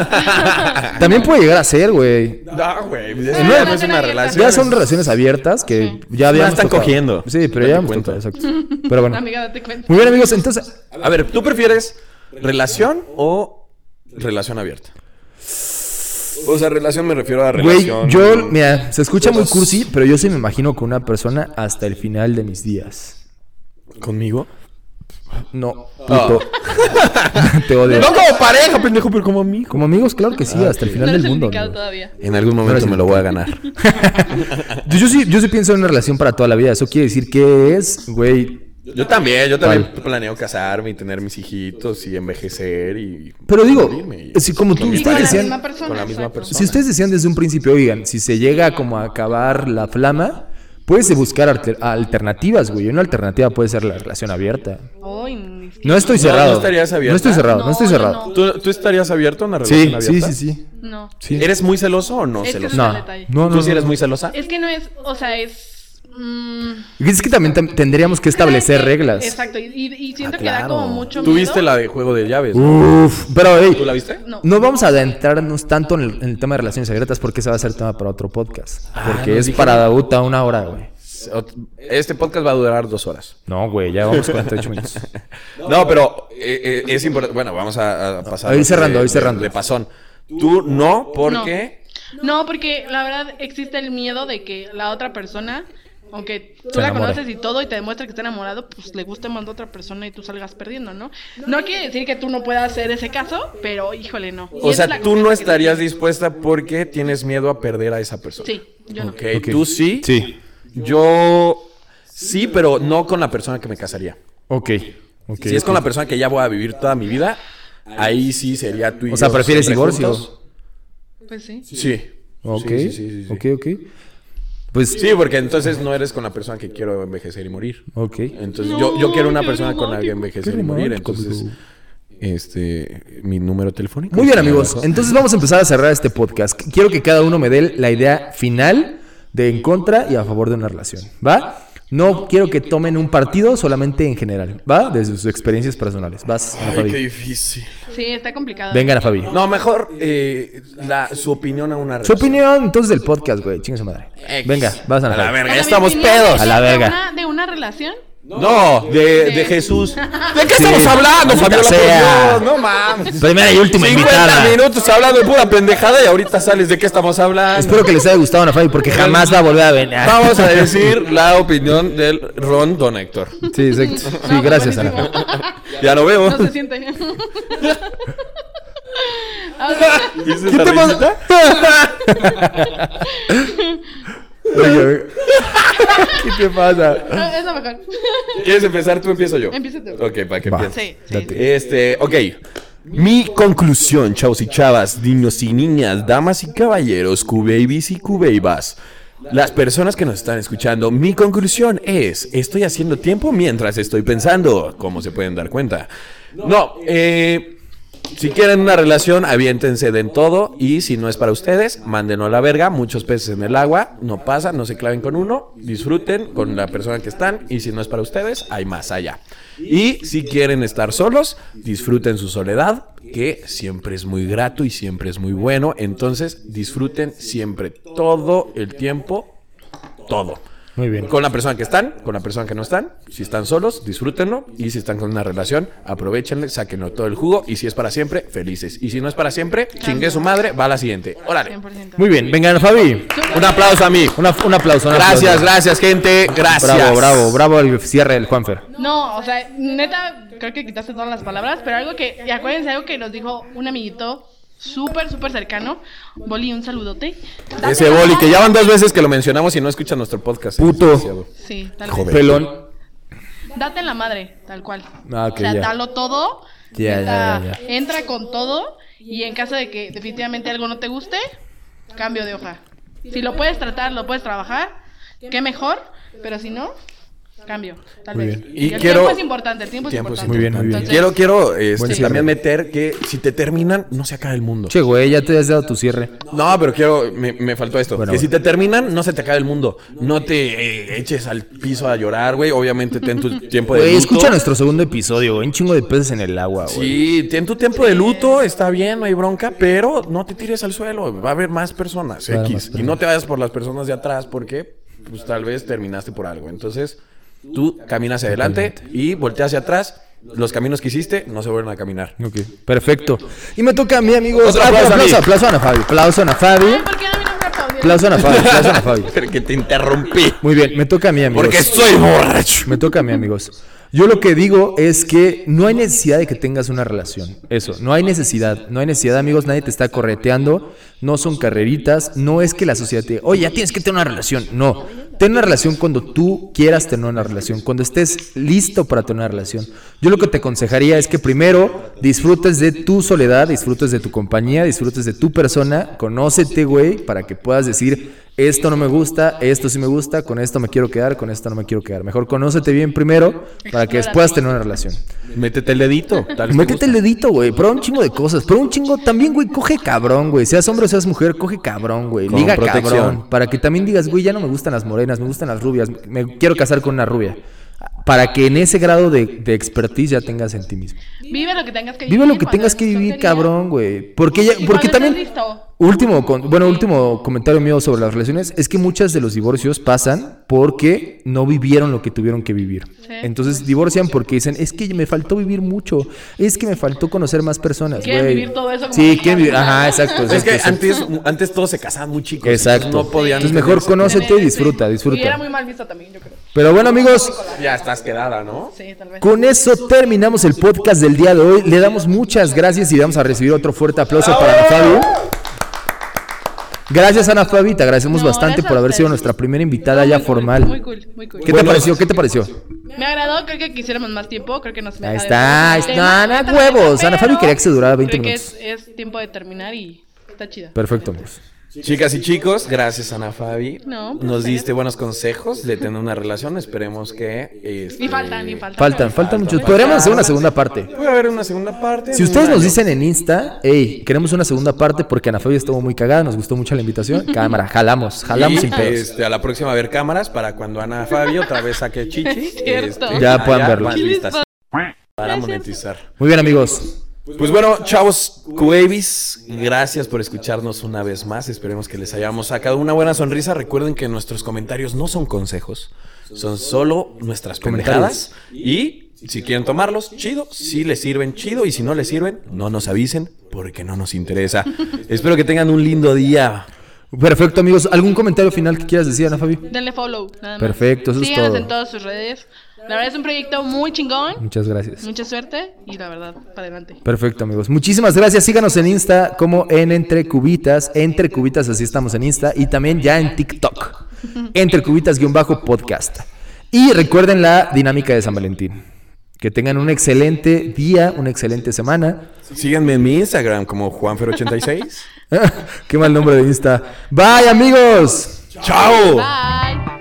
[SPEAKER 1] También puede llegar a ser, güey.
[SPEAKER 2] No, güey. eso
[SPEAKER 3] Eh,
[SPEAKER 2] no,
[SPEAKER 3] no
[SPEAKER 2] es
[SPEAKER 3] son
[SPEAKER 2] una
[SPEAKER 3] abiertas.
[SPEAKER 2] relación.
[SPEAKER 1] Ya son relaciones abiertas que ya habíamos
[SPEAKER 2] están
[SPEAKER 1] tocado.
[SPEAKER 2] cogiendo.
[SPEAKER 1] Sí, pero
[SPEAKER 2] Date
[SPEAKER 1] ya hemos
[SPEAKER 2] cuenta.
[SPEAKER 1] tocado, exacto. Pero bueno.
[SPEAKER 3] Amiga, date cuenta.
[SPEAKER 1] Muy bien, amigos. Entonces,
[SPEAKER 2] A ver, ¿tú prefieres relación o relación abierta? O sea, relación me refiero a
[SPEAKER 1] güey,
[SPEAKER 2] relación.
[SPEAKER 1] yo, mira, se escucha muy
[SPEAKER 2] Todos.
[SPEAKER 1] cursi, pero yo sí me imagino con una persona hasta el final de mis días.
[SPEAKER 2] ¿Conmigo?
[SPEAKER 1] No, puto. Te odio.
[SPEAKER 2] Oh. No como pareja, pendejo, pero como amigo.
[SPEAKER 1] Como amigos, claro que
[SPEAKER 2] Ah,
[SPEAKER 1] sí, hasta el
[SPEAKER 3] No
[SPEAKER 1] final
[SPEAKER 3] eres
[SPEAKER 1] del mundo.
[SPEAKER 3] indicado
[SPEAKER 1] amigo.
[SPEAKER 3] todavía.
[SPEAKER 2] En algún momento me lo voy a ganar.
[SPEAKER 1] Yo, yo sí, yo sí pienso en una relación para toda la vida. Eso quiere decir que es, güey.
[SPEAKER 2] Yo también, yo también
[SPEAKER 1] ¿Cuál?
[SPEAKER 2] planeo casarme y tener mis hijitos y envejecer y...
[SPEAKER 1] Pero digo,
[SPEAKER 2] morirme y-
[SPEAKER 1] si como tú,
[SPEAKER 2] con mi
[SPEAKER 3] Y con
[SPEAKER 1] ustedes
[SPEAKER 2] pareja.
[SPEAKER 3] la
[SPEAKER 1] decían,
[SPEAKER 3] misma persona.
[SPEAKER 2] Con la misma
[SPEAKER 3] exacto.
[SPEAKER 2] persona.
[SPEAKER 1] Si ustedes decían desde un principio, oigan, si se llega como a acabar la flama, puedes buscar alter- alternativas, güey. Una alternativa puede ser la relación abierta.
[SPEAKER 3] Ay, ni siquiera-
[SPEAKER 1] No estoy
[SPEAKER 2] No,
[SPEAKER 1] cerrado.
[SPEAKER 2] no estarías abierta.
[SPEAKER 1] No estoy cerrado, no,
[SPEAKER 3] No,
[SPEAKER 1] estoy
[SPEAKER 3] yo
[SPEAKER 1] cerrado.
[SPEAKER 3] no.
[SPEAKER 2] ¿Tú, tú estarías abierto a una
[SPEAKER 1] Sí,
[SPEAKER 2] relación
[SPEAKER 1] sí,
[SPEAKER 2] abierta?
[SPEAKER 1] sí, sí.
[SPEAKER 3] No.
[SPEAKER 1] sí.
[SPEAKER 2] ¿Eres muy celoso o no
[SPEAKER 3] Es que
[SPEAKER 2] celoso?
[SPEAKER 3] no-
[SPEAKER 1] No,
[SPEAKER 3] el detalle.
[SPEAKER 1] no, no,
[SPEAKER 2] ¿Tú sí eres
[SPEAKER 1] no.
[SPEAKER 2] muy celosa?
[SPEAKER 3] Es que no es. O sea, es. mm,
[SPEAKER 1] Es que también tam- tendríamos que establecer
[SPEAKER 3] creo que-
[SPEAKER 1] reglas.
[SPEAKER 3] Exacto. Y, y- y siento
[SPEAKER 2] Ah,
[SPEAKER 3] que da
[SPEAKER 2] claro.
[SPEAKER 3] como mucho miedo.
[SPEAKER 2] ¿Tuviste la de Juego de Llaves? no?
[SPEAKER 1] Uf, pero hey,
[SPEAKER 2] ¿Tú la viste?
[SPEAKER 3] No.
[SPEAKER 1] no vamos a adentrarnos tanto en el, en el tema de relaciones abiertas porque ese va a ser tema para otro podcast.
[SPEAKER 2] Ah,
[SPEAKER 1] Porque
[SPEAKER 2] nos
[SPEAKER 1] es
[SPEAKER 2] dijeron.
[SPEAKER 1] para Dauta una hora, güey.
[SPEAKER 2] es ot- este podcast va a durar dos horas.
[SPEAKER 1] No, güey, ya vamos 48 minutos.
[SPEAKER 2] No, pero eh, eh, es importante. Bueno, vamos a, a pasar.
[SPEAKER 1] A ir cerrando,
[SPEAKER 2] de-
[SPEAKER 1] a ir cerrando.
[SPEAKER 2] De pasón. Tú no, porque.
[SPEAKER 3] No, porque la verdad existe el miedo de que la otra persona, aunque tú
[SPEAKER 1] Se
[SPEAKER 3] la
[SPEAKER 1] enamore.
[SPEAKER 3] conoces y todo y te demuestra que está enamorado, pues le guste más a otra persona y tú salgas perdiendo, ¿no? No quiere decir que tú no puedas hacer ese caso, pero híjole, no. Y
[SPEAKER 2] O
[SPEAKER 3] esa es la
[SPEAKER 2] sea, tú
[SPEAKER 3] cosa
[SPEAKER 2] no
[SPEAKER 3] que-
[SPEAKER 2] estarías dispuesta porque tienes miedo a perder a esa persona.
[SPEAKER 3] Sí, yo no.
[SPEAKER 2] Ok, ¿tú sí?
[SPEAKER 1] Sí.
[SPEAKER 2] Yo sí, pero no con la persona que me casaría.
[SPEAKER 1] Ok. ok,
[SPEAKER 2] si es con
[SPEAKER 1] ok.
[SPEAKER 2] la persona que ya voy a vivir toda mi vida, ahí sí sería tú y
[SPEAKER 1] O sea,
[SPEAKER 2] yo
[SPEAKER 1] ¿prefieres
[SPEAKER 2] siempre
[SPEAKER 1] divorcio?
[SPEAKER 2] juntos.
[SPEAKER 3] Pues sí.
[SPEAKER 2] Sí.
[SPEAKER 1] Ok.
[SPEAKER 2] Sí, sí, sí, sí, sí.
[SPEAKER 1] Ok, ok. Pues.
[SPEAKER 2] Sí, porque entonces no eres con la persona que quiero envejecer y morir.
[SPEAKER 1] Ok.
[SPEAKER 2] Entonces
[SPEAKER 3] No,
[SPEAKER 2] yo, yo quiero una
[SPEAKER 3] qué
[SPEAKER 2] persona con la que
[SPEAKER 3] romántico.
[SPEAKER 2] envejecer
[SPEAKER 1] Qué
[SPEAKER 2] y morir.
[SPEAKER 1] romántico,
[SPEAKER 2] Entonces,
[SPEAKER 1] amigo.
[SPEAKER 2] este, mi número telefónico.
[SPEAKER 1] Muy bien, amigos. Entonces vamos a empezar a cerrar este podcast. Quiero que cada uno me dé la idea final de en contra y a favor de una relación. ¿Va? No quiero que tomen un partido, solamente en general. ¿Va? Desde sus experiencias personales. Vas, Ana Fabi.
[SPEAKER 2] difícil.
[SPEAKER 3] Sí, está complicado.
[SPEAKER 1] Venga, Ana Fabi.
[SPEAKER 2] No, mejor eh, la, su opinión a una
[SPEAKER 1] Su
[SPEAKER 2] relación.
[SPEAKER 1] opinión entonces del podcast, güey. Chingue su madre.
[SPEAKER 2] X.
[SPEAKER 1] Venga, vas, Ana
[SPEAKER 2] A la
[SPEAKER 1] Fabi.
[SPEAKER 2] verga, ya
[SPEAKER 3] Ana,
[SPEAKER 2] estamos
[SPEAKER 3] mi opinión
[SPEAKER 2] pedos.
[SPEAKER 3] es
[SPEAKER 1] A la
[SPEAKER 3] de
[SPEAKER 1] verga.
[SPEAKER 3] una- ¿De una relación?
[SPEAKER 2] No, de, de Jesús. ¿De qué estamos hablando,
[SPEAKER 1] maldita
[SPEAKER 2] Fabiola? Por
[SPEAKER 1] sea.
[SPEAKER 2] Dios, no mames.
[SPEAKER 1] Primera y última
[SPEAKER 2] 50
[SPEAKER 1] invitada.
[SPEAKER 2] minutos hablando de pura pendejada y ahorita sales de qué estamos hablando.
[SPEAKER 1] Espero que les haya gustado Ana Fabi porque jamás va a volver a venir.
[SPEAKER 2] Vamos a decir la opinión del Ron Don Héctor.
[SPEAKER 1] Sí, exacto. Sí,
[SPEAKER 3] No,
[SPEAKER 1] gracias, Ana.
[SPEAKER 3] buenísimo.
[SPEAKER 2] Ya lo veo.
[SPEAKER 3] No se siente. Ahora-
[SPEAKER 2] ¿Viste esa risita?
[SPEAKER 1] Oye, ¿Qué te pasa?
[SPEAKER 3] No, es lo mejor.
[SPEAKER 2] ¿Quieres empezar? ¿Tú empiezo yo?
[SPEAKER 3] Empieza tú.
[SPEAKER 2] Ok, para que
[SPEAKER 1] Va.
[SPEAKER 2] empieces.
[SPEAKER 3] Sí, sí.
[SPEAKER 1] Date.
[SPEAKER 3] sí.
[SPEAKER 2] Este, ok. Mi conclusión, chavos y chavas, niños y niñas, damas y caballeros, cubabies y cubaibas. Las personas que nos están escuchando, mi conclusión es, estoy haciendo tiempo mientras estoy pensando, como se pueden dar cuenta. No, eh, si quieren una relación, aviéntense de en todo y si no es para ustedes, mándenlo a la verga, muchos peces en el agua, no pasa, no se claven con uno, disfruten con la persona que están y si no es para ustedes, hay más allá. Y si quieren estar solos, disfruten su soledad, que siempre es muy grato y siempre es muy bueno, entonces disfruten siempre todo el tiempo, todo.
[SPEAKER 1] Muy bien.
[SPEAKER 2] Con la persona que están, con la persona que no están. Si están solos, disfrútenlo. Y si están con una relación, aprovechenle, sáquenlo todo el jugo. Y si es para siempre, felices. Y si no es para siempre, chingue su madre, va a la siguiente. Órale.
[SPEAKER 3] 100%.
[SPEAKER 1] Muy bien, venga, Ana Fabi.
[SPEAKER 2] Un aplauso a mí.
[SPEAKER 1] Una- un aplauso. un
[SPEAKER 2] Gracias,
[SPEAKER 1] aplauso.
[SPEAKER 2] gracias, gente. Gracias.
[SPEAKER 1] Bravo, bravo, bravo el cierre del Juanfer.
[SPEAKER 3] No, o sea, neta, creo que quitaste todas las palabras, pero algo que, y acuérdense, algo que nos dijo un amiguito súper, súper cercano. Boli, un saludote.
[SPEAKER 2] Ese boli que ya van dos veces que lo mencionamos y no escuchan nuestro podcast. ¿eh?
[SPEAKER 1] Puto.
[SPEAKER 3] Sí, tal cual.
[SPEAKER 2] Joder.
[SPEAKER 1] Pelón.
[SPEAKER 3] Date en la madre, tal cual.
[SPEAKER 1] Ah, ok,
[SPEAKER 3] o sea,
[SPEAKER 1] ya.
[SPEAKER 3] dalo todo.
[SPEAKER 1] Ya,
[SPEAKER 3] neta,
[SPEAKER 1] ya, ya, ya.
[SPEAKER 3] Entra con todo y en caso de que definitivamente algo no te guste, cambio de hoja. Si lo puedes tratar, lo puedes trabajar, qué mejor, pero si no, cambio, tal
[SPEAKER 1] Muy
[SPEAKER 3] vez.
[SPEAKER 1] bien.
[SPEAKER 2] Y
[SPEAKER 3] el
[SPEAKER 2] quiero-
[SPEAKER 3] tiempo es importante, el tiempo,
[SPEAKER 2] Tiempo
[SPEAKER 3] es
[SPEAKER 2] es
[SPEAKER 3] importante.
[SPEAKER 1] Muy bien, muy bien.
[SPEAKER 3] Entonces,
[SPEAKER 2] Quiero, quiero
[SPEAKER 1] Buen
[SPEAKER 2] este,
[SPEAKER 1] cierre.
[SPEAKER 2] también meter que si te terminan, no se acaba el mundo.
[SPEAKER 1] Che, güey, ya te has dado tu cierre.
[SPEAKER 2] No, pero quiero, me, me faltó esto.
[SPEAKER 1] Bueno,
[SPEAKER 2] que
[SPEAKER 1] bueno.
[SPEAKER 2] si te terminan, no se te acabe el mundo. No te eh, eches al piso a llorar, güey. Obviamente ten tu tiempo de
[SPEAKER 1] Güey,
[SPEAKER 2] luto.
[SPEAKER 1] escucha nuestro segundo episodio, güey. Un chingo de peces en el agua, güey.
[SPEAKER 2] Sí, ten tu tiempo de luto, está bien, no hay bronca, pero no te tires al suelo. Va a haber más personas,
[SPEAKER 1] haber
[SPEAKER 2] X.
[SPEAKER 1] más
[SPEAKER 2] Y no te vayas por las personas de atrás porque, pues tal vez terminaste por algo. Entonces, tú caminas hacia adelante y volteas hacia atrás. Los caminos que hiciste no se vuelven a caminar.
[SPEAKER 1] Ok, perfecto. Y me toca a mí, amigos.
[SPEAKER 2] Otro
[SPEAKER 1] Ah,
[SPEAKER 2] aplauso a mí.
[SPEAKER 1] aplauso, aplauso a Ana Fabi. Aplauso a Ana Fabi.
[SPEAKER 3] Ay, ¿por qué a mí no me aplaudieron?
[SPEAKER 1] Aplauso a Ana Fabi. Aplauso a Ana Fabi.
[SPEAKER 2] Porque te interrumpí.
[SPEAKER 1] Muy bien, me toca a mí, amigos.
[SPEAKER 2] Porque soy borracho.
[SPEAKER 1] Me toca a mí, amigos. Yo lo que digo es que no hay necesidad de que tengas una relación. Eso, no hay necesidad. No hay necesidad, amigos. Nadie te está correteando. No son carreritas. No es que la sociedad te oye, ya tienes que tener una relación. No. Ten una relación cuando tú quieras tener una relación, cuando estés listo para tener una relación. Yo lo que te aconsejaría es que primero disfrutes de tu soledad, disfrutes de tu compañía, disfrutes de tu persona, conócete, güey, para que puedas decir, esto no me gusta, esto sí me gusta, con esto me quiero quedar, con esto no me quiero quedar. Mejor conócete bien primero para que
[SPEAKER 3] Explórate.
[SPEAKER 1] después tener una relación.
[SPEAKER 2] Métete el dedito. tal vez te
[SPEAKER 1] Métete
[SPEAKER 2] gusta.
[SPEAKER 1] el dedito, güey. Prueba un chingo de cosas. Prueba un chingo también, güey. Coge cabrón, güey. Seas hombre o seas mujer, coge cabrón, güey.
[SPEAKER 2] Con
[SPEAKER 1] Liga
[SPEAKER 2] protección.
[SPEAKER 1] cabrón. Para que también digas, güey, ya no me gustan las morenas, me gustan las rubias. Me quiero casar con una rubia. Para que en ese grado de, de expertise ya tengas en ti mismo.
[SPEAKER 3] Vive lo que tengas que vivir.
[SPEAKER 1] Vive lo que
[SPEAKER 3] cuando
[SPEAKER 1] tengas que
[SPEAKER 3] eres
[SPEAKER 1] vivir,
[SPEAKER 3] soltera.
[SPEAKER 1] cabrón, güey. Porque, ya-
[SPEAKER 3] Y
[SPEAKER 1] porque
[SPEAKER 3] cuando
[SPEAKER 1] también...
[SPEAKER 3] estés listo.
[SPEAKER 1] Último, con- bueno, último comentario mío sobre las relaciones es que muchas de los divorcios pasan porque no vivieron lo que tuvieron que vivir. Entonces
[SPEAKER 3] pues.
[SPEAKER 1] divorcian porque dicen, es que me faltó vivir mucho, es que me faltó conocer más personas.
[SPEAKER 3] Quieren
[SPEAKER 1] güey".
[SPEAKER 3] vivir todo eso como
[SPEAKER 1] Sí,
[SPEAKER 3] si
[SPEAKER 1] quieren vivir.
[SPEAKER 3] nada.
[SPEAKER 1] Ajá, exacto.
[SPEAKER 2] Es que
[SPEAKER 1] exacto,
[SPEAKER 2] antes, antes todos se casaban muy chicos.
[SPEAKER 1] Exacto.
[SPEAKER 2] entonces No podían.
[SPEAKER 1] Entonces mejor
[SPEAKER 2] tener-
[SPEAKER 1] conócete y
[SPEAKER 3] Sí.
[SPEAKER 1] disfruta,
[SPEAKER 3] Y era
[SPEAKER 1] disfruta.
[SPEAKER 3] muy mal visto también, yo creo.
[SPEAKER 1] Pero bueno, amigos,
[SPEAKER 2] Ya estás quedada, ¿no?
[SPEAKER 3] Sí, tal vez.
[SPEAKER 1] con eso terminamos el podcast del día de hoy. Le damos muchas gracias y vamos a recibir otro fuerte aplauso para Ana Fabi. Gracias, Ana Fabi. Te agradecemos
[SPEAKER 3] No,
[SPEAKER 1] bastante
[SPEAKER 3] gracias
[SPEAKER 1] por
[SPEAKER 3] a
[SPEAKER 1] haber sido
[SPEAKER 3] ustedes.
[SPEAKER 1] nuestra primera invitada
[SPEAKER 3] Muy
[SPEAKER 1] ya
[SPEAKER 3] cool, Muy
[SPEAKER 1] formal.
[SPEAKER 3] cool, muy cool.
[SPEAKER 1] ¿Qué te
[SPEAKER 2] Bueno,
[SPEAKER 1] pareció? ¿Qué te pareció?
[SPEAKER 3] Me agradó, creo que quisiéramos más tiempo, creo que nos
[SPEAKER 1] Ahí está, ahí está, Ana, huevos. Ana Fabi
[SPEAKER 3] Fabio
[SPEAKER 1] quería que se durara 20 minutos.
[SPEAKER 3] Creo que es, es tiempo de terminar y está chida.
[SPEAKER 1] Perfecto, pues. amigos.
[SPEAKER 2] Chicas y chicos, gracias Ana Fabi.
[SPEAKER 3] No, un
[SPEAKER 2] Nos
[SPEAKER 3] placer.
[SPEAKER 2] diste buenos consejos de tener una relación. Esperemos que. este,
[SPEAKER 3] Ni faltan, ni faltan.
[SPEAKER 1] Faltan, faltan muchos. Podríamos hacer una segunda parte.
[SPEAKER 2] Puede haber una segunda parte.
[SPEAKER 1] Si
[SPEAKER 2] en
[SPEAKER 1] ustedes
[SPEAKER 2] un
[SPEAKER 1] nos
[SPEAKER 2] año.
[SPEAKER 1] dicen en Insta, hey, queremos una segunda parte porque Ana Fabi estuvo muy cagada, nos gustó mucho la invitación. Cámara, jalamos, jalamos
[SPEAKER 2] Y,
[SPEAKER 1] sin pedos.
[SPEAKER 2] este, a la próxima a ver cámaras para cuando Ana Fabi otra vez saque chichi.
[SPEAKER 3] Es cierto.
[SPEAKER 1] Ya puedan verlo.
[SPEAKER 2] van listas para
[SPEAKER 3] Es cierto.
[SPEAKER 2] monetizar.
[SPEAKER 1] Muy bien, amigos.
[SPEAKER 2] Pues bueno, chavos Cuevis, gracias por escucharnos una vez más. Esperemos que les hayamos sacado una buena sonrisa. Recuerden que nuestros comentarios no son consejos, son solo nuestras
[SPEAKER 1] Comentarios.
[SPEAKER 2] pendejadas. Y si quieren tomarlos, chido. Si les sirven, chido. Y si no les sirven, no nos avisen porque no nos interesa. Espero que tengan un lindo día.
[SPEAKER 1] Perfecto, amigos. ¿Algún comentario final que quieras decir, Ana Fabi?
[SPEAKER 3] Denle follow, nada más.
[SPEAKER 1] Perfecto, eso es
[SPEAKER 3] Síganos
[SPEAKER 1] todo.
[SPEAKER 3] en todas sus redes. La verdad es un proyecto muy chingón.
[SPEAKER 1] Muchas gracias.
[SPEAKER 3] Mucha suerte y la verdad, para adelante.
[SPEAKER 1] Perfecto, amigos. Muchísimas gracias. Síganos en Insta como en Entre Cubitas. Entre Cubitas, así estamos en Insta. Y también ya en TikTok. Entre Cubitas-podcast. Y recuerden la dinámica de San Valentín. Que tengan un excelente día, una excelente semana.
[SPEAKER 2] Síganme en mi Instagram como Juanfer86.
[SPEAKER 1] Qué mal nombre de Insta. Bye, amigos.
[SPEAKER 2] ¡Chao!
[SPEAKER 3] Bye.